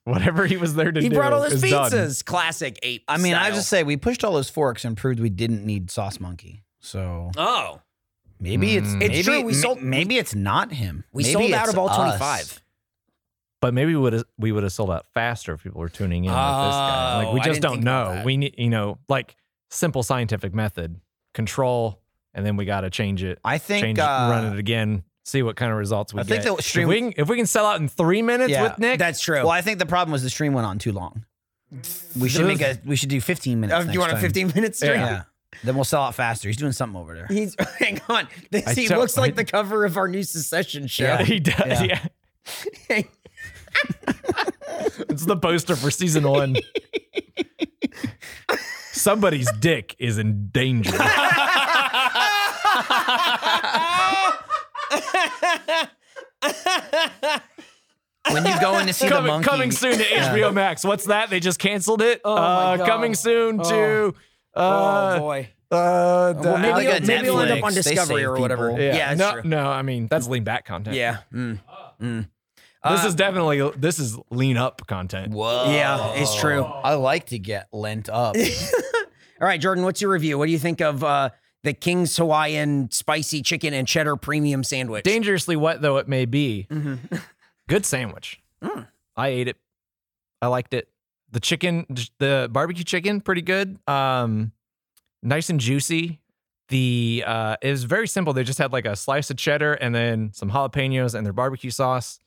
Speaker 4: Whatever he was there to
Speaker 3: he
Speaker 4: do,
Speaker 3: brought all his
Speaker 4: is done.
Speaker 3: pizzas. Classic ape.
Speaker 2: I mean, I
Speaker 3: style.
Speaker 2: just say we pushed all those forks and proved we didn't need Sauce Monkey. So
Speaker 3: Oh,
Speaker 2: maybe it's maybe,
Speaker 3: It's true, we
Speaker 2: ma-
Speaker 3: sold-
Speaker 2: maybe it's not him.
Speaker 3: we
Speaker 2: Maybe
Speaker 3: sold out
Speaker 2: it's
Speaker 3: of all
Speaker 2: us.
Speaker 3: 25.
Speaker 4: But maybe we would we would have sold out faster if people were tuning in like this guy. Like
Speaker 3: Oh,
Speaker 4: we
Speaker 3: I didn't
Speaker 4: just don't
Speaker 3: think about
Speaker 4: know.
Speaker 3: that.
Speaker 4: We need you know like simple scientific method control, and then we got to change it.
Speaker 2: I think
Speaker 4: change,
Speaker 2: uh,
Speaker 4: run it again, see what kind of results we
Speaker 2: I
Speaker 4: get.
Speaker 2: think the stream-
Speaker 4: if, we can, if we can sell out in three minutes
Speaker 2: Yeah,
Speaker 4: with Nick,
Speaker 3: That's true.
Speaker 2: Well, I think the problem was the stream went on too long. We should make a we should Oh, do 15 minutes.
Speaker 3: Uh, you
Speaker 2: next
Speaker 3: want a
Speaker 2: time.
Speaker 3: 15 minute
Speaker 2: Yeah.
Speaker 3: stream?
Speaker 2: Then we'll sell out faster. He's doing something over there.
Speaker 3: He's hang on. This,
Speaker 4: I
Speaker 3: he
Speaker 4: don't-
Speaker 3: looks like the cover of our new secession show.
Speaker 4: yeah, he does. Yeah. it's the poster for season one. Somebody's dick is in danger.
Speaker 2: When you go in to see the
Speaker 4: coming,
Speaker 2: monkey,
Speaker 4: coming soon to HBO Max. What's that? They just canceled it. Oh uh, Coming soon to. Uh,
Speaker 3: oh boy.
Speaker 4: uh, the-
Speaker 3: Well, maybe,
Speaker 2: like
Speaker 3: he'll,
Speaker 2: a
Speaker 3: maybe he'll end up
Speaker 2: Netflix,
Speaker 3: on
Speaker 2: they
Speaker 3: Discovery
Speaker 2: save
Speaker 3: or whatever.
Speaker 2: people.
Speaker 3: Yeah, that's
Speaker 4: no,
Speaker 3: true.
Speaker 4: no. I mean, that's lean back content.
Speaker 3: Yeah. mm, mm.
Speaker 4: this
Speaker 3: Uh,
Speaker 4: is definitely this is lean up content.
Speaker 2: Whoa.
Speaker 3: Yeah, it's true. All
Speaker 2: I like to get lent up.
Speaker 3: right, Jordan, what's your review? What do you think of uh, the King's Hawaiian spicy chicken and cheddar premium sandwich?
Speaker 4: dangerously wet though it may be,
Speaker 3: Mhm.
Speaker 4: good sandwich. I ate it. I liked it. The chicken, the barbecue chicken, pretty good. Um, nice and juicy. The uh, it was very simple. They just had like a slice of cheddar and then some jalapenos and their barbecue sauce.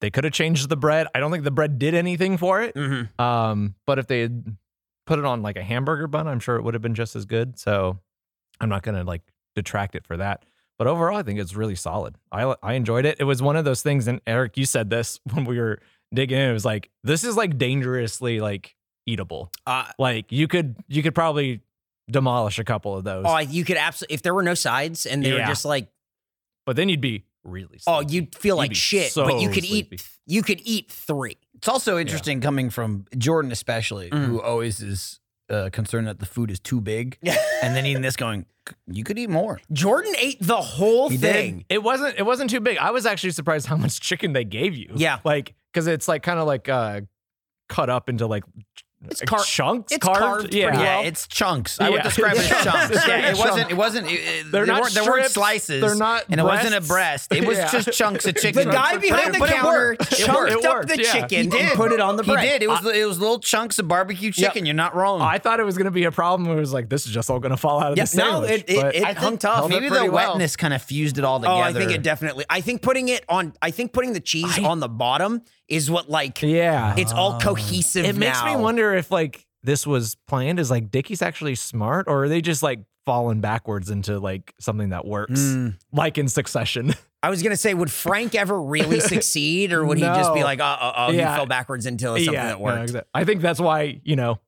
Speaker 4: They could have changed the bread. I don't think the bread did anything for it.
Speaker 3: Mhm.
Speaker 4: Um, but if they had put it on like a hamburger bun, I'm sure it would have been just as good. So I'm not gonna like detract it for that. But overall, I think it's really solid. I I enjoyed it. It was one of those things, and Eric, you said this when we were digging in. It was like this is like dangerously like eatable.
Speaker 3: Uh,
Speaker 4: Like you could you could probably demolish a couple of those,
Speaker 3: Oh, you could absolutely if there were no sides and they were
Speaker 4: Yeah.
Speaker 3: just like,
Speaker 4: but then you'd be really.
Speaker 3: oh,
Speaker 4: sleepy.
Speaker 3: you'd feel
Speaker 4: You'd
Speaker 3: like
Speaker 4: be
Speaker 3: shit,
Speaker 4: so
Speaker 3: but you could
Speaker 4: sleepy.
Speaker 3: eat, you could eat three.
Speaker 2: It's also interesting coming from Jordan, especially, who
Speaker 3: Mm-hmm.
Speaker 2: always is uh, concerned that the food is too big, and then eating this, going, you could eat more.
Speaker 3: Jordan ate the whole
Speaker 2: He did.
Speaker 3: thing.
Speaker 4: It wasn't. It wasn't too big. I was actually surprised how much chicken they gave you.
Speaker 3: Yeah.
Speaker 4: like because it's like kind of like uh, cut up into like
Speaker 3: It's car-
Speaker 4: chunks.
Speaker 3: it's
Speaker 4: carved.
Speaker 3: carved pretty
Speaker 4: yeah.
Speaker 3: well.
Speaker 2: Yeah, it's chunks. I would
Speaker 4: Yeah.
Speaker 2: describe it as
Speaker 4: Yeah.
Speaker 2: chunks. Yeah, it
Speaker 4: Chunks.
Speaker 2: wasn't. It wasn't. It, it,
Speaker 4: They're
Speaker 2: they
Speaker 4: not
Speaker 2: weren't, there weren't
Speaker 4: strips.
Speaker 2: slices.
Speaker 4: They're not
Speaker 2: And it wasn't a
Speaker 4: breasts.
Speaker 2: breast. It was
Speaker 4: Yeah.
Speaker 2: just chunks of
Speaker 3: The
Speaker 2: chicken.
Speaker 3: guy behind
Speaker 2: it-
Speaker 3: the
Speaker 2: it
Speaker 3: counter
Speaker 2: worked. It worked.
Speaker 3: chunked
Speaker 4: It
Speaker 3: up
Speaker 4: worked,
Speaker 3: the
Speaker 4: yeah.
Speaker 3: chicken
Speaker 2: He
Speaker 3: and
Speaker 2: did.
Speaker 3: put it on the bread.
Speaker 2: He did. It was. it was little chunks of barbecue chicken. You're not wrong.
Speaker 4: I thought it was gonna be a problem. It was like this is just all gonna fall out of
Speaker 3: Yeah,
Speaker 4: the
Speaker 3: no,
Speaker 4: sandwich.
Speaker 3: it- it-
Speaker 4: but-
Speaker 3: it-
Speaker 2: I
Speaker 3: hung
Speaker 2: think
Speaker 3: tough.
Speaker 2: Maybe
Speaker 3: Pretty
Speaker 2: the
Speaker 3: well.
Speaker 2: wetness kind of fused it all together.
Speaker 3: Oh, I think it definitely. I think putting it on. I think putting the cheese on the bottom is what like.
Speaker 4: yeah,
Speaker 3: It's all cohesive.
Speaker 4: it makes me
Speaker 3: now.
Speaker 4: wonder if like this was planned. Is like Dickie's actually smart, or are they just like falling backwards into like something that works,
Speaker 3: Hmm.
Speaker 2: Mm,
Speaker 4: like in Succession?
Speaker 3: I was gonna say, would Frank ever really succeed, or would he just be
Speaker 4: No.
Speaker 3: like, "Oh, oh, oh
Speaker 4: Yeah.
Speaker 3: he fell backwards into something that
Speaker 4: no,
Speaker 3: worked"?
Speaker 4: exact- I think that's why you know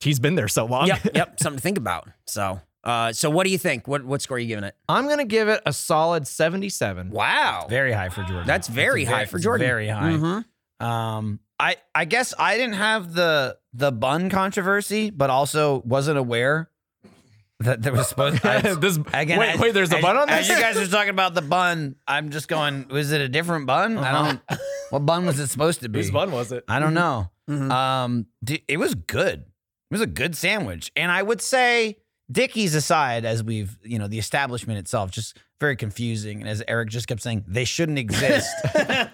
Speaker 4: he's been there so long.
Speaker 3: Yep, yep. Something to think about. So, uh, so what do you think? What what score are you giving it?
Speaker 4: I'm gonna give it a solid 77.
Speaker 3: Wow,
Speaker 2: very high for Jordan.
Speaker 3: that's very
Speaker 2: It's
Speaker 3: high for Jordan.
Speaker 2: Very high.
Speaker 3: Mhm.
Speaker 2: Um, I I guess I didn't have the the bun controversy, but also wasn't aware that there was supposed. I,
Speaker 7: this,
Speaker 2: again,
Speaker 7: wait,
Speaker 2: I-
Speaker 7: wait, there's a
Speaker 2: as-
Speaker 7: bun on
Speaker 2: as
Speaker 7: this?
Speaker 2: you guys were talking about the bun, I'm just going. Was it a different bun? I don't. What bun was it supposed to be?
Speaker 7: Uh-huh. Whose bun was it?
Speaker 2: I don't know.
Speaker 3: Mhm.
Speaker 2: Um, d- it was good. It was a good sandwich, and I would say Dickies aside, as we've you know the establishment itself, just very confusing. And as Eric just kept saying, they shouldn't exist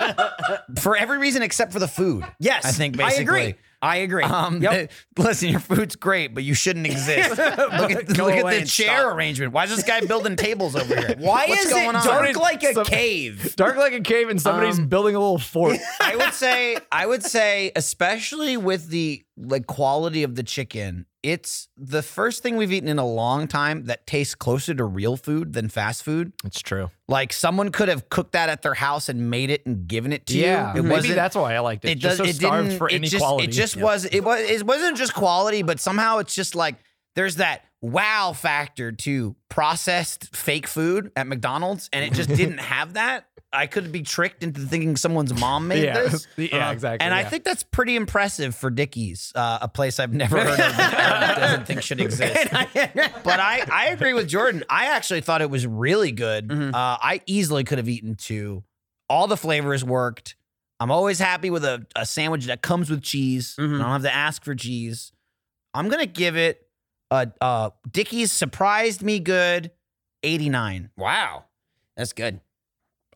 Speaker 2: for every reason except for the food.
Speaker 3: Yes,
Speaker 2: I think
Speaker 3: I
Speaker 2: basically.
Speaker 3: agree. I agree.
Speaker 2: Um,
Speaker 3: Yep.
Speaker 2: th- listen, your food's great, but you shouldn't exist. look at,
Speaker 3: Go
Speaker 2: look at
Speaker 3: away
Speaker 2: the
Speaker 3: and
Speaker 2: chair
Speaker 3: stop.
Speaker 2: arrangement. Why is this guy building tables over here?
Speaker 3: Why
Speaker 2: What's
Speaker 3: is
Speaker 2: going
Speaker 3: it
Speaker 2: on?
Speaker 3: dark like a
Speaker 4: Some-
Speaker 3: cave?
Speaker 4: Dark like a cave, and somebody's
Speaker 3: Um,
Speaker 4: building a little fort.
Speaker 2: I would say, I would say, especially with the like quality of the chicken, it's the first thing we've eaten in a long time that tastes closer to real food than fast food.
Speaker 7: It's true.
Speaker 2: Like someone could have cooked that at their house and made it and given it to
Speaker 4: yeah,
Speaker 2: you. It
Speaker 4: maybe
Speaker 2: wasn't.
Speaker 4: that's why I liked it.
Speaker 2: it
Speaker 4: just
Speaker 2: does.
Speaker 4: so
Speaker 2: it
Speaker 4: starved
Speaker 2: didn't.
Speaker 4: for
Speaker 2: it just.
Speaker 4: inequality.
Speaker 2: It just was. It was. It wasn't just quality, but somehow it's just like there's that wow factor to processed fake food at McDonald's, and it just didn't have that. I could be tricked into thinking someone's mom made
Speaker 4: yeah,
Speaker 2: this.
Speaker 4: yeah,
Speaker 2: Um,
Speaker 4: exactly.
Speaker 2: And I
Speaker 4: yeah.
Speaker 2: think that's pretty impressive for Dickies, uh, a place I've never heard of that Eric doesn't think should exist. but I, I agree with Jordan. I actually thought it was really good.
Speaker 3: Mhm.
Speaker 4: Mm-hmm.
Speaker 2: Uh, I easily could have eaten two. All the flavors worked. I'm always happy with a, a sandwich that comes with cheese.
Speaker 4: Mm-hmm.
Speaker 3: Mhm.
Speaker 2: I don't have to ask for cheese. I'm going to give it a, uh, Dickies surprised me good 89.
Speaker 3: Wow, that's good.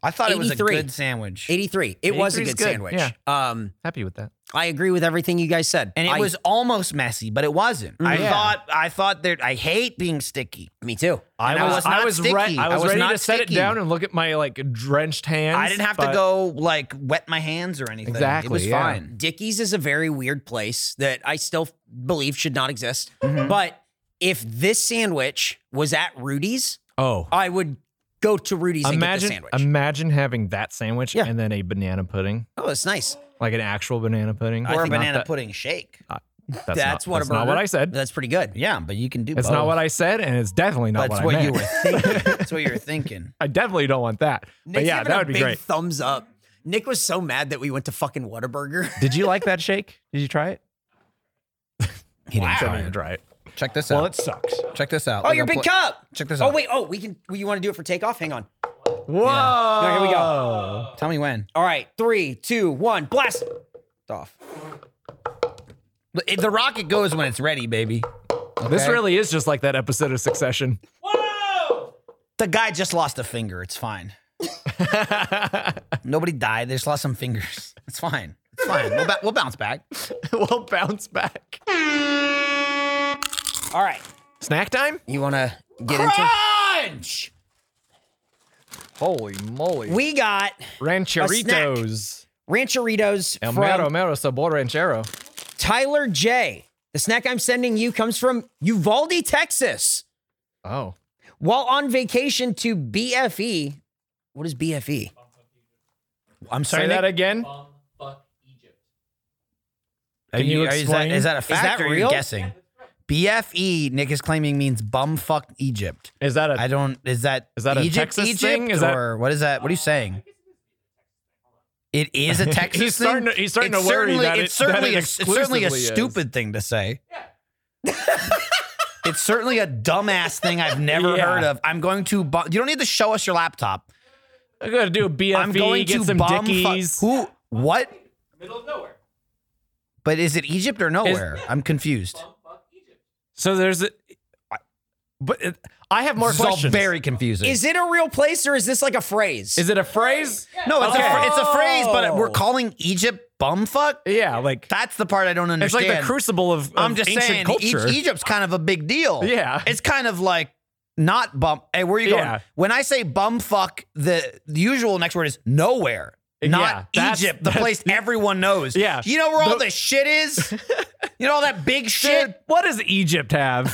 Speaker 2: I thought it was a
Speaker 3: 83.
Speaker 2: good sandwich.
Speaker 3: 83. It was a
Speaker 4: 83 is
Speaker 3: good,
Speaker 4: good,
Speaker 3: sandwich.
Speaker 4: yeah.
Speaker 3: Um,
Speaker 4: happy with that.
Speaker 3: I agree with everything you guys said.
Speaker 2: and it
Speaker 3: I-
Speaker 2: was almost messy, but it wasn't. I
Speaker 4: Mm-hmm. Yeah.
Speaker 2: thought I thought there. I hate being sticky.
Speaker 3: me too.
Speaker 2: And
Speaker 4: I was, I
Speaker 2: not
Speaker 4: was, re-
Speaker 2: sticky.
Speaker 4: I was ready
Speaker 2: not
Speaker 4: to set it
Speaker 2: sticky.
Speaker 4: down and look at my like drenched hands.
Speaker 2: I didn't have to
Speaker 4: but-
Speaker 2: go like wet my hands or anything.
Speaker 4: Exactly,
Speaker 2: it was
Speaker 4: yeah.
Speaker 2: fine.
Speaker 3: Dickies is a very weird place that I still believe should not exist. But if this sandwich was at Rudy's,
Speaker 4: Oh,
Speaker 3: I would go to Rudy's
Speaker 4: imagine,
Speaker 3: and get the sandwich.
Speaker 4: imagine having that sandwich and then a banana pudding,
Speaker 3: oh, that's nice.
Speaker 4: like an actual banana pudding,
Speaker 2: Or a
Speaker 4: Not
Speaker 2: banana
Speaker 4: that-
Speaker 2: pudding shake.
Speaker 4: That's,
Speaker 3: That's what a
Speaker 4: not, that's not what
Speaker 3: burger-
Speaker 4: I said.
Speaker 3: That's pretty good.
Speaker 2: Yeah, but you can do.
Speaker 4: It's
Speaker 2: both.
Speaker 4: not what I said, and it's definitely not
Speaker 2: That's what
Speaker 4: what, I
Speaker 2: you
Speaker 4: meant.
Speaker 2: were thinking. That's what you were thinking.
Speaker 4: I definitely don't want that. but
Speaker 3: Nick's
Speaker 4: yeah,
Speaker 3: giving
Speaker 4: that
Speaker 3: a
Speaker 4: would be
Speaker 3: big
Speaker 4: great.
Speaker 3: Thumbs up. Nick was so mad that we went to fucking Whataburger.
Speaker 4: Did you like that shake? Did you try it?
Speaker 2: He didn't
Speaker 4: I
Speaker 2: try
Speaker 4: didn't
Speaker 2: it.
Speaker 4: try it.
Speaker 8: Check this
Speaker 4: Well,
Speaker 8: out.
Speaker 4: it sucks.
Speaker 8: Check this out.
Speaker 3: Oh,
Speaker 8: We're
Speaker 3: your
Speaker 8: gonna
Speaker 3: big
Speaker 8: pl-
Speaker 3: cup.
Speaker 8: Check this
Speaker 3: Oh
Speaker 8: out.
Speaker 3: wait. Oh, we can. You want to do it for takeoff? Hang on.
Speaker 4: Whoa!
Speaker 3: No, here we go.
Speaker 8: Tell me when.
Speaker 3: All right. Three, two, one. Blast off.
Speaker 2: But it- The rocket goes when it's ready, baby.
Speaker 4: This really is just like that episode of Succession.
Speaker 2: The guy just lost a finger. It's fine. Nobody died. They just lost some fingers. It's fine. It's fine. We'll, ba- we'll bounce back.
Speaker 4: we'll bounce back.
Speaker 3: All right.
Speaker 4: Snack time?
Speaker 3: You want to get into?
Speaker 2: Punch.
Speaker 4: Holy moly!
Speaker 3: We got
Speaker 4: Rancheritos.
Speaker 3: Rancheritos
Speaker 4: El
Speaker 3: from
Speaker 4: mero mero sabor ranchero.
Speaker 3: Tyler J. The snack I'm sending you comes from Uvalde, Texas.
Speaker 4: Oh,
Speaker 3: While on vacation to
Speaker 2: E,
Speaker 3: BFE, what is BFE?
Speaker 2: I'm
Speaker 4: say
Speaker 2: sorry.
Speaker 4: that
Speaker 2: Nick?
Speaker 4: again.
Speaker 2: Are
Speaker 4: Can you
Speaker 2: are-
Speaker 4: explain?
Speaker 2: Is that, is that a fact
Speaker 3: that
Speaker 2: or are you
Speaker 3: real?
Speaker 2: guessing? BFE, Nick is claiming means bumfuck Egypt.
Speaker 4: Is that a
Speaker 2: I don't. Is that
Speaker 4: Is that a
Speaker 2: Egypt,
Speaker 4: Texas
Speaker 2: Egypt,
Speaker 4: thing? Is that-
Speaker 2: or what is that? What are you
Speaker 3: Uh,
Speaker 2: saying? It is a Texas
Speaker 4: He's
Speaker 2: thing.
Speaker 4: starting to- he's starting
Speaker 2: It's
Speaker 4: to worry
Speaker 2: certainly-
Speaker 4: that it-
Speaker 2: it's certainly
Speaker 4: that it
Speaker 2: a, it's certainly a
Speaker 4: exclusively is.
Speaker 2: stupid thing to say. it's certainly a dumbass thing I've never
Speaker 4: Yeah.
Speaker 2: heard of. I'm going to. Bu- you don't need to show us your laptop.
Speaker 4: I gotta do a BFE.
Speaker 2: I'm going
Speaker 4: get
Speaker 2: to
Speaker 4: some
Speaker 2: bum fu-
Speaker 4: Dickies.
Speaker 2: who? What? Middle of nowhere. But is it Egypt or nowhere? I'm confused.
Speaker 4: so there's a. But it, I have more
Speaker 2: This is all
Speaker 4: questions.
Speaker 2: very confusing.
Speaker 3: Is it a real place or is this like a phrase?
Speaker 4: Is it a phrase?
Speaker 2: no, it's, a,
Speaker 4: Okay.
Speaker 2: fr- it's a phrase, but we're
Speaker 3: Oh.
Speaker 2: calling Egypt bumfuck.
Speaker 4: Yeah, like
Speaker 2: That's the part I don't
Speaker 4: it's
Speaker 2: understand.
Speaker 4: like the crucible of, of
Speaker 2: I'm just
Speaker 4: ancient
Speaker 2: saying, E-
Speaker 4: culture.
Speaker 2: Egypt's kind of a big deal.
Speaker 4: Yeah.
Speaker 2: it's kind of like not bum. Hey, where are you going?
Speaker 4: Yeah.
Speaker 2: When I say bumfuck, the, the usual next word is nowhere. Not
Speaker 4: Yeah, that's-
Speaker 2: Egypt, the
Speaker 4: that's-
Speaker 2: place everyone knows.
Speaker 4: Yeah.
Speaker 2: you know where all
Speaker 4: The-
Speaker 2: the shit is. you know all that big shit.
Speaker 4: Dude, what does Egypt have?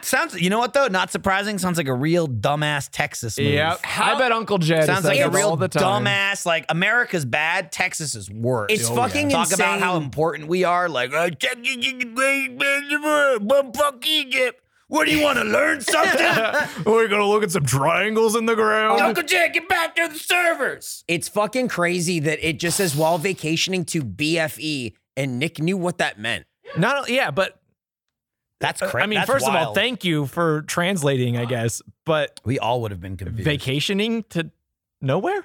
Speaker 2: Sounds. You know what though? Not surprising. Sounds like a real dumbass Texas move.
Speaker 4: yep. I bet Uncle Jed
Speaker 2: Sounds like
Speaker 4: says
Speaker 2: a
Speaker 4: it all
Speaker 2: real
Speaker 4: the time.
Speaker 2: dumbass. Like America's bad, Texas is worse.
Speaker 3: It's Oh, yeah. fucking
Speaker 2: Talk about
Speaker 3: insane.
Speaker 2: how important we are. Like, uh, Texas is the great man in the world, but fuck Egypt. What do you want to learn something?
Speaker 4: We're gonna look at some triangles in the ground.
Speaker 2: Uncle Jack, get back to the servers.
Speaker 3: It's fucking crazy that it just says while E, vacationing to BFE and Nick knew what that meant.
Speaker 4: Not yeah, but
Speaker 2: That's crazy.
Speaker 4: I mean, first of all, thank you for translating, I guess, but
Speaker 2: we all would have been confused.
Speaker 4: vacationing to nowhere?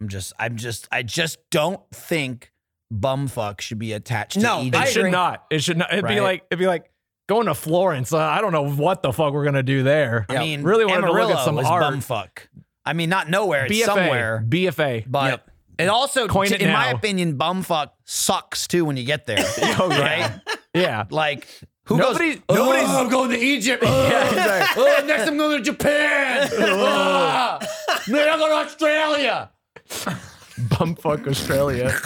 Speaker 2: I'm just, I'm just, I just don't think bumfuck should be attached to E
Speaker 3: No,
Speaker 2: either.
Speaker 4: It
Speaker 3: I
Speaker 4: should
Speaker 3: agree.
Speaker 4: not. It should not. It'd be
Speaker 2: Right.
Speaker 4: like it'd be like going to Florence. Uh, I don't know what the fuck we're gonna do there.
Speaker 2: I mean,
Speaker 4: really wanted to look
Speaker 2: Amarillo
Speaker 4: at some
Speaker 2: is
Speaker 4: art.
Speaker 2: Bumfuck. I mean, not nowhere, it's
Speaker 4: BFA.
Speaker 2: somewhere.
Speaker 4: BFA.
Speaker 2: But it also,
Speaker 4: Coin
Speaker 2: t-
Speaker 4: it
Speaker 2: in my
Speaker 4: now.
Speaker 2: opinion, bumfuck sucks too when you get there. right?
Speaker 4: Oh, Yeah.
Speaker 2: Like, who
Speaker 4: Nobody-
Speaker 2: goes? "Oh,
Speaker 4: nobody's-
Speaker 2: I'm going to Egypt. Oh, oh, next I'm going to Japan. oh. Then I'm going to Australia.
Speaker 9: Bumfuck Australia.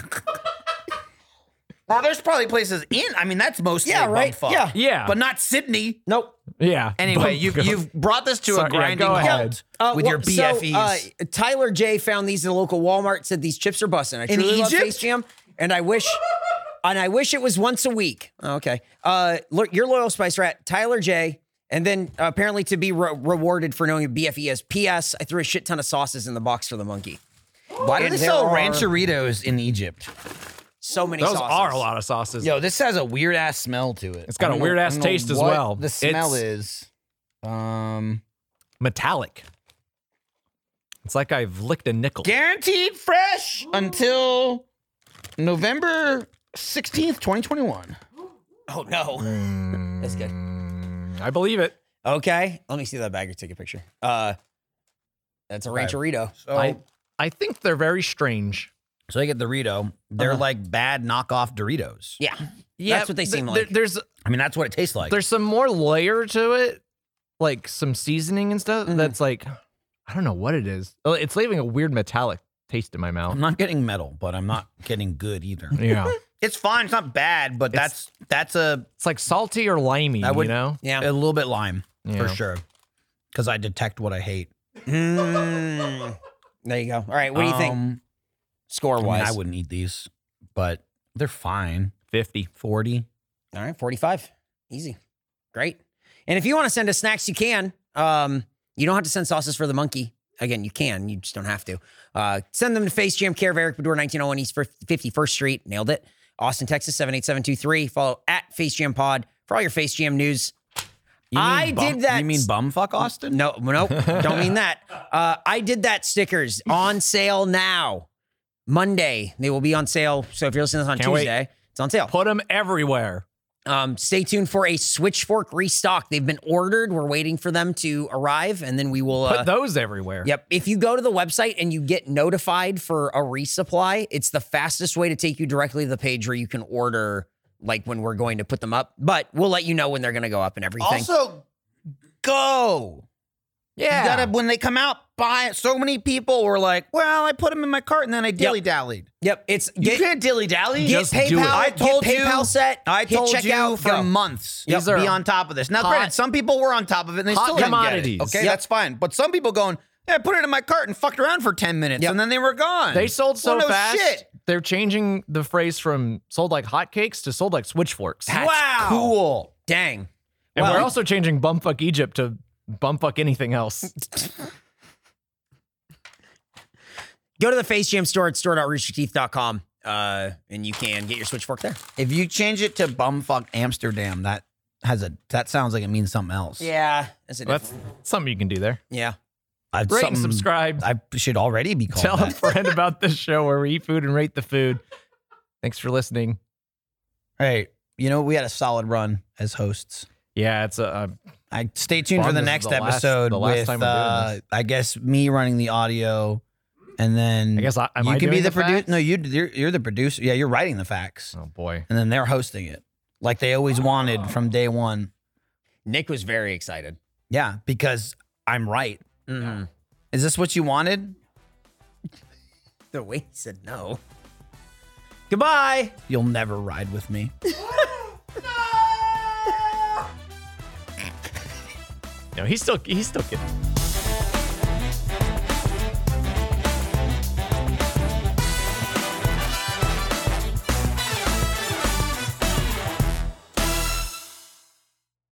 Speaker 2: Well, there's probably places in. I mean, that's mostly
Speaker 3: Yeah, right.
Speaker 2: bumfuck.
Speaker 3: Yeah.
Speaker 4: Yeah.
Speaker 2: but not Sydney.
Speaker 3: Nope.
Speaker 4: yeah.
Speaker 2: Anyway, you've
Speaker 4: Bumfuck.
Speaker 2: you've brought this to
Speaker 4: Sorry,
Speaker 2: a
Speaker 4: yeah,
Speaker 2: grinding
Speaker 4: go ahead.
Speaker 2: halt
Speaker 3: Uh,
Speaker 2: with your
Speaker 3: well, so,
Speaker 2: BFEs.
Speaker 3: uh, Tyler J found these at a local Walmart. Said these chips are busting. I
Speaker 2: In
Speaker 3: truly love
Speaker 2: Egypt?
Speaker 3: Space Jam, and I wish, and I wish it was once a week. Oh, okay, uh, lo- your loyal Spice Rat, Tyler J, and then uh, apparently to be re- rewarded for knowing BFE as PS, I threw a shit ton of sauces in the box for the monkey.
Speaker 2: Why do
Speaker 3: and
Speaker 2: they
Speaker 3: there
Speaker 2: sell
Speaker 3: are-
Speaker 2: rancheritos in Egypt?
Speaker 3: So many.
Speaker 4: those
Speaker 3: sauces.
Speaker 4: are a lot of sauces.
Speaker 2: Yo, this has a weird ass smell to it.
Speaker 4: It's got
Speaker 2: I
Speaker 4: a
Speaker 2: don't know-
Speaker 4: weird-ass
Speaker 2: I don't know
Speaker 4: taste as
Speaker 2: what
Speaker 4: well.
Speaker 2: The smell
Speaker 4: It's-
Speaker 2: is, um,
Speaker 4: Metallic. It's like I've licked a nickel.
Speaker 2: guaranteed fresh until November sixteenth, twenty twenty one.
Speaker 3: Oh no,
Speaker 2: Mm.
Speaker 3: that's good.
Speaker 4: I believe it.
Speaker 3: Okay, let me see that bagger. Take a picture. Uh, that's a rancherito.
Speaker 4: I I think they're very strange.
Speaker 2: So they get Dorito. They're
Speaker 3: Uh-huh.
Speaker 2: like bad knockoff Doritos.
Speaker 3: Yeah, that's what they
Speaker 4: th-
Speaker 3: seem
Speaker 4: there-
Speaker 3: like.
Speaker 4: There's
Speaker 2: I mean, that's what it tastes like.
Speaker 4: there's some more layer to it, like some seasoning and
Speaker 3: Mm-hmm.
Speaker 4: stuff. That's like I don't know what it is. Oh, It's leaving a weird metallic taste in my mouth.
Speaker 2: I'm not getting metal, but I'm not getting good either.
Speaker 3: Mm-hmm.
Speaker 4: Yeah,
Speaker 2: It's fine. It's not bad, but
Speaker 4: It's-
Speaker 2: that's that's a
Speaker 4: it's like salty or limey.
Speaker 2: I
Speaker 4: you
Speaker 2: would-
Speaker 4: know?
Speaker 3: Yeah.
Speaker 2: a little bit lime
Speaker 4: Yeah.
Speaker 2: for sure, because I detect what I hate.
Speaker 3: Mm. There you go. All right, what do you think
Speaker 2: Um,
Speaker 3: score
Speaker 2: I, mean,
Speaker 3: wise?
Speaker 2: I wouldn't eat these, but they're fine.
Speaker 4: Fifty.
Speaker 2: Forty.
Speaker 3: All right, 45. Easy. Great. And if you want to send us snacks, you can. Um, you don't have to send sauces for the monkey. Again, you can. You just don't have to. Uh, send them to Face Jam Care of Eric Bedore, 1901 East 51st Street. Nailed it. Austin, Texas, 78723. Follow at Face Jam Pod for all your Face Jam news. I
Speaker 2: mean bum-
Speaker 3: did that.
Speaker 2: You mean bumfuck Austin?
Speaker 3: No, no, don't mean that. Uh, I did that stickers on sale now. Monday, they will be on sale. So if you're listening to this on
Speaker 4: Can't wait.
Speaker 3: Tuesday, it's on sale.
Speaker 4: Put them everywhere.
Speaker 3: Um, stay tuned for a Switchfork restock. They've been ordered. We're waiting for them to arrive, and then we will.
Speaker 4: Put
Speaker 3: Uh,
Speaker 4: those everywhere.
Speaker 3: yep. If you go to the website and you get notified for a resupply, it's the fastest way to take you directly to the page where you can order, like when we're going to put them up. But we'll let you know when they're going to go up and everything.
Speaker 2: Also, go.
Speaker 4: Yeah.
Speaker 2: You gotta when they come out. Buy it. So many people were like, "Well, I put them in my cart and then I dilly dallied."
Speaker 3: yep. It's
Speaker 2: You
Speaker 3: get,
Speaker 2: can't dilly dally.
Speaker 3: get PayPal.
Speaker 2: I told
Speaker 3: get
Speaker 2: you.
Speaker 3: PayPal set.
Speaker 2: I
Speaker 3: hit
Speaker 2: told
Speaker 3: checkout,
Speaker 2: you for
Speaker 3: go.
Speaker 2: months.
Speaker 3: Yep.
Speaker 2: Be on top of this. Now,
Speaker 4: hot-
Speaker 2: granted, some people were on top of it and they
Speaker 4: hot
Speaker 2: still didn't get it.
Speaker 4: commodities.
Speaker 2: Okay,
Speaker 4: Yep.
Speaker 2: that's fine. But some people going, "Hey, I put it in my cart and fucked around for ten minutes
Speaker 3: Yep.
Speaker 2: and then they were gone."
Speaker 4: They sold so
Speaker 2: Well, no
Speaker 4: fast.
Speaker 2: Shit.
Speaker 4: They're changing the phrase from sold like hotcakes to sold like switchforks.
Speaker 2: wow. Cool.
Speaker 3: Dang.
Speaker 4: And we're also changing bumfuck Egypt to bumfuck anything else.
Speaker 3: Go to the Face Jam store at store.roosterteeth.com, uh, and you can get your Switchfork there.
Speaker 2: If you change it to bumfuck Amsterdam, that has a that sounds like it means something else.
Speaker 3: Yeah, that's a
Speaker 4: That's something you can do there.
Speaker 3: yeah.
Speaker 2: I,
Speaker 4: Rate and subscribe.
Speaker 2: I should already be called.
Speaker 4: Tell a
Speaker 2: that.
Speaker 4: friend about this show where we eat food and rate the food. Thanks for listening.
Speaker 2: Hey, you know we had a solid run as hosts.
Speaker 4: Yeah, it's a. Uh,
Speaker 2: I stay tuned
Speaker 4: Bummed
Speaker 2: for the
Speaker 4: this is
Speaker 2: next
Speaker 4: the last-
Speaker 2: episode
Speaker 4: the last
Speaker 2: with
Speaker 4: time we're doing
Speaker 2: uh, I guess me running the audio, and then
Speaker 4: I guess I, am
Speaker 2: you
Speaker 4: I
Speaker 2: can be
Speaker 4: doing
Speaker 2: the, producer.
Speaker 4: facts?
Speaker 2: No, you you're, you're the producer. Yeah, you're writing the facts,
Speaker 4: Oh boy.
Speaker 2: and then they're hosting it like they always wanted from day one.
Speaker 3: Nick was very excited.
Speaker 2: Yeah, because I'm right. Mm-hmm. Is this what you wanted?
Speaker 3: The way he said no. Goodbye.
Speaker 2: You'll never ride with me.
Speaker 4: No, he's still he's still kidding.